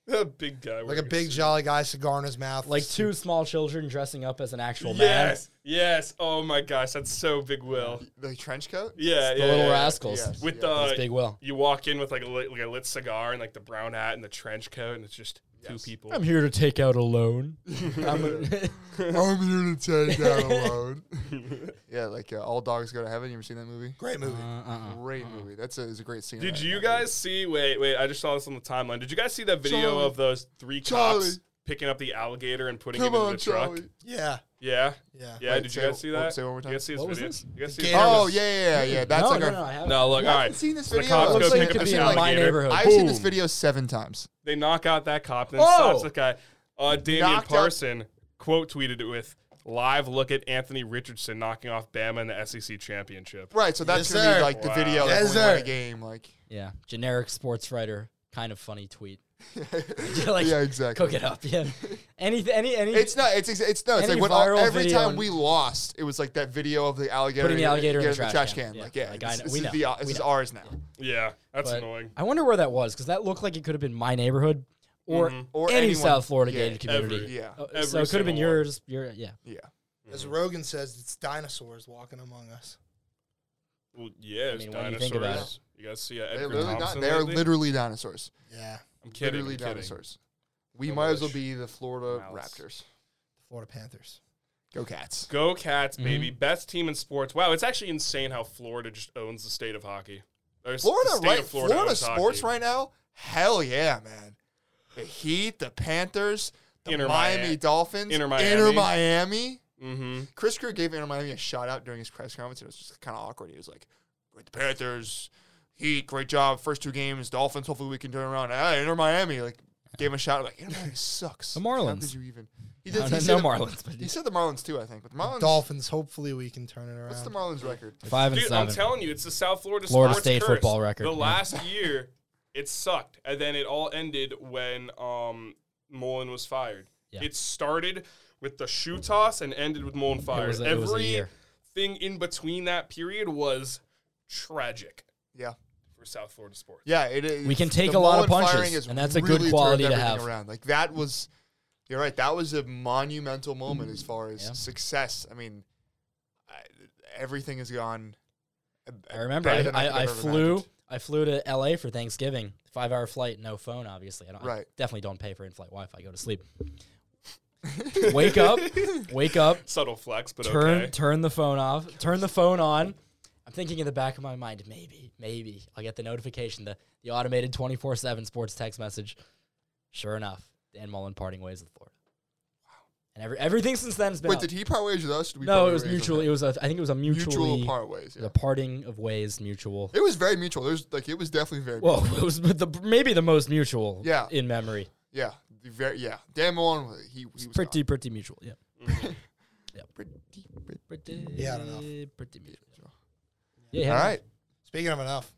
Speaker 4: A big guy.
Speaker 2: like a big jolly guy, cigar in his mouth,
Speaker 3: like two small children dressing up as an
Speaker 2: [LAUGHS]
Speaker 3: actual man.
Speaker 4: Yes. Yes. Oh my gosh, that's so big. Will.
Speaker 1: The trench coat?
Speaker 4: Yeah.
Speaker 3: The
Speaker 4: yeah,
Speaker 3: Little
Speaker 4: yeah.
Speaker 3: Rascals.
Speaker 1: Yes.
Speaker 4: With uh,
Speaker 3: That's
Speaker 4: the
Speaker 3: Big Will.
Speaker 4: You walk in with like a lit, like a lit cigar and like the brown hat and the trench coat and it's just two people.
Speaker 3: I'm here to take out a loan. I'm a-
Speaker 1: I'm here to take [LAUGHS] that alone. [LAUGHS] yeah, like uh, All Dogs Go to Heaven. You ever seen that movie?
Speaker 2: Great movie.
Speaker 1: Uh-huh. Great movie. That's a, is a great scene. in
Speaker 4: Uh-huh. Did
Speaker 1: that-
Speaker 4: you
Speaker 1: that movie.
Speaker 4: guys see? Wait, wait. I just saw this on the timeline. Did you guys see that video
Speaker 1: Charlie.
Speaker 4: of those three
Speaker 1: Charlie.
Speaker 4: cops picking up the alligator and putting
Speaker 1: Come
Speaker 4: him in
Speaker 1: on,
Speaker 4: the truck?
Speaker 1: Charlie.
Speaker 2: yeah,
Speaker 4: Yeah.
Speaker 2: Yeah.
Speaker 4: Yeah.
Speaker 1: Wait,
Speaker 4: did
Speaker 1: say-
Speaker 4: you guys see
Speaker 1: what-
Speaker 4: that?
Speaker 1: say one more time.
Speaker 4: You guys see this
Speaker 3: What was
Speaker 4: video?
Speaker 3: this?
Speaker 4: You guys see
Speaker 2: Gator
Speaker 4: this?
Speaker 1: Oh yeah, yeah, yeah, yeah. That's
Speaker 3: no,
Speaker 1: like
Speaker 3: no,
Speaker 1: our,
Speaker 3: no, I haven't.
Speaker 4: No, look.
Speaker 1: You
Speaker 4: all
Speaker 1: haven't
Speaker 4: right.
Speaker 1: seen this
Speaker 4: So
Speaker 1: video?
Speaker 4: The cops
Speaker 1: It
Speaker 4: go
Speaker 1: looks like
Speaker 4: pick
Speaker 1: it
Speaker 4: up
Speaker 1: could
Speaker 4: the
Speaker 1: be in my
Speaker 4: alligator.
Speaker 3: neighborhood.
Speaker 4: I-
Speaker 1: I've seen this
Speaker 4: Boom.
Speaker 1: video seven times.
Speaker 4: They knock out that cop, then
Speaker 3: Oh!
Speaker 4: stops the guy. Uh, Damian
Speaker 1: Knocked out-
Speaker 4: Parson quote tweeted it with live look at Anthony Richardson knocking off Bama in the SEC championship.
Speaker 1: Right, so that's
Speaker 2: Yes,
Speaker 1: gonna
Speaker 2: sir.
Speaker 1: be like the
Speaker 4: Wow.
Speaker 1: video that
Speaker 2: Yes,
Speaker 1: when we won
Speaker 2: sir.
Speaker 1: a game. Like, [LAUGHS]
Speaker 3: Yeah, generic sports writer, kind of funny tweet. [LAUGHS] like,
Speaker 1: yeah, exactly.
Speaker 3: Cook it up,
Speaker 1: [LAUGHS]
Speaker 3: yeah. Anything, any, any.
Speaker 1: It's not. It's ex- it's no. It's
Speaker 3: Any
Speaker 1: like when all,
Speaker 3: viral
Speaker 1: every
Speaker 3: video
Speaker 1: time
Speaker 3: and-
Speaker 1: we lost, it was like that video of the alligator
Speaker 3: Putting the alligator in
Speaker 1: yeah,
Speaker 3: the trash
Speaker 1: can.
Speaker 3: can. Yeah,
Speaker 1: Like, yeah,
Speaker 3: like, I
Speaker 1: this,
Speaker 3: know-
Speaker 1: this
Speaker 3: we
Speaker 1: is
Speaker 3: know.
Speaker 1: the uh, this
Speaker 3: We
Speaker 1: is
Speaker 3: know.
Speaker 1: ours now.
Speaker 4: Yeah, that's
Speaker 3: but
Speaker 4: annoying.
Speaker 3: I wonder where that was because that looked like it could have been my neighborhood or
Speaker 1: Or
Speaker 3: any
Speaker 1: anyone-
Speaker 3: South Florida
Speaker 1: yeah,
Speaker 3: gated community.
Speaker 4: Mm-hmm. every-
Speaker 1: yeah,
Speaker 3: Uh,
Speaker 4: every
Speaker 3: so it could have
Speaker 4: single
Speaker 3: been
Speaker 4: one.
Speaker 3: yours. Your yeah.
Speaker 1: Yeah,
Speaker 2: as Rogan says, it's dinosaurs walking among us.
Speaker 4: Well, yeah, it's
Speaker 3: mean, when you
Speaker 4: dinosaurs.
Speaker 3: think
Speaker 4: You,
Speaker 3: about
Speaker 4: guys see uh,
Speaker 1: they're
Speaker 4: Edgar
Speaker 1: literally, not,
Speaker 4: Thompson
Speaker 1: they're
Speaker 4: lately?
Speaker 1: literally dinosaurs.
Speaker 2: Yeah,
Speaker 4: I'm kidding,
Speaker 1: literally
Speaker 4: I'm kidding.
Speaker 1: dinosaurs. We might as well be the Florida
Speaker 4: Malice.
Speaker 1: Raptors.
Speaker 2: Florida Panthers.
Speaker 1: Go Cats.
Speaker 4: Go Cats,
Speaker 3: Mm-hmm.
Speaker 4: baby. Best team in sports. Wow, it's actually insane how Florida just owns the state of hockey. Or s- the
Speaker 1: Florida,
Speaker 4: state
Speaker 1: right?
Speaker 4: of
Speaker 1: Florida,
Speaker 4: owns
Speaker 1: sports
Speaker 4: hockey.
Speaker 1: right now. Hell yeah, man! The Heat, the Panthers, the
Speaker 4: Inter
Speaker 1: Miami
Speaker 4: Miami.
Speaker 1: Dolphins,
Speaker 4: Inter Miami.
Speaker 1: Inter Miami.
Speaker 4: Mm-hmm.
Speaker 1: Chris Kerr gave Inter Miami a shout out during his press conference. and It was just kind of awkward. He was like, "Great, the Panthers, Heat, great job. First two games, Dolphins. Hopefully, we can turn around. Ah, Inter Miami, like." Gave him a shout. Like Inter
Speaker 3: [LAUGHS]
Speaker 1: Miami sucks.
Speaker 3: The
Speaker 1: How
Speaker 3: Marlins.
Speaker 1: could you even?
Speaker 3: [LAUGHS]
Speaker 1: He
Speaker 3: No,
Speaker 1: he
Speaker 3: no,
Speaker 1: said
Speaker 3: no
Speaker 1: the-
Speaker 3: Marlins, but-
Speaker 1: [LAUGHS] he said the Marlins too. I think, but the Marlins.
Speaker 2: Dolphins. Hopefully, we can turn it around.
Speaker 1: What's the Marlins record?
Speaker 3: Five and
Speaker 4: Dude,
Speaker 3: seven.
Speaker 4: I'm telling you, it's the South Florida,
Speaker 3: Florida
Speaker 4: sports
Speaker 3: State
Speaker 4: curse.
Speaker 3: football record,
Speaker 4: The
Speaker 3: yeah.
Speaker 4: last year, it sucked, and then it all ended when um, Mullen was fired.
Speaker 3: Yeah.
Speaker 4: It started with the shoe toss and ended with Mullen fired.
Speaker 3: was a- it was a
Speaker 4: Everything
Speaker 3: year.
Speaker 4: in between that period was tragic
Speaker 1: Yeah,
Speaker 4: for South Florida sports.
Speaker 1: Yeah, it is.
Speaker 3: We can take
Speaker 1: the
Speaker 3: a lot of
Speaker 1: Mullen
Speaker 3: punches,
Speaker 1: firing has
Speaker 3: and that's a good
Speaker 1: really turned
Speaker 3: quality to
Speaker 1: everything
Speaker 3: have.
Speaker 1: Around. Like that was, you're right. That was a monumental moment as far as
Speaker 3: Yeah.
Speaker 1: success. I mean, I, everything has gone.
Speaker 3: I remember I,
Speaker 1: better than
Speaker 3: I,
Speaker 1: could
Speaker 3: I,
Speaker 1: have ever
Speaker 3: flew
Speaker 1: imagined.
Speaker 3: I flew to LA for Thanksgiving. Five hour flight, no phone, obviously. I don't I
Speaker 1: Right.
Speaker 3: definitely don't pay for in flight Wi Fi, go
Speaker 1: [LAUGHS]
Speaker 3: to sleep. wake up, wake up,
Speaker 4: Subtle flex, but
Speaker 3: turn
Speaker 4: okay.
Speaker 3: turn the phone off, turn the phone on. I'm thinking in the back of my mind, maybe, maybe I'll get the notification, the, the automated 24 7 sports text message. Sure enough, Dan Mullen parting ways with Florida. Wow. And every, everything since then has been.
Speaker 1: Wait,
Speaker 3: up.
Speaker 1: did he part ways with us? Did we
Speaker 3: no,
Speaker 1: part
Speaker 3: it
Speaker 1: ways
Speaker 3: was
Speaker 1: with
Speaker 3: mutual.
Speaker 1: him?
Speaker 3: It was, a, I think it was a mutually.
Speaker 1: mutual part ways.
Speaker 3: it
Speaker 1: yeah.
Speaker 3: was a parting of ways, mutual.
Speaker 1: It was very mutual. There's like it was definitely very.
Speaker 3: Well, [LAUGHS] it was the, maybe the most mutual
Speaker 1: Yeah.
Speaker 3: in memory.
Speaker 1: Yeah, the very yeah. Dan Mullen, he, he was
Speaker 3: Pretty, pretty mutual. Yeah.
Speaker 1: pretty, pretty.
Speaker 3: Pretty,
Speaker 2: Yeah, I don't know.
Speaker 3: Pretty mutual. Yeah. yeah.
Speaker 1: All right,
Speaker 2: Speaking of enough,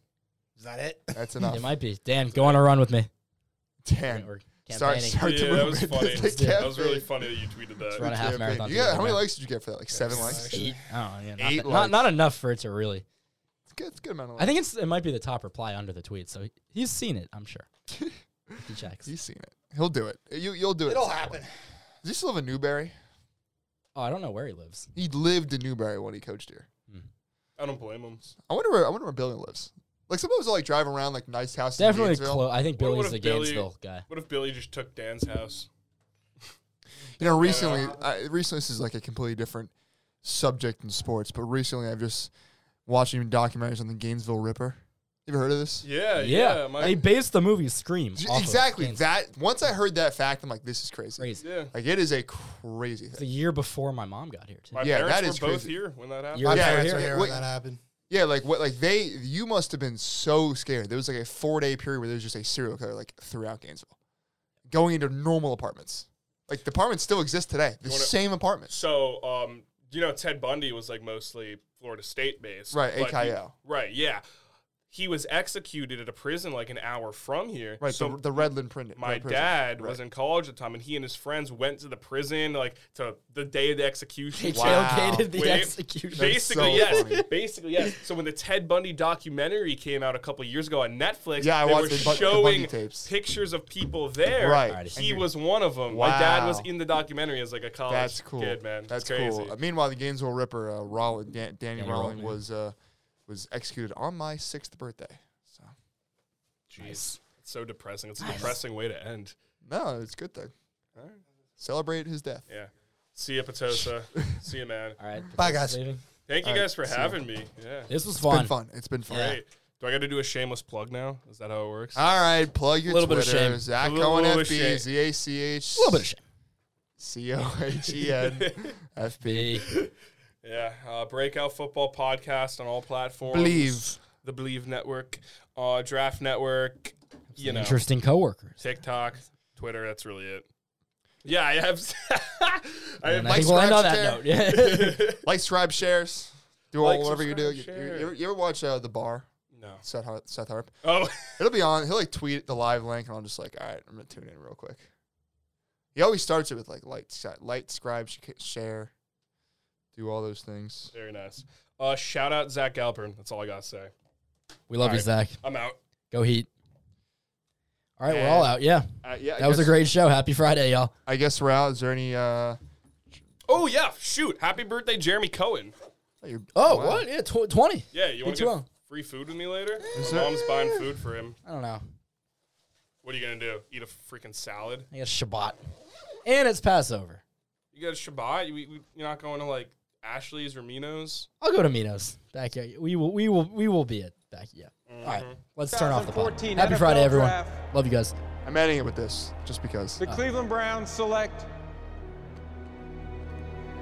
Speaker 2: is
Speaker 1: [LAUGHS]
Speaker 2: that it?
Speaker 1: that's enough.
Speaker 3: It might be. Dan, go on a run with me.
Speaker 1: Dan,
Speaker 3: Or
Speaker 1: start,
Speaker 3: campaigning.
Speaker 1: start to
Speaker 4: yeah,
Speaker 1: move
Speaker 4: that
Speaker 1: [LAUGHS]
Speaker 4: was
Speaker 1: it.
Speaker 4: funny.
Speaker 1: They
Speaker 4: that was
Speaker 1: campaign.
Speaker 4: really funny that you tweeted that.
Speaker 3: run a half
Speaker 1: Campaign.
Speaker 3: marathon.
Speaker 1: You got,
Speaker 3: together,
Speaker 1: how many
Speaker 3: man.
Speaker 1: likes did you get for that? Like seven likes.
Speaker 3: Eight. I don't know. Oh, Yeah, not,
Speaker 1: Eight
Speaker 3: that-
Speaker 1: likes.
Speaker 3: not, not enough for it to really.
Speaker 1: It's good. It's a good amount of likes.
Speaker 3: I think it's it might be the top reply under the tweet, so he- he's seen it.
Speaker 1: [LAUGHS]
Speaker 3: I'm sure. if he checks.
Speaker 1: He's seen it. He'll do it. You, you'll do it.
Speaker 2: It'll happen.
Speaker 1: Does he still live in Newberry?
Speaker 3: Oh, I don't know where he lives.
Speaker 1: He lived in Newberry when he coached here.
Speaker 4: I don't blame him.
Speaker 1: I wonder where I wonder where Billy lives. Like sometimes I like drive around like nice houses.
Speaker 3: Definitely
Speaker 1: in Gainesville.
Speaker 3: close. I think
Speaker 4: What- what
Speaker 3: Billy's
Speaker 4: if
Speaker 3: the
Speaker 4: Billy-
Speaker 3: Gainesville guy.
Speaker 4: What if Billy just took Dan's house?
Speaker 1: You know, recently, I, recently this is like a completely different subject in sports. But recently, I've just watching documentaries on the Gainesville Ripper. You ever heard of this?
Speaker 4: Yeah, yeah.
Speaker 3: Yeah,
Speaker 4: my,
Speaker 3: they based the movie Scream.
Speaker 1: J-
Speaker 3: off of
Speaker 1: exactly
Speaker 3: Gainesville.
Speaker 1: that. Once I heard that fact, I'm like, this is crazy.
Speaker 3: Crazy.
Speaker 4: yeah.
Speaker 1: Like it is a crazy
Speaker 3: It's the
Speaker 1: thing.
Speaker 3: year before my mom got here. Too.
Speaker 4: My
Speaker 1: Yeah,
Speaker 4: parents
Speaker 1: that
Speaker 4: were
Speaker 1: is
Speaker 4: both
Speaker 1: crazy.
Speaker 4: here when that happened.
Speaker 3: Your
Speaker 1: Oh, Yeah,
Speaker 2: Parents
Speaker 1: it's
Speaker 2: were
Speaker 1: like-
Speaker 2: here
Speaker 1: wait-
Speaker 2: when that happened.
Speaker 1: Yeah, like what? Like they, you must have been so scared. There was like a four day period where there was just a serial killer like throughout Gainesville, going into normal apartments. Like the apartments still exist today. The
Speaker 4: Wanna-
Speaker 1: same apartments.
Speaker 4: So, um, you know, Ted Bundy was like mostly Florida State based,
Speaker 1: Right,
Speaker 4: but he-
Speaker 1: AKL.
Speaker 4: right, yeah. He was executed at a prison like an hour from here.
Speaker 1: Right.
Speaker 4: So
Speaker 1: the, the Redland print.
Speaker 4: my
Speaker 1: Red prison.
Speaker 4: dad
Speaker 1: Right.
Speaker 4: was in college at the time, and he and his friends went to the prison like to the day of the
Speaker 3: They
Speaker 4: execution.
Speaker 3: tailgated [LAUGHS] the
Speaker 4: Wait,
Speaker 3: execution.
Speaker 4: Basically,
Speaker 1: so
Speaker 4: yes.
Speaker 1: funny.
Speaker 4: Basically, yes. So when the Ted Bundy documentary came out a couple years ago on Netflix,
Speaker 1: Yeah, I
Speaker 4: they
Speaker 1: watched
Speaker 4: were
Speaker 1: the Bu- the Bundy
Speaker 4: showing
Speaker 1: tapes.
Speaker 4: pictures of people there.
Speaker 1: Right.
Speaker 3: Alrighty.
Speaker 4: He was one of them. My dad was
Speaker 1: Wow.
Speaker 4: in the documentary as like a college
Speaker 1: That's cool.
Speaker 4: kid, Oh, man.
Speaker 1: That's
Speaker 4: it's crazy.
Speaker 1: cool. Uh, meanwhile, the Gainesville Ripper, uh, Raw, Dan- Danny
Speaker 3: Danny
Speaker 1: Rowling
Speaker 3: Rowling.
Speaker 1: was uh, was executed on my sixth birthday. So
Speaker 4: Jeez. It's so depressing. It's a depressing way to end.
Speaker 1: no, it's a good thing. Celebrate his death.
Speaker 4: Yeah. See ya,
Speaker 1: [LAUGHS]
Speaker 4: Potosa. See ya, man.
Speaker 3: All right.
Speaker 2: Bye,
Speaker 3: Patricia's
Speaker 2: guys.
Speaker 3: leaving.
Speaker 4: Thank you
Speaker 1: All right,
Speaker 4: guys for
Speaker 1: see ya.
Speaker 4: having me. Yeah.
Speaker 3: This was
Speaker 1: It's
Speaker 3: fun.
Speaker 1: been fun. It's been fun.
Speaker 4: Great. Do I got to do a shameless plug now? Is that how it works?
Speaker 1: All right, plug your
Speaker 3: Little bit
Speaker 1: Twitter.
Speaker 3: of shame.
Speaker 1: Zach
Speaker 4: A little
Speaker 1: Cohen
Speaker 4: bit of
Speaker 1: FB,
Speaker 4: shame.
Speaker 1: Z A C H
Speaker 3: A little bit of shame.
Speaker 1: C O H E N
Speaker 4: [LAUGHS]
Speaker 1: F B.
Speaker 4: yeah. Uh, Breakout Football Podcast on all platforms.
Speaker 1: Believe.
Speaker 4: The Believe Network, uh, Draft Network, you know,
Speaker 3: Interesting coworkers.
Speaker 4: TikTok, Twitter. That's really it. Yeah, I have. [LAUGHS] I have
Speaker 3: And I
Speaker 1: Mike
Speaker 3: think we'll end on that
Speaker 1: Scratch
Speaker 3: note. Yeah.
Speaker 1: Like, subscribe, shares. Do
Speaker 4: Like,
Speaker 1: all whatever you do. You,
Speaker 4: subscribe,
Speaker 1: you-
Speaker 4: share.
Speaker 1: you ever, you ever watch uh, The Bar?
Speaker 4: [LAUGHS] no.
Speaker 1: Seth, Har- Seth Harp.
Speaker 4: Oh, [LAUGHS]
Speaker 1: It'll be on. He'll like tweet the live link, and I'm just like, all right, I'm gonna tune in real quick. He always starts it with like light, sc- light, scribe, sh- share, do all those things.
Speaker 4: very nice. Uh, shout out Zach Galpern. That's all I got to say.
Speaker 3: [LAUGHS] we love you, Zach.
Speaker 4: I'm out.
Speaker 3: Go Heat. All right, we're all out. Yeah.
Speaker 1: Uh, yeah, I
Speaker 3: That was a
Speaker 1: guess-
Speaker 3: great show. Happy Friday, y'all.
Speaker 1: I guess we're out. Is there any? uh
Speaker 4: Oh yeah, shoot! Happy birthday, Jeremy Cohen.
Speaker 1: you-
Speaker 3: Oh,
Speaker 1: wow.
Speaker 3: what? Yeah, tw- 20.
Speaker 4: Yeah, you want
Speaker 3: Hey,
Speaker 4: to
Speaker 3: Tuan.
Speaker 4: get free food with me later?
Speaker 1: Is
Speaker 4: My
Speaker 1: it-
Speaker 4: mom's buying food for him.
Speaker 3: I don't know.
Speaker 4: What are you gonna do? Eat a freaking salad?
Speaker 3: I guess Shabbat. And it's Passover.
Speaker 4: You got a Shabbat? You, you- you're not going to like Ashley's or Mino's?
Speaker 3: I'll go to Minos. Back here. We will we will we will be at back yeah. All right. Let's turn off the pod.
Speaker 7: 2014
Speaker 3: Happy Friday,
Speaker 7: NFL
Speaker 3: everyone.
Speaker 7: Draft.
Speaker 3: Love you guys.
Speaker 1: I'm ending it with this just because.
Speaker 7: The Cleveland Browns select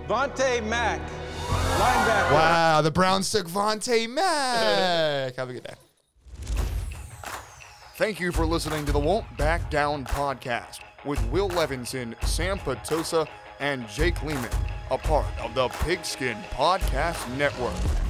Speaker 7: Vontae Mack, linebacker.
Speaker 1: Wow, the Browns took Vontae Mack. Have a good day. Thank you for listening to the Won't Back Down podcast with Will Levinson, Sam Patosa, and Jake Lehman, a part of the Pigskin Podcast Network.